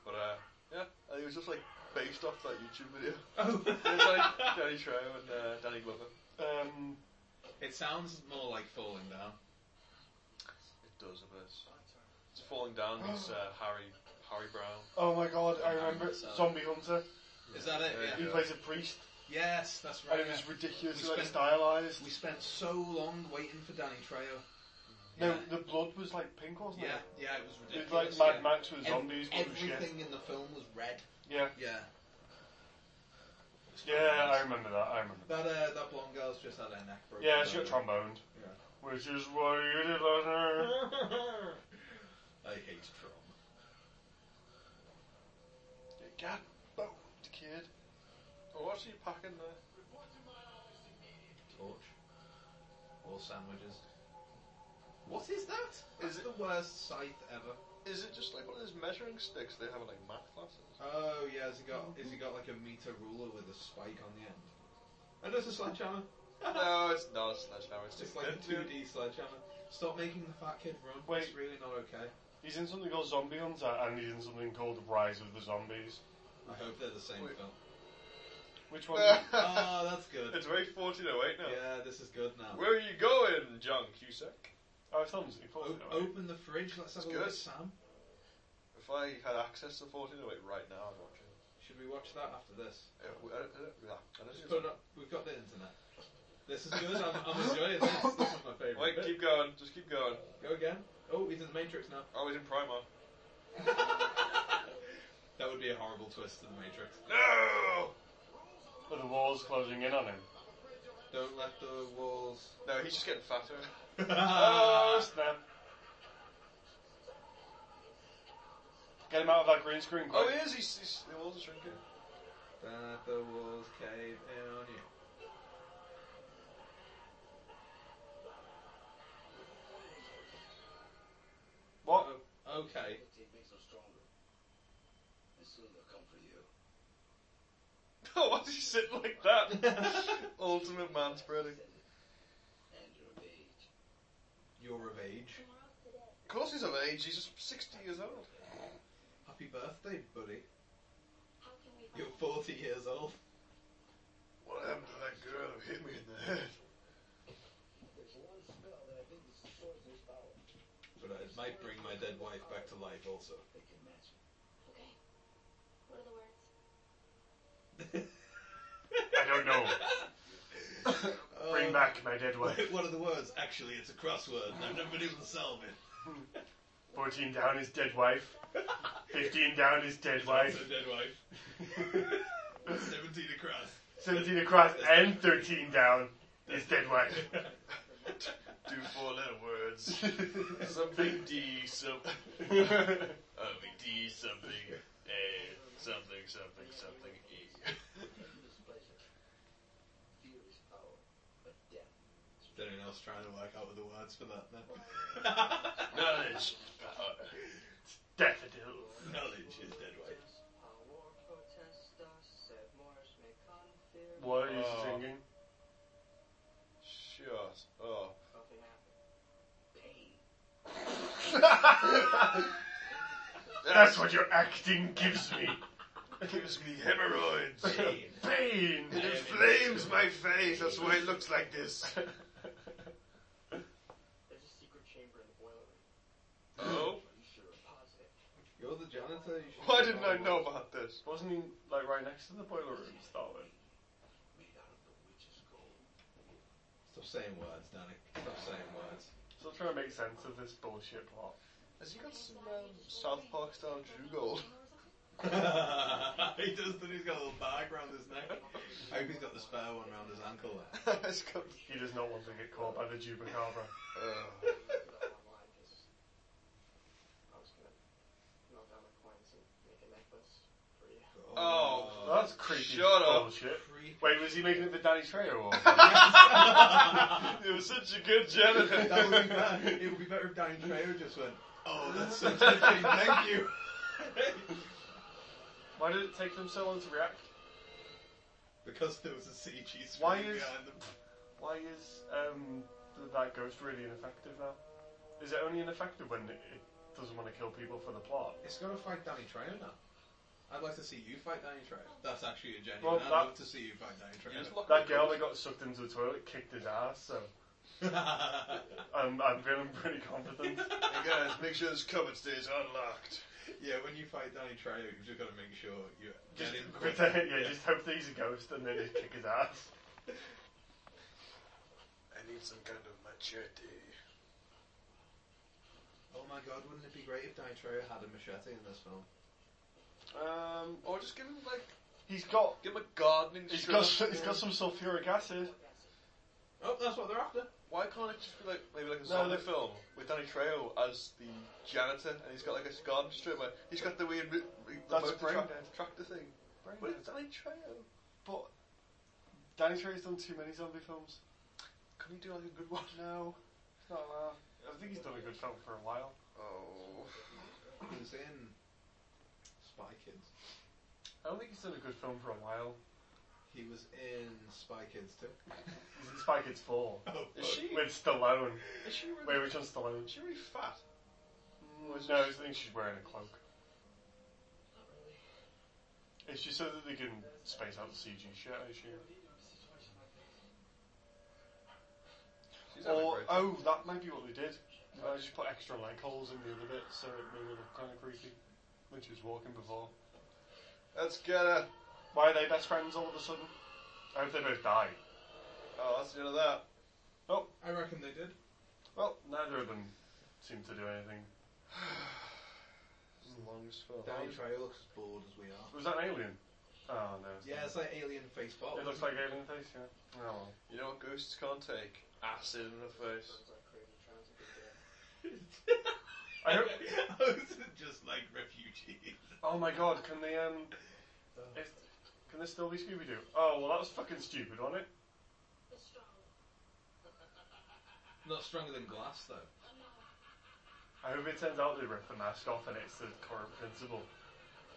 [SPEAKER 2] But uh, yeah, and it was just like based off that YouTube video. [LAUGHS]
[SPEAKER 3] Oh. [LAUGHS]
[SPEAKER 2] It was like Danny Trejo and uh, Danny Glover.
[SPEAKER 1] Um,
[SPEAKER 3] It sounds more like falling down.
[SPEAKER 2] It does a bit. It's falling down. He's uh, Harry Harry Brown.
[SPEAKER 1] oh my god, I remember Zombie Hunter.
[SPEAKER 3] Is that it?
[SPEAKER 2] Yeah.
[SPEAKER 3] Yeah.
[SPEAKER 1] He plays a priest,
[SPEAKER 3] Yes, that's
[SPEAKER 1] and
[SPEAKER 3] right.
[SPEAKER 1] it was ridiculously
[SPEAKER 3] We
[SPEAKER 1] like,
[SPEAKER 3] spent-
[SPEAKER 1] stylized.
[SPEAKER 3] We spent so long waiting for Danny Trejo.
[SPEAKER 1] No,
[SPEAKER 3] Yeah,
[SPEAKER 1] the blood was like pink, wasn't
[SPEAKER 3] yeah,
[SPEAKER 1] it?
[SPEAKER 3] yeah, it was
[SPEAKER 1] It was
[SPEAKER 3] ridiculous.
[SPEAKER 1] like Mad
[SPEAKER 3] yeah.
[SPEAKER 1] Max with
[SPEAKER 3] Ev-
[SPEAKER 1] zombies, but with shit.
[SPEAKER 3] everything in the film was red.
[SPEAKER 1] Yeah,
[SPEAKER 3] Yeah.
[SPEAKER 1] yeah, I remember that. I remember.
[SPEAKER 3] That uh, that blonde girl's just had her neck
[SPEAKER 1] That.
[SPEAKER 3] broken.
[SPEAKER 1] Yeah, she got
[SPEAKER 3] [LAUGHS]
[SPEAKER 1] tromboned,
[SPEAKER 3] Yeah.
[SPEAKER 1] which is why you did on her.
[SPEAKER 3] I hate Tron.
[SPEAKER 1] Get boat, kid.
[SPEAKER 2] Well, what's he packing there?
[SPEAKER 3] Torch. Or sandwiches. What is that? That's
[SPEAKER 2] Is it-
[SPEAKER 3] the worst sight ever.
[SPEAKER 2] Is it just like one of those measuring sticks they have in like math classes?
[SPEAKER 3] Oh yeah, has he got has he got like a meter ruler with a spike on the end? And there's a [LAUGHS] sledgehammer.
[SPEAKER 2] [LAUGHS] no, it's not a sledgehammer. It's just
[SPEAKER 3] It's just like a two
[SPEAKER 2] [LAUGHS]
[SPEAKER 3] D sledgehammer. Stop making the fat kid run.
[SPEAKER 1] Wait.
[SPEAKER 3] It's really not okay.
[SPEAKER 1] He's in something called Zombie Hunter, and he's in something called Rise of the Zombies.
[SPEAKER 3] I hope they're the same
[SPEAKER 2] Wait.
[SPEAKER 3] film.
[SPEAKER 1] Which
[SPEAKER 2] [LAUGHS]
[SPEAKER 1] one? Oh,
[SPEAKER 2] it's
[SPEAKER 3] Ah, that's good.
[SPEAKER 2] very 1408 now.
[SPEAKER 3] Yeah, this is good now.
[SPEAKER 2] Where are you going, John Cusack?
[SPEAKER 1] oh, it's Helmsley. of course
[SPEAKER 3] O-
[SPEAKER 1] I know it.
[SPEAKER 3] open the fridge. Let's have
[SPEAKER 2] It's
[SPEAKER 3] a look
[SPEAKER 2] good.
[SPEAKER 3] at Sam.
[SPEAKER 2] If I had access to 1408 right now, I'd watch it.
[SPEAKER 3] Should we watch that after this?
[SPEAKER 2] I don't- I don't- I don't
[SPEAKER 3] Just
[SPEAKER 2] think it's-
[SPEAKER 3] put it up. We've got the internet. This is good. I'm, I'm enjoying this. This is my favorite.
[SPEAKER 2] Wait,
[SPEAKER 3] bit.
[SPEAKER 2] keep going. Just keep going.
[SPEAKER 3] Go again. Oh, he's in the Matrix now.
[SPEAKER 2] Oh, he's in Primer.
[SPEAKER 3] That would be a horrible twist to the Matrix.
[SPEAKER 2] No!
[SPEAKER 1] But the wall's closing in on him.
[SPEAKER 3] Don't let the
[SPEAKER 1] [LAUGHS]
[SPEAKER 3] walls.
[SPEAKER 2] No, he's just getting fatter.
[SPEAKER 3] Ah.
[SPEAKER 1] Oh, snap. Get him out of that green screen quick.
[SPEAKER 2] Oh, he is. He's, he's, the walls are shrinking.
[SPEAKER 3] Let the walls cave in on you.
[SPEAKER 1] What? [LAUGHS]
[SPEAKER 3] Oh, okay.
[SPEAKER 7] It makes us stronger. And soon they'll come for
[SPEAKER 2] [LAUGHS]
[SPEAKER 7] you.
[SPEAKER 2] Why does he sit like that? Ultimate man spreading.
[SPEAKER 7] And you're of age.
[SPEAKER 3] You're of age.
[SPEAKER 5] Tomorrow's today.
[SPEAKER 2] Of course he's of age. He's just 60 years old.
[SPEAKER 3] Happy birthday, buddy.
[SPEAKER 5] How can we
[SPEAKER 3] You're 40 years old.
[SPEAKER 2] What happened to that girl who hit me in the head?
[SPEAKER 7] There's one spell that I think destroys this power.
[SPEAKER 3] But it might bring my dead wife back to life also.
[SPEAKER 7] They can match it.
[SPEAKER 5] Okay. What are
[SPEAKER 1] don't
[SPEAKER 3] I
[SPEAKER 5] the words?
[SPEAKER 1] know. [LAUGHS]
[SPEAKER 2] Uh,
[SPEAKER 1] Bring back my dead wife.
[SPEAKER 3] [LAUGHS] What are Uh, the words? Actually, it's a crossword, and I've never been able to solve it.
[SPEAKER 1] 14 down is dead wife. 15 down is dead
[SPEAKER 3] It's [LAUGHS]
[SPEAKER 1] wife.
[SPEAKER 3] a dead wife.
[SPEAKER 2] [LAUGHS]
[SPEAKER 3] 17 across.
[SPEAKER 1] 17 across and 13 down is dead wife.
[SPEAKER 2] Do four letter words.
[SPEAKER 1] Something
[SPEAKER 2] D, something. D, something. A, something, something, something, E.
[SPEAKER 7] Displeasure. Fear is power. But death.
[SPEAKER 3] Is anyone else trying to work out what the words for that then?
[SPEAKER 2] [LAUGHS] Knowledge. power.
[SPEAKER 1] Daffodils.
[SPEAKER 3] Knowledge is dead wife.
[SPEAKER 6] Our protester said Morris may confirm
[SPEAKER 1] What is
[SPEAKER 2] Oh.
[SPEAKER 1] he singing?
[SPEAKER 2] [LAUGHS] Shut [LAUGHS] up.
[SPEAKER 6] something happened.
[SPEAKER 7] Pain.
[SPEAKER 1] That's what your acting gives me.
[SPEAKER 2] gives me
[SPEAKER 3] [LAUGHS]
[SPEAKER 2] hemorrhoids.
[SPEAKER 1] Pain.
[SPEAKER 2] It inflames my face. That's why it looks like this.
[SPEAKER 6] There's a secret chamber in the boiler room.
[SPEAKER 2] Oh?
[SPEAKER 7] Are you sure?
[SPEAKER 6] Positive.
[SPEAKER 3] You're the janitor. You should
[SPEAKER 2] Why didn't I know about this?
[SPEAKER 1] Wasn't he like right next to the boiler room to start with?
[SPEAKER 7] Made out of the witch's gold.
[SPEAKER 3] Stop saying words, Danny. Stop saying
[SPEAKER 2] [LAUGHS]
[SPEAKER 3] words.
[SPEAKER 1] Still trying to make sense of this bullshit plot.
[SPEAKER 2] Has he got some um, South Park style Jew [LAUGHS] gold?
[SPEAKER 3] he does. He's got a little bag around his neck. I hope he's got the spare one around his ankle there.
[SPEAKER 2] it's got.
[SPEAKER 1] He does not want to get caught by the Jubacabra.
[SPEAKER 2] Uh,
[SPEAKER 6] online because I was gonna melt down the coins and make a necklace for you.
[SPEAKER 2] Oh,
[SPEAKER 1] That's creepy
[SPEAKER 2] Shut up.
[SPEAKER 1] bullshit.
[SPEAKER 2] [LAUGHS]
[SPEAKER 3] creepy.
[SPEAKER 1] Wait, was he making it the Danny Trejo or?
[SPEAKER 2] [LAUGHS] it was such a good janitor.
[SPEAKER 3] That would be better. It would be better if Danny Trejo just went, Oh, that's so tempting, thank you.
[SPEAKER 2] [LAUGHS]
[SPEAKER 1] Why did it take them so long to react?
[SPEAKER 3] because there was a CG screen
[SPEAKER 1] Why is-
[SPEAKER 3] behind them.
[SPEAKER 1] Why is um, th- that ghost really ineffective now? Is it only ineffective when it, it doesn't want to kill people for the plot?
[SPEAKER 3] It's going to fight Danny Trejo now. I'd like to see you fight Danny Trejo. That's actually a genuine.
[SPEAKER 1] Well,
[SPEAKER 3] I'd
[SPEAKER 1] that-
[SPEAKER 3] love to see you fight Danny
[SPEAKER 2] You just
[SPEAKER 3] Trejo.
[SPEAKER 2] lock
[SPEAKER 1] That
[SPEAKER 2] the
[SPEAKER 1] girl
[SPEAKER 2] doors.
[SPEAKER 1] that got sucked into the toilet kicked his ass, so I'm, I'm feeling [LAUGHS] pretty
[SPEAKER 2] [LAUGHS]
[SPEAKER 1] confident.
[SPEAKER 2] Hey guys, make sure this cupboard stays unlocked.
[SPEAKER 3] [LAUGHS] yeah, when you fight Danny Trejo, you've just got to make sure you
[SPEAKER 1] just
[SPEAKER 3] get him quick.
[SPEAKER 1] pretend, yeah, just hope that he's a ghost and then just kick his ass.
[SPEAKER 2] [LAUGHS] I need some kind of machete.
[SPEAKER 3] Oh my god, wouldn't it be great if Danny Trejo had a machete in this film?
[SPEAKER 2] Um, or just give him like,
[SPEAKER 1] He's got
[SPEAKER 2] give him a gardening.
[SPEAKER 1] he's
[SPEAKER 2] tool.
[SPEAKER 1] got he's got some sulfuric acid.
[SPEAKER 3] Oh, that's what they're after.
[SPEAKER 2] Why can't it just be like maybe like a
[SPEAKER 1] No,
[SPEAKER 2] zombie
[SPEAKER 1] they-
[SPEAKER 2] film with Danny Trejo as the janitor, and he's got like a garden strip where he's got the weird ri- the, the
[SPEAKER 1] That's
[SPEAKER 2] motor
[SPEAKER 1] brain
[SPEAKER 2] track-
[SPEAKER 1] dead.
[SPEAKER 2] tractor thing. But it's Danny Trejo.
[SPEAKER 1] But Danny Trejo's done too many zombie films.
[SPEAKER 2] Can you do like a good one?
[SPEAKER 1] No, it's not that. I think he's done a good film for a while.
[SPEAKER 2] Oh.
[SPEAKER 3] He was in Spy Kids.
[SPEAKER 1] I don't think he's done a good film for a while.
[SPEAKER 3] He was in Spy Kids too.
[SPEAKER 1] He's in Spy Kids 4
[SPEAKER 3] Oh,
[SPEAKER 2] Is she?
[SPEAKER 1] with Stallone.
[SPEAKER 2] Is she really?
[SPEAKER 1] Wait, which one's Stallone?
[SPEAKER 2] Is she really fat?
[SPEAKER 1] No, I think she's wearing a cloak.
[SPEAKER 6] Not really.
[SPEAKER 1] It's just so that they can space out the CG shit, I assume.
[SPEAKER 6] Situation like this.
[SPEAKER 3] She's had a
[SPEAKER 1] Or,
[SPEAKER 3] great-
[SPEAKER 1] oh, that might be what they did. They might just put extra leg holes in the other bit so it made it look kind of creepy when she was walking before.
[SPEAKER 2] Let's get her.
[SPEAKER 1] Why are they best friends all of a sudden? I hope they both die.
[SPEAKER 2] Oh, that's the end of that.
[SPEAKER 3] I reckon they did.
[SPEAKER 1] Well, neither of them seem to do anything.
[SPEAKER 2] It's the longest film.
[SPEAKER 3] Danny Trejo looks as bored as we are.
[SPEAKER 1] Was that an alien? Oh, no. it's
[SPEAKER 3] Yeah,
[SPEAKER 1] not.
[SPEAKER 3] it's like alien face ball.
[SPEAKER 1] It looks like alien face, yeah. Oh, well.
[SPEAKER 2] You know what ghosts can't take? Acid in the face.
[SPEAKER 6] Sounds like crazy trans a good day.
[SPEAKER 3] [LAUGHS]
[SPEAKER 1] [LAUGHS] I hope,
[SPEAKER 3] just like refugees.
[SPEAKER 1] oh my god, can they, um. If, can this still be Scooby Doo? Oh, well, that was fucking stupid, wasn't it?
[SPEAKER 5] The strong.
[SPEAKER 3] Not stronger than glass though.
[SPEAKER 1] I hope it turns out they rip the mask off and it's the current principal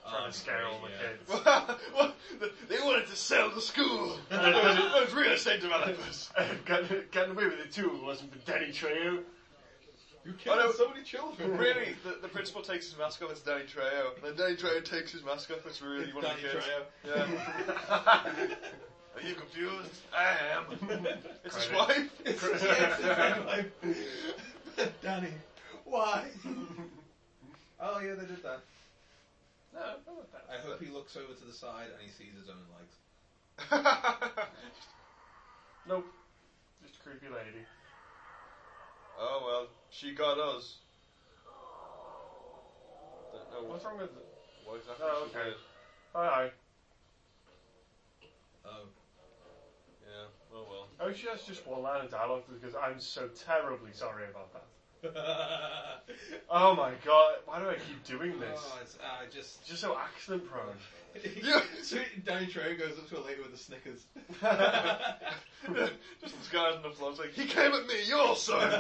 [SPEAKER 1] trying
[SPEAKER 3] Oh,
[SPEAKER 1] to scare all the
[SPEAKER 3] yeah.
[SPEAKER 1] kids. [LAUGHS]
[SPEAKER 2] Well, they wanted to sell the [LAUGHS] school. Those real
[SPEAKER 1] [LAUGHS]
[SPEAKER 2] estate developers.
[SPEAKER 1] getting, getting away with it too if it wasn't for Danny Trejo.
[SPEAKER 3] You
[SPEAKER 2] I know.
[SPEAKER 3] killed so many children. [LAUGHS]
[SPEAKER 2] really, the, the principal takes his mask off. It's Danny Trejo. Then Danny Trejo takes his mask off. It's really
[SPEAKER 3] It's
[SPEAKER 2] one
[SPEAKER 3] Danny
[SPEAKER 2] of the kids.
[SPEAKER 3] Trejo.
[SPEAKER 2] Yeah. [LAUGHS] Are you confused? I am. [LAUGHS] it's his
[SPEAKER 1] Credit.
[SPEAKER 2] wife.
[SPEAKER 3] It's just- yeah, it's just like- Danny, why? oh yeah, they did that.
[SPEAKER 2] No,
[SPEAKER 3] I hope he looks over to the side and he sees his own legs.
[SPEAKER 1] Nope. Just a creepy lady.
[SPEAKER 2] [LAUGHS] oh well, she got us. Don't know
[SPEAKER 1] What's
[SPEAKER 2] what,
[SPEAKER 1] wrong with.
[SPEAKER 2] what exactly
[SPEAKER 1] Oh,
[SPEAKER 2] she
[SPEAKER 1] okay.
[SPEAKER 2] did.
[SPEAKER 1] Hi, hi.
[SPEAKER 3] Oh,
[SPEAKER 2] Yeah. Oh well.
[SPEAKER 1] Oh, she has just one line of dialogue because I'm so terribly sorry about that. Oh my god, why do I keep doing this?
[SPEAKER 3] oh, it's uh, just
[SPEAKER 1] It's just so accident prone.
[SPEAKER 3] [LAUGHS] so Danny Trejo goes up to her later with a Snickers.
[SPEAKER 2] [LAUGHS] Just this guy on the floor, it's like, he came at me, your son! These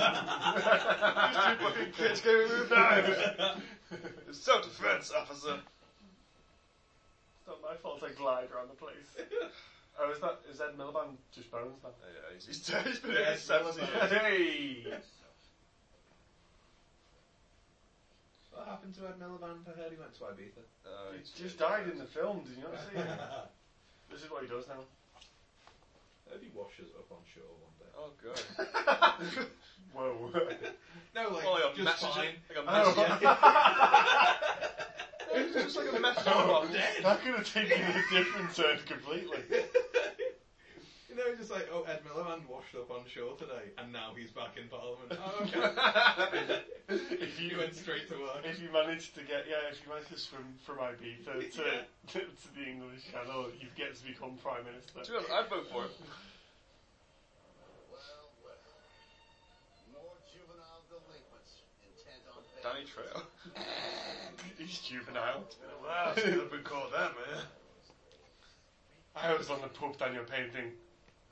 [SPEAKER 2] two fucking kids came at me with knives! It's self-defense, officer.
[SPEAKER 1] It's not my fault I glide around the
[SPEAKER 3] [LAUGHS]
[SPEAKER 1] place. Oh, is that is Ed Miliband just bones now?
[SPEAKER 2] Oh, Yeah, he's, he's, dead. he's been
[SPEAKER 3] Yeah,
[SPEAKER 2] dead
[SPEAKER 3] it's
[SPEAKER 2] seventy
[SPEAKER 3] relevant.
[SPEAKER 2] years.
[SPEAKER 1] Hey!
[SPEAKER 3] [LAUGHS] what happened to Ed Miliband? I heard he went to Ibiza.
[SPEAKER 2] Oh,
[SPEAKER 1] He
[SPEAKER 2] he's
[SPEAKER 1] just
[SPEAKER 2] dead.
[SPEAKER 1] died in the film, did you not see it? This is what he does now.
[SPEAKER 3] Hope he washes up on shore one day.
[SPEAKER 2] Oh god. [LAUGHS]
[SPEAKER 3] [LAUGHS]
[SPEAKER 1] Whoa. [LAUGHS]
[SPEAKER 3] No, like,
[SPEAKER 2] Oh, like a
[SPEAKER 3] just
[SPEAKER 2] message.
[SPEAKER 3] [LAUGHS] fine.
[SPEAKER 2] Like a
[SPEAKER 1] Oh.
[SPEAKER 2] message. It's just like a message.
[SPEAKER 1] Oh,
[SPEAKER 2] box.
[SPEAKER 1] [LAUGHS] that could have taken a different turn completely.
[SPEAKER 3] [LAUGHS] You know, just like, oh, Ed Miliband washed up on shore today, and now he's back in Parliament.
[SPEAKER 1] [LAUGHS]
[SPEAKER 2] [LAUGHS]
[SPEAKER 3] Oh, okay.
[SPEAKER 1] If
[SPEAKER 3] he
[SPEAKER 1] you
[SPEAKER 3] went straight to work.
[SPEAKER 1] if you manage to get yeah, if you manage to swim from Ibiza to
[SPEAKER 3] [LAUGHS] Yeah.
[SPEAKER 1] [LAUGHS] to, to the English Channel, you get to become prime minister.
[SPEAKER 2] To be honest, I'd vote for him.
[SPEAKER 7] Well, well. More juvenile delinquents intent on
[SPEAKER 2] Danny Trejo.
[SPEAKER 1] He's juvenile.
[SPEAKER 2] Wow,
[SPEAKER 1] since
[SPEAKER 2] I've been called that, man.
[SPEAKER 1] I was on the Pope Daniel painting.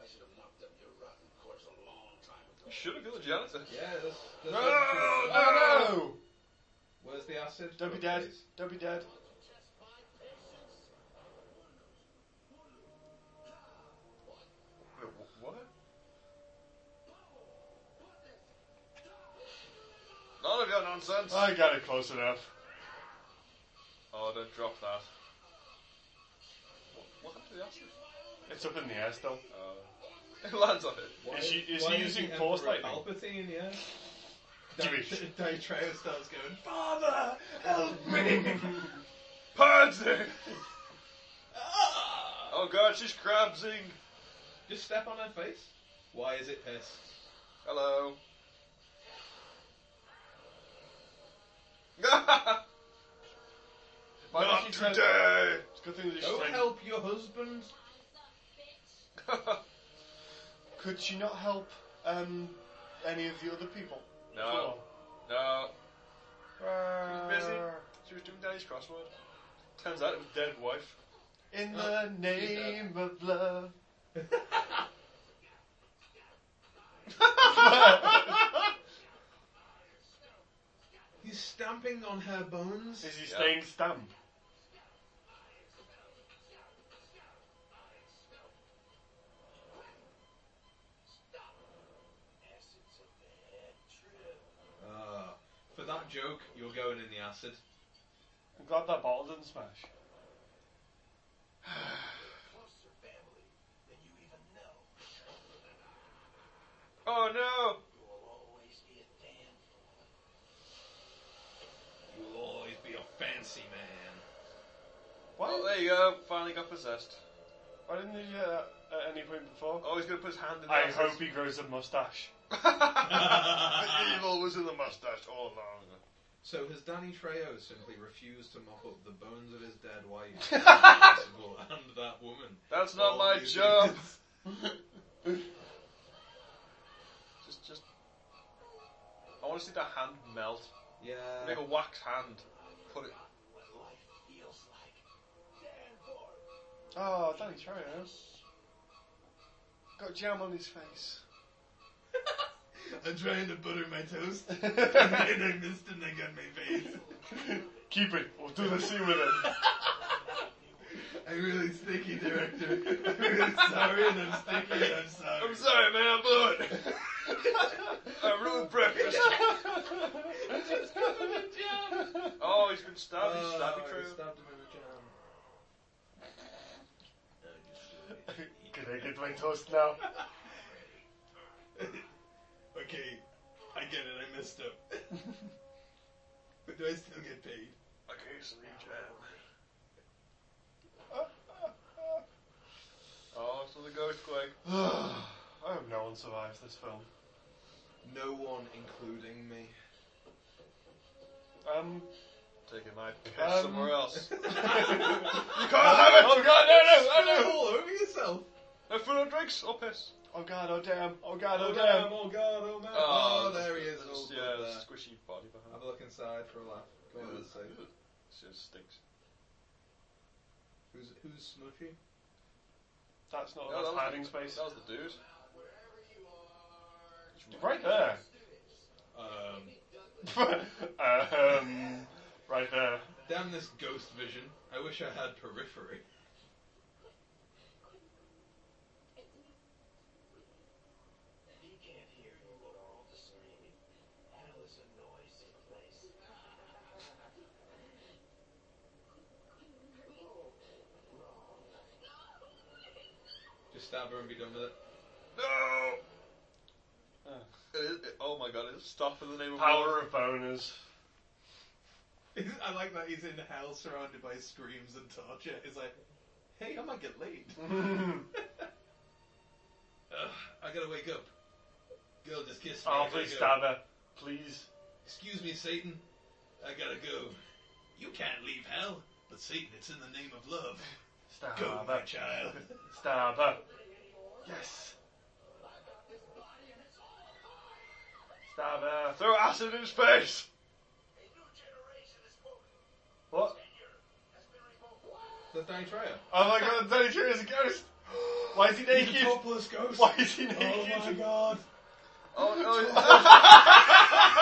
[SPEAKER 7] I should have mopped up your rotten corpse a long time ago.
[SPEAKER 2] You should have killed the janitor.
[SPEAKER 3] Yeah, that's, that's
[SPEAKER 2] No, no, no, no,
[SPEAKER 1] Oh,
[SPEAKER 2] no, no.
[SPEAKER 3] Where's the acid?
[SPEAKER 1] Don't be dead. Don't be dead.
[SPEAKER 2] Wait, wh- what? None of your nonsense.
[SPEAKER 1] I got it close enough.
[SPEAKER 2] Oh, don't drop that. What, what happened to the acid?
[SPEAKER 1] It's up in the air still.
[SPEAKER 2] Oh. [LAUGHS] It lands on it.
[SPEAKER 3] Why,
[SPEAKER 1] Is he- is
[SPEAKER 3] why
[SPEAKER 1] he using
[SPEAKER 3] the
[SPEAKER 1] force
[SPEAKER 3] Emperor
[SPEAKER 1] lightning?
[SPEAKER 3] Palpatine, yeah.
[SPEAKER 1] Jewish.
[SPEAKER 3] Day Trejo
[SPEAKER 1] [LAUGHS]
[SPEAKER 3] starts going, Father, help me!
[SPEAKER 2] Pansy!
[SPEAKER 3] Ah!
[SPEAKER 2] Oh god, she's crabsing.
[SPEAKER 3] Just step on her face. Why is it piss?
[SPEAKER 2] Hello. [LAUGHS] Not
[SPEAKER 1] Why did she turn-
[SPEAKER 2] today! Oh,
[SPEAKER 1] It's a good thing that she
[SPEAKER 3] Go
[SPEAKER 1] turned- [LAUGHS]
[SPEAKER 3] help your husband.
[SPEAKER 5] Eyes up, bitch.
[SPEAKER 1] Could she not help um any of the other people?
[SPEAKER 2] [LAUGHS] no, no.
[SPEAKER 1] She's
[SPEAKER 2] busy. She was doing Danny's crossword.
[SPEAKER 1] Turns out it was dead wife. In the name of love.
[SPEAKER 3] He's stamping on her bones.
[SPEAKER 1] [LAUGHS] Is he staying stamp?
[SPEAKER 3] Ah, for that joke, you're going in the acid.
[SPEAKER 1] I'm glad that bottle didn't smash.
[SPEAKER 7] Closer family than you even know.
[SPEAKER 2] Oh no!
[SPEAKER 7] You will always be a fan.
[SPEAKER 3] You'll always be a fancy [LAUGHS] man.
[SPEAKER 2] Oh,
[SPEAKER 1] Why,
[SPEAKER 2] there you go. Finally got possessed.
[SPEAKER 1] why didn't he do that at any point before?
[SPEAKER 2] Oh, he's gonna put his hand in
[SPEAKER 1] I
[SPEAKER 2] the acid.
[SPEAKER 1] hope he grows a mustache.
[SPEAKER 2] [LAUGHS]
[SPEAKER 1] [LAUGHS]
[SPEAKER 2] the evil was in the mustache all along.
[SPEAKER 3] So has Danny Trejo simply refused to mop up the bones of his dead wife, [LAUGHS] and that woman?
[SPEAKER 2] That's not
[SPEAKER 3] All
[SPEAKER 2] my
[SPEAKER 3] these
[SPEAKER 2] job.
[SPEAKER 3] reasons.
[SPEAKER 2] [LAUGHS] Just, just. I want to see that hand melt. Make
[SPEAKER 3] Yeah.
[SPEAKER 2] a wax hand. Put it.
[SPEAKER 7] What life feels like. Danforth,
[SPEAKER 1] Oh, Danny Trejo. Got jam on his face.
[SPEAKER 3] I'm trying to butter my [LAUGHS] toast, I missed and I got my face.
[SPEAKER 1] [LAUGHS] Keep it. We'll do the scene with [LAUGHS] it.
[SPEAKER 3] I'm really sticky, director. I'm really sorry, and I'm sticky, and I'm sorry.
[SPEAKER 2] I'm sorry, man. I
[SPEAKER 1] [LAUGHS]
[SPEAKER 2] blew it. I ruined breakfast. oh, he's been stabbed. He's stabbed.
[SPEAKER 3] Oh,
[SPEAKER 2] He's
[SPEAKER 3] stabbed him in the jam.
[SPEAKER 1] Can I get my toast now?
[SPEAKER 3] [LAUGHS] okay, I get it. I messed up. [LAUGHS] but do I still get paid?
[SPEAKER 2] Occasionally [LAUGHS] jam. Oh, so the ghost quake.
[SPEAKER 1] [SIGHS] I hope no one survives this film.
[SPEAKER 3] No one, including me. [LAUGHS]
[SPEAKER 1] Um,
[SPEAKER 2] Taking my piss
[SPEAKER 1] Um,
[SPEAKER 2] somewhere
[SPEAKER 3] [LAUGHS]
[SPEAKER 2] else.
[SPEAKER 1] oh
[SPEAKER 2] You can't have it! Oh god, no, no,
[SPEAKER 3] Spill
[SPEAKER 2] no, no!
[SPEAKER 3] all over yourself.
[SPEAKER 2] No food or drinks or piss.
[SPEAKER 1] god, oh damn, oh god, oh,
[SPEAKER 3] Oh
[SPEAKER 1] damn.
[SPEAKER 3] damn! Oh god! Oh man!
[SPEAKER 2] Oh,
[SPEAKER 3] Oh, there he is.
[SPEAKER 2] just-
[SPEAKER 3] all
[SPEAKER 2] yeah,
[SPEAKER 3] good
[SPEAKER 2] just squishy body
[SPEAKER 3] there.
[SPEAKER 2] behind.
[SPEAKER 3] Have a look inside for a laugh. Go on, let's see.
[SPEAKER 2] Ugh. She just stinks.
[SPEAKER 3] Who's who's smushy?
[SPEAKER 1] That's not
[SPEAKER 2] No, that
[SPEAKER 1] that's
[SPEAKER 2] was-
[SPEAKER 1] hiding space.
[SPEAKER 2] That was the dude.
[SPEAKER 1] Right there.
[SPEAKER 3] Um,
[SPEAKER 1] [LAUGHS] um, right there.
[SPEAKER 3] damn this ghost vision. I wish I had periphery.
[SPEAKER 7] he can't hear you or all the screaming. Hell is a noisy place.
[SPEAKER 3] Just stab her and be done with it.
[SPEAKER 2] No!
[SPEAKER 1] Oh.
[SPEAKER 2] It is, it, oh my god, it's stuff in the name of
[SPEAKER 1] Power of
[SPEAKER 2] [LAUGHS]
[SPEAKER 1] boners.
[SPEAKER 3] I like that he's in hell surrounded by screams and torture. He's like, hey, I might get laid. [LAUGHS] Ugh, I gotta wake up. Girl, just kiss me.
[SPEAKER 1] oh,
[SPEAKER 3] I gotta
[SPEAKER 1] please
[SPEAKER 3] go.
[SPEAKER 1] stab her. Please.
[SPEAKER 3] Excuse me, Satan. I gotta go. You can't leave hell, but Satan, it's in the name of love.
[SPEAKER 1] Stab
[SPEAKER 3] Go, my
[SPEAKER 1] her.
[SPEAKER 3] child.
[SPEAKER 1] Stab her. Yes. Stab her.
[SPEAKER 2] Throw acid in his face!
[SPEAKER 7] A new generation is moving.
[SPEAKER 1] What?
[SPEAKER 7] Has been
[SPEAKER 3] [LAUGHS] That's
[SPEAKER 7] revoked.
[SPEAKER 3] Danny Trejo.
[SPEAKER 1] Oh my god, Danny Trejo's a ghost! Why is he
[SPEAKER 3] He's a
[SPEAKER 1] naked? [LAUGHS]
[SPEAKER 3] topless ghost.
[SPEAKER 1] Why is he
[SPEAKER 3] Oh
[SPEAKER 1] naked?
[SPEAKER 3] my god. [LAUGHS]
[SPEAKER 2] Oh no, he's- no!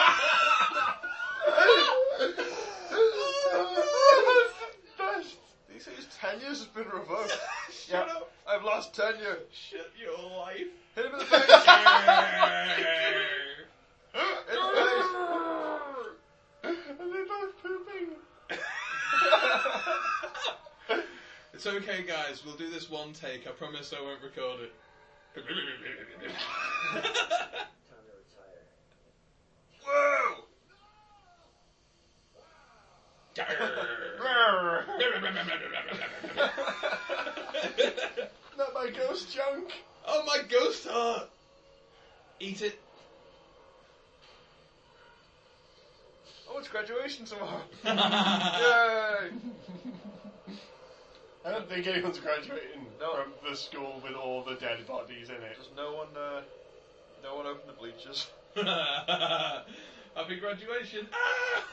[SPEAKER 2] He says his tenure has [GASPS] been revoked.
[SPEAKER 1] [LAUGHS] Yeah.
[SPEAKER 2] I've lost tenure.
[SPEAKER 3] Shut your life.
[SPEAKER 1] [LAUGHS]
[SPEAKER 2] Hit him in the face! In the
[SPEAKER 1] And they're both pooping.
[SPEAKER 3] [LAUGHS] It's okay, guys. We'll do this one take. I promise I won't record it.
[SPEAKER 6] Time to retire.
[SPEAKER 2] face! Whoa!
[SPEAKER 1] Not my ghost junk.
[SPEAKER 3] [LAUGHS] oh my ghost heart! Eat it. [LAUGHS]
[SPEAKER 2] Oh, it's graduation tomorrow!
[SPEAKER 3] yeah.
[SPEAKER 2] [LAUGHS] Yay!
[SPEAKER 1] I don't think anyone's graduating
[SPEAKER 2] No.
[SPEAKER 1] from the school with all the dead bodies in it.
[SPEAKER 2] Just no one, uh, no one opened the bleachers. [LAUGHS]
[SPEAKER 3] [LAUGHS] Happy graduation. Ah!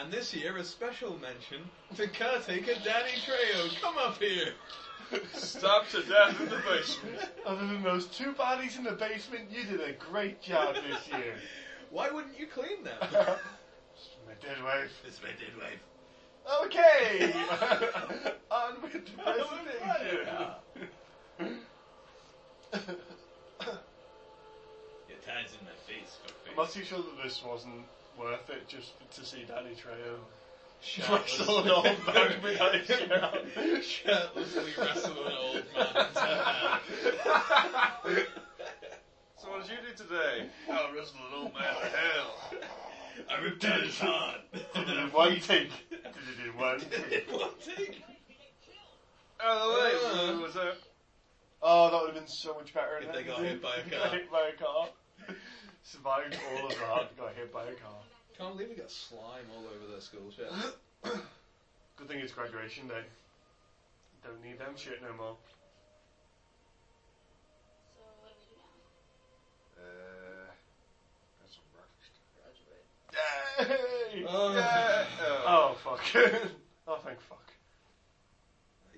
[SPEAKER 3] And this year, a special mention to caretaker Danny Trejo. Come up here.
[SPEAKER 2] Stabbed to death in the basement.
[SPEAKER 1] Other than those two bodies in the basement, you did a great job this year.
[SPEAKER 3] [LAUGHS]
[SPEAKER 1] [LAUGHS]
[SPEAKER 3] Why wouldn't you clean them?
[SPEAKER 1] Just my dead wife.
[SPEAKER 3] It's my dead wife.
[SPEAKER 1] [LAUGHS] Okay! On with the presentation.
[SPEAKER 3] [LAUGHS] Your tie's in my face,
[SPEAKER 1] [LAUGHS] I'm
[SPEAKER 3] fuckface.
[SPEAKER 1] not too sure that this wasn't worth it just to see Danny Trejo wrestle an
[SPEAKER 3] Shirtlessly,
[SPEAKER 1] old man without his shirt on.
[SPEAKER 3] shirtlessly wrestle an old man.
[SPEAKER 2] So what did you do today?
[SPEAKER 3] I wrestled an old man to hell. I ripped out his heart.
[SPEAKER 1] Did it in [LAUGHS] one take. Did it in one
[SPEAKER 3] [LAUGHS]
[SPEAKER 1] take.
[SPEAKER 3] One take.
[SPEAKER 2] Oh, the
[SPEAKER 3] Uh.
[SPEAKER 2] way, was it?
[SPEAKER 1] Oh, that would have been so much better.
[SPEAKER 3] If
[SPEAKER 1] than
[SPEAKER 3] they got hit by a
[SPEAKER 1] Got
[SPEAKER 3] car.
[SPEAKER 1] hit by a car. Survived all of that, got hit by a car.
[SPEAKER 3] Can't believe we got slime all over their school shirt.
[SPEAKER 1] Good thing it's graduation day. Don't need them shit no more.
[SPEAKER 5] So what do we do now?
[SPEAKER 7] Uh, that's a breakfast.
[SPEAKER 4] Graduate.
[SPEAKER 2] [LAUGHS]
[SPEAKER 1] Yay!
[SPEAKER 3] Oh.
[SPEAKER 1] Yay! Oh, fuck. [LAUGHS] oh, thank fuck.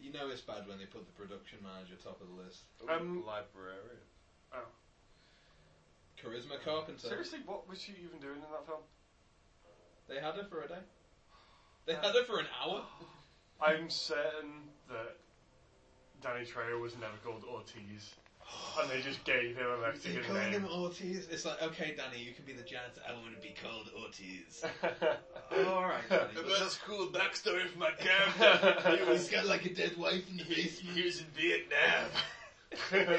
[SPEAKER 3] You know it's bad when they put the production manager top of the list.
[SPEAKER 1] Um,
[SPEAKER 2] librarian.
[SPEAKER 3] Charisma Carpenter.
[SPEAKER 1] Seriously, what was she even doing in that film?
[SPEAKER 3] They had her for a day. They had her for an [GASPS] hour.
[SPEAKER 1] I'm certain that Danny Trejo was never called Ortiz, and they just gave him a
[SPEAKER 3] They
[SPEAKER 1] Mexican
[SPEAKER 3] call him
[SPEAKER 1] name.
[SPEAKER 3] Ortiz. It's like, okay, Danny, you can be the janitor. I want to be called Ortiz. oh, [LAUGHS] all right, [LAUGHS] Danny.
[SPEAKER 2] That's cool backstory for my
[SPEAKER 1] [LAUGHS]
[SPEAKER 3] He's got like a dead wife in the basement. He was in [LAUGHS] Vietnam.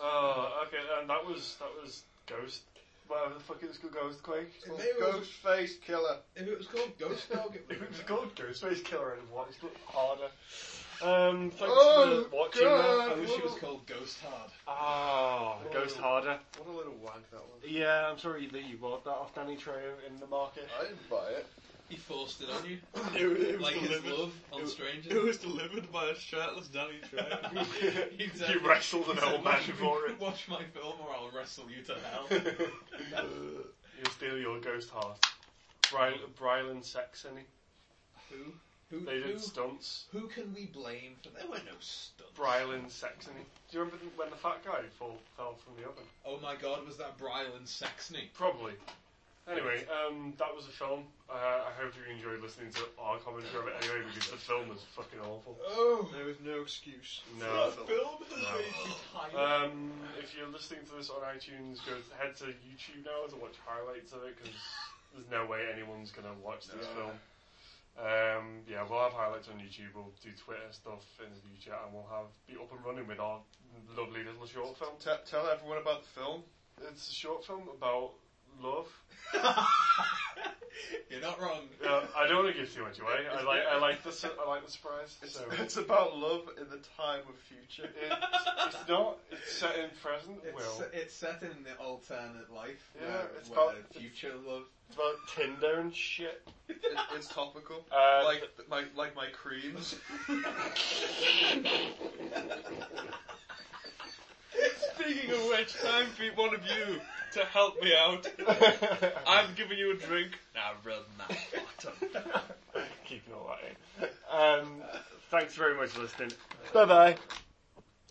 [SPEAKER 1] oh, okay, and that was that was Ghost. Whatever the fuck [LAUGHS] it was called, Ghostquake.
[SPEAKER 3] Maybe it was-
[SPEAKER 2] Ghostface killer.
[SPEAKER 3] if it was called Ghost Dog, it
[SPEAKER 1] It
[SPEAKER 3] would
[SPEAKER 1] was
[SPEAKER 3] have
[SPEAKER 1] called Ghostface Killer, and what? It's not harder. Um, thanks
[SPEAKER 2] Oh,
[SPEAKER 1] for watching
[SPEAKER 2] God.
[SPEAKER 1] that.
[SPEAKER 3] I wish it was called Ghost Hard.
[SPEAKER 1] Ah, Ghost Harder.
[SPEAKER 2] What a little wank that was.
[SPEAKER 1] Yeah, I'm sorry that you bought that off Danny Trejo in the market.
[SPEAKER 2] I didn't buy [LAUGHS] it.
[SPEAKER 3] He forced it on you,
[SPEAKER 2] It, it
[SPEAKER 3] like his love on
[SPEAKER 2] It
[SPEAKER 3] strangers.
[SPEAKER 2] was delivered by a shirtless Danny
[SPEAKER 1] [LAUGHS]
[SPEAKER 2] Trejo.
[SPEAKER 3] He
[SPEAKER 1] [LAUGHS]
[SPEAKER 3] said-
[SPEAKER 1] You wrestled an
[SPEAKER 3] he said,
[SPEAKER 1] old man
[SPEAKER 3] "Watch me- [LAUGHS]
[SPEAKER 1] for it.
[SPEAKER 3] Watch my film, or I'll wrestle you to
[SPEAKER 1] [LAUGHS]
[SPEAKER 3] [LAUGHS] hell.
[SPEAKER 1] He'll steal your ghost heart. Bry- Brylan Saxony.
[SPEAKER 3] who? Who?
[SPEAKER 1] They
[SPEAKER 3] Who?
[SPEAKER 1] did stunts.
[SPEAKER 3] Who can we blame for? There were no stunts.
[SPEAKER 1] Brylan Saxony. Do you remember th- when the fat guy fall, fell from the oven?
[SPEAKER 3] Oh my God, was that Brylan Saxony?
[SPEAKER 1] Probably. Anyway, um, that was a film. Uh, I hope you enjoyed listening to our commentary of it anyway because the film was fucking awful.
[SPEAKER 2] oh, there was no excuse.
[SPEAKER 3] [LAUGHS]
[SPEAKER 1] No.
[SPEAKER 2] For that film.
[SPEAKER 3] Film has made me tired.
[SPEAKER 1] Um, if you're listening to this on iTunes, go to, head to YouTube now to watch highlights of it because there's no way anyone's going to watch this
[SPEAKER 2] No.
[SPEAKER 1] film. Um, yeah, we'll have highlights on YouTube. We'll do Twitter stuff in the future, and we'll have be up and running with our lovely little short film.
[SPEAKER 2] T- tell everyone about the film.
[SPEAKER 1] It's a short film about love.
[SPEAKER 3] [LAUGHS] You're not wrong.
[SPEAKER 1] Uh, Yeah, I don't want to give too much away. I like I like the su- I like the surprise.
[SPEAKER 2] It's,
[SPEAKER 1] So [LAUGHS]
[SPEAKER 2] [LAUGHS] it's about love in the time of future.
[SPEAKER 1] it's, it's not. It's set in present.
[SPEAKER 3] It's,
[SPEAKER 1] Will
[SPEAKER 3] it's set in the alternate life,
[SPEAKER 1] Yeah,
[SPEAKER 3] where,
[SPEAKER 1] it's
[SPEAKER 3] where
[SPEAKER 1] about-
[SPEAKER 3] future love.
[SPEAKER 1] it's about Tinder and shit.
[SPEAKER 2] It, it's topical.
[SPEAKER 1] Uh,
[SPEAKER 2] Like my like my creams.
[SPEAKER 3] [LAUGHS] Speaking of which, time for one of you to help me
[SPEAKER 2] [LAUGHS]
[SPEAKER 3] out.
[SPEAKER 2] I've given you a drink.
[SPEAKER 3] Now rub my bottom.
[SPEAKER 1] Keeping all that in. Um, thanks very much for listening. Bye bye.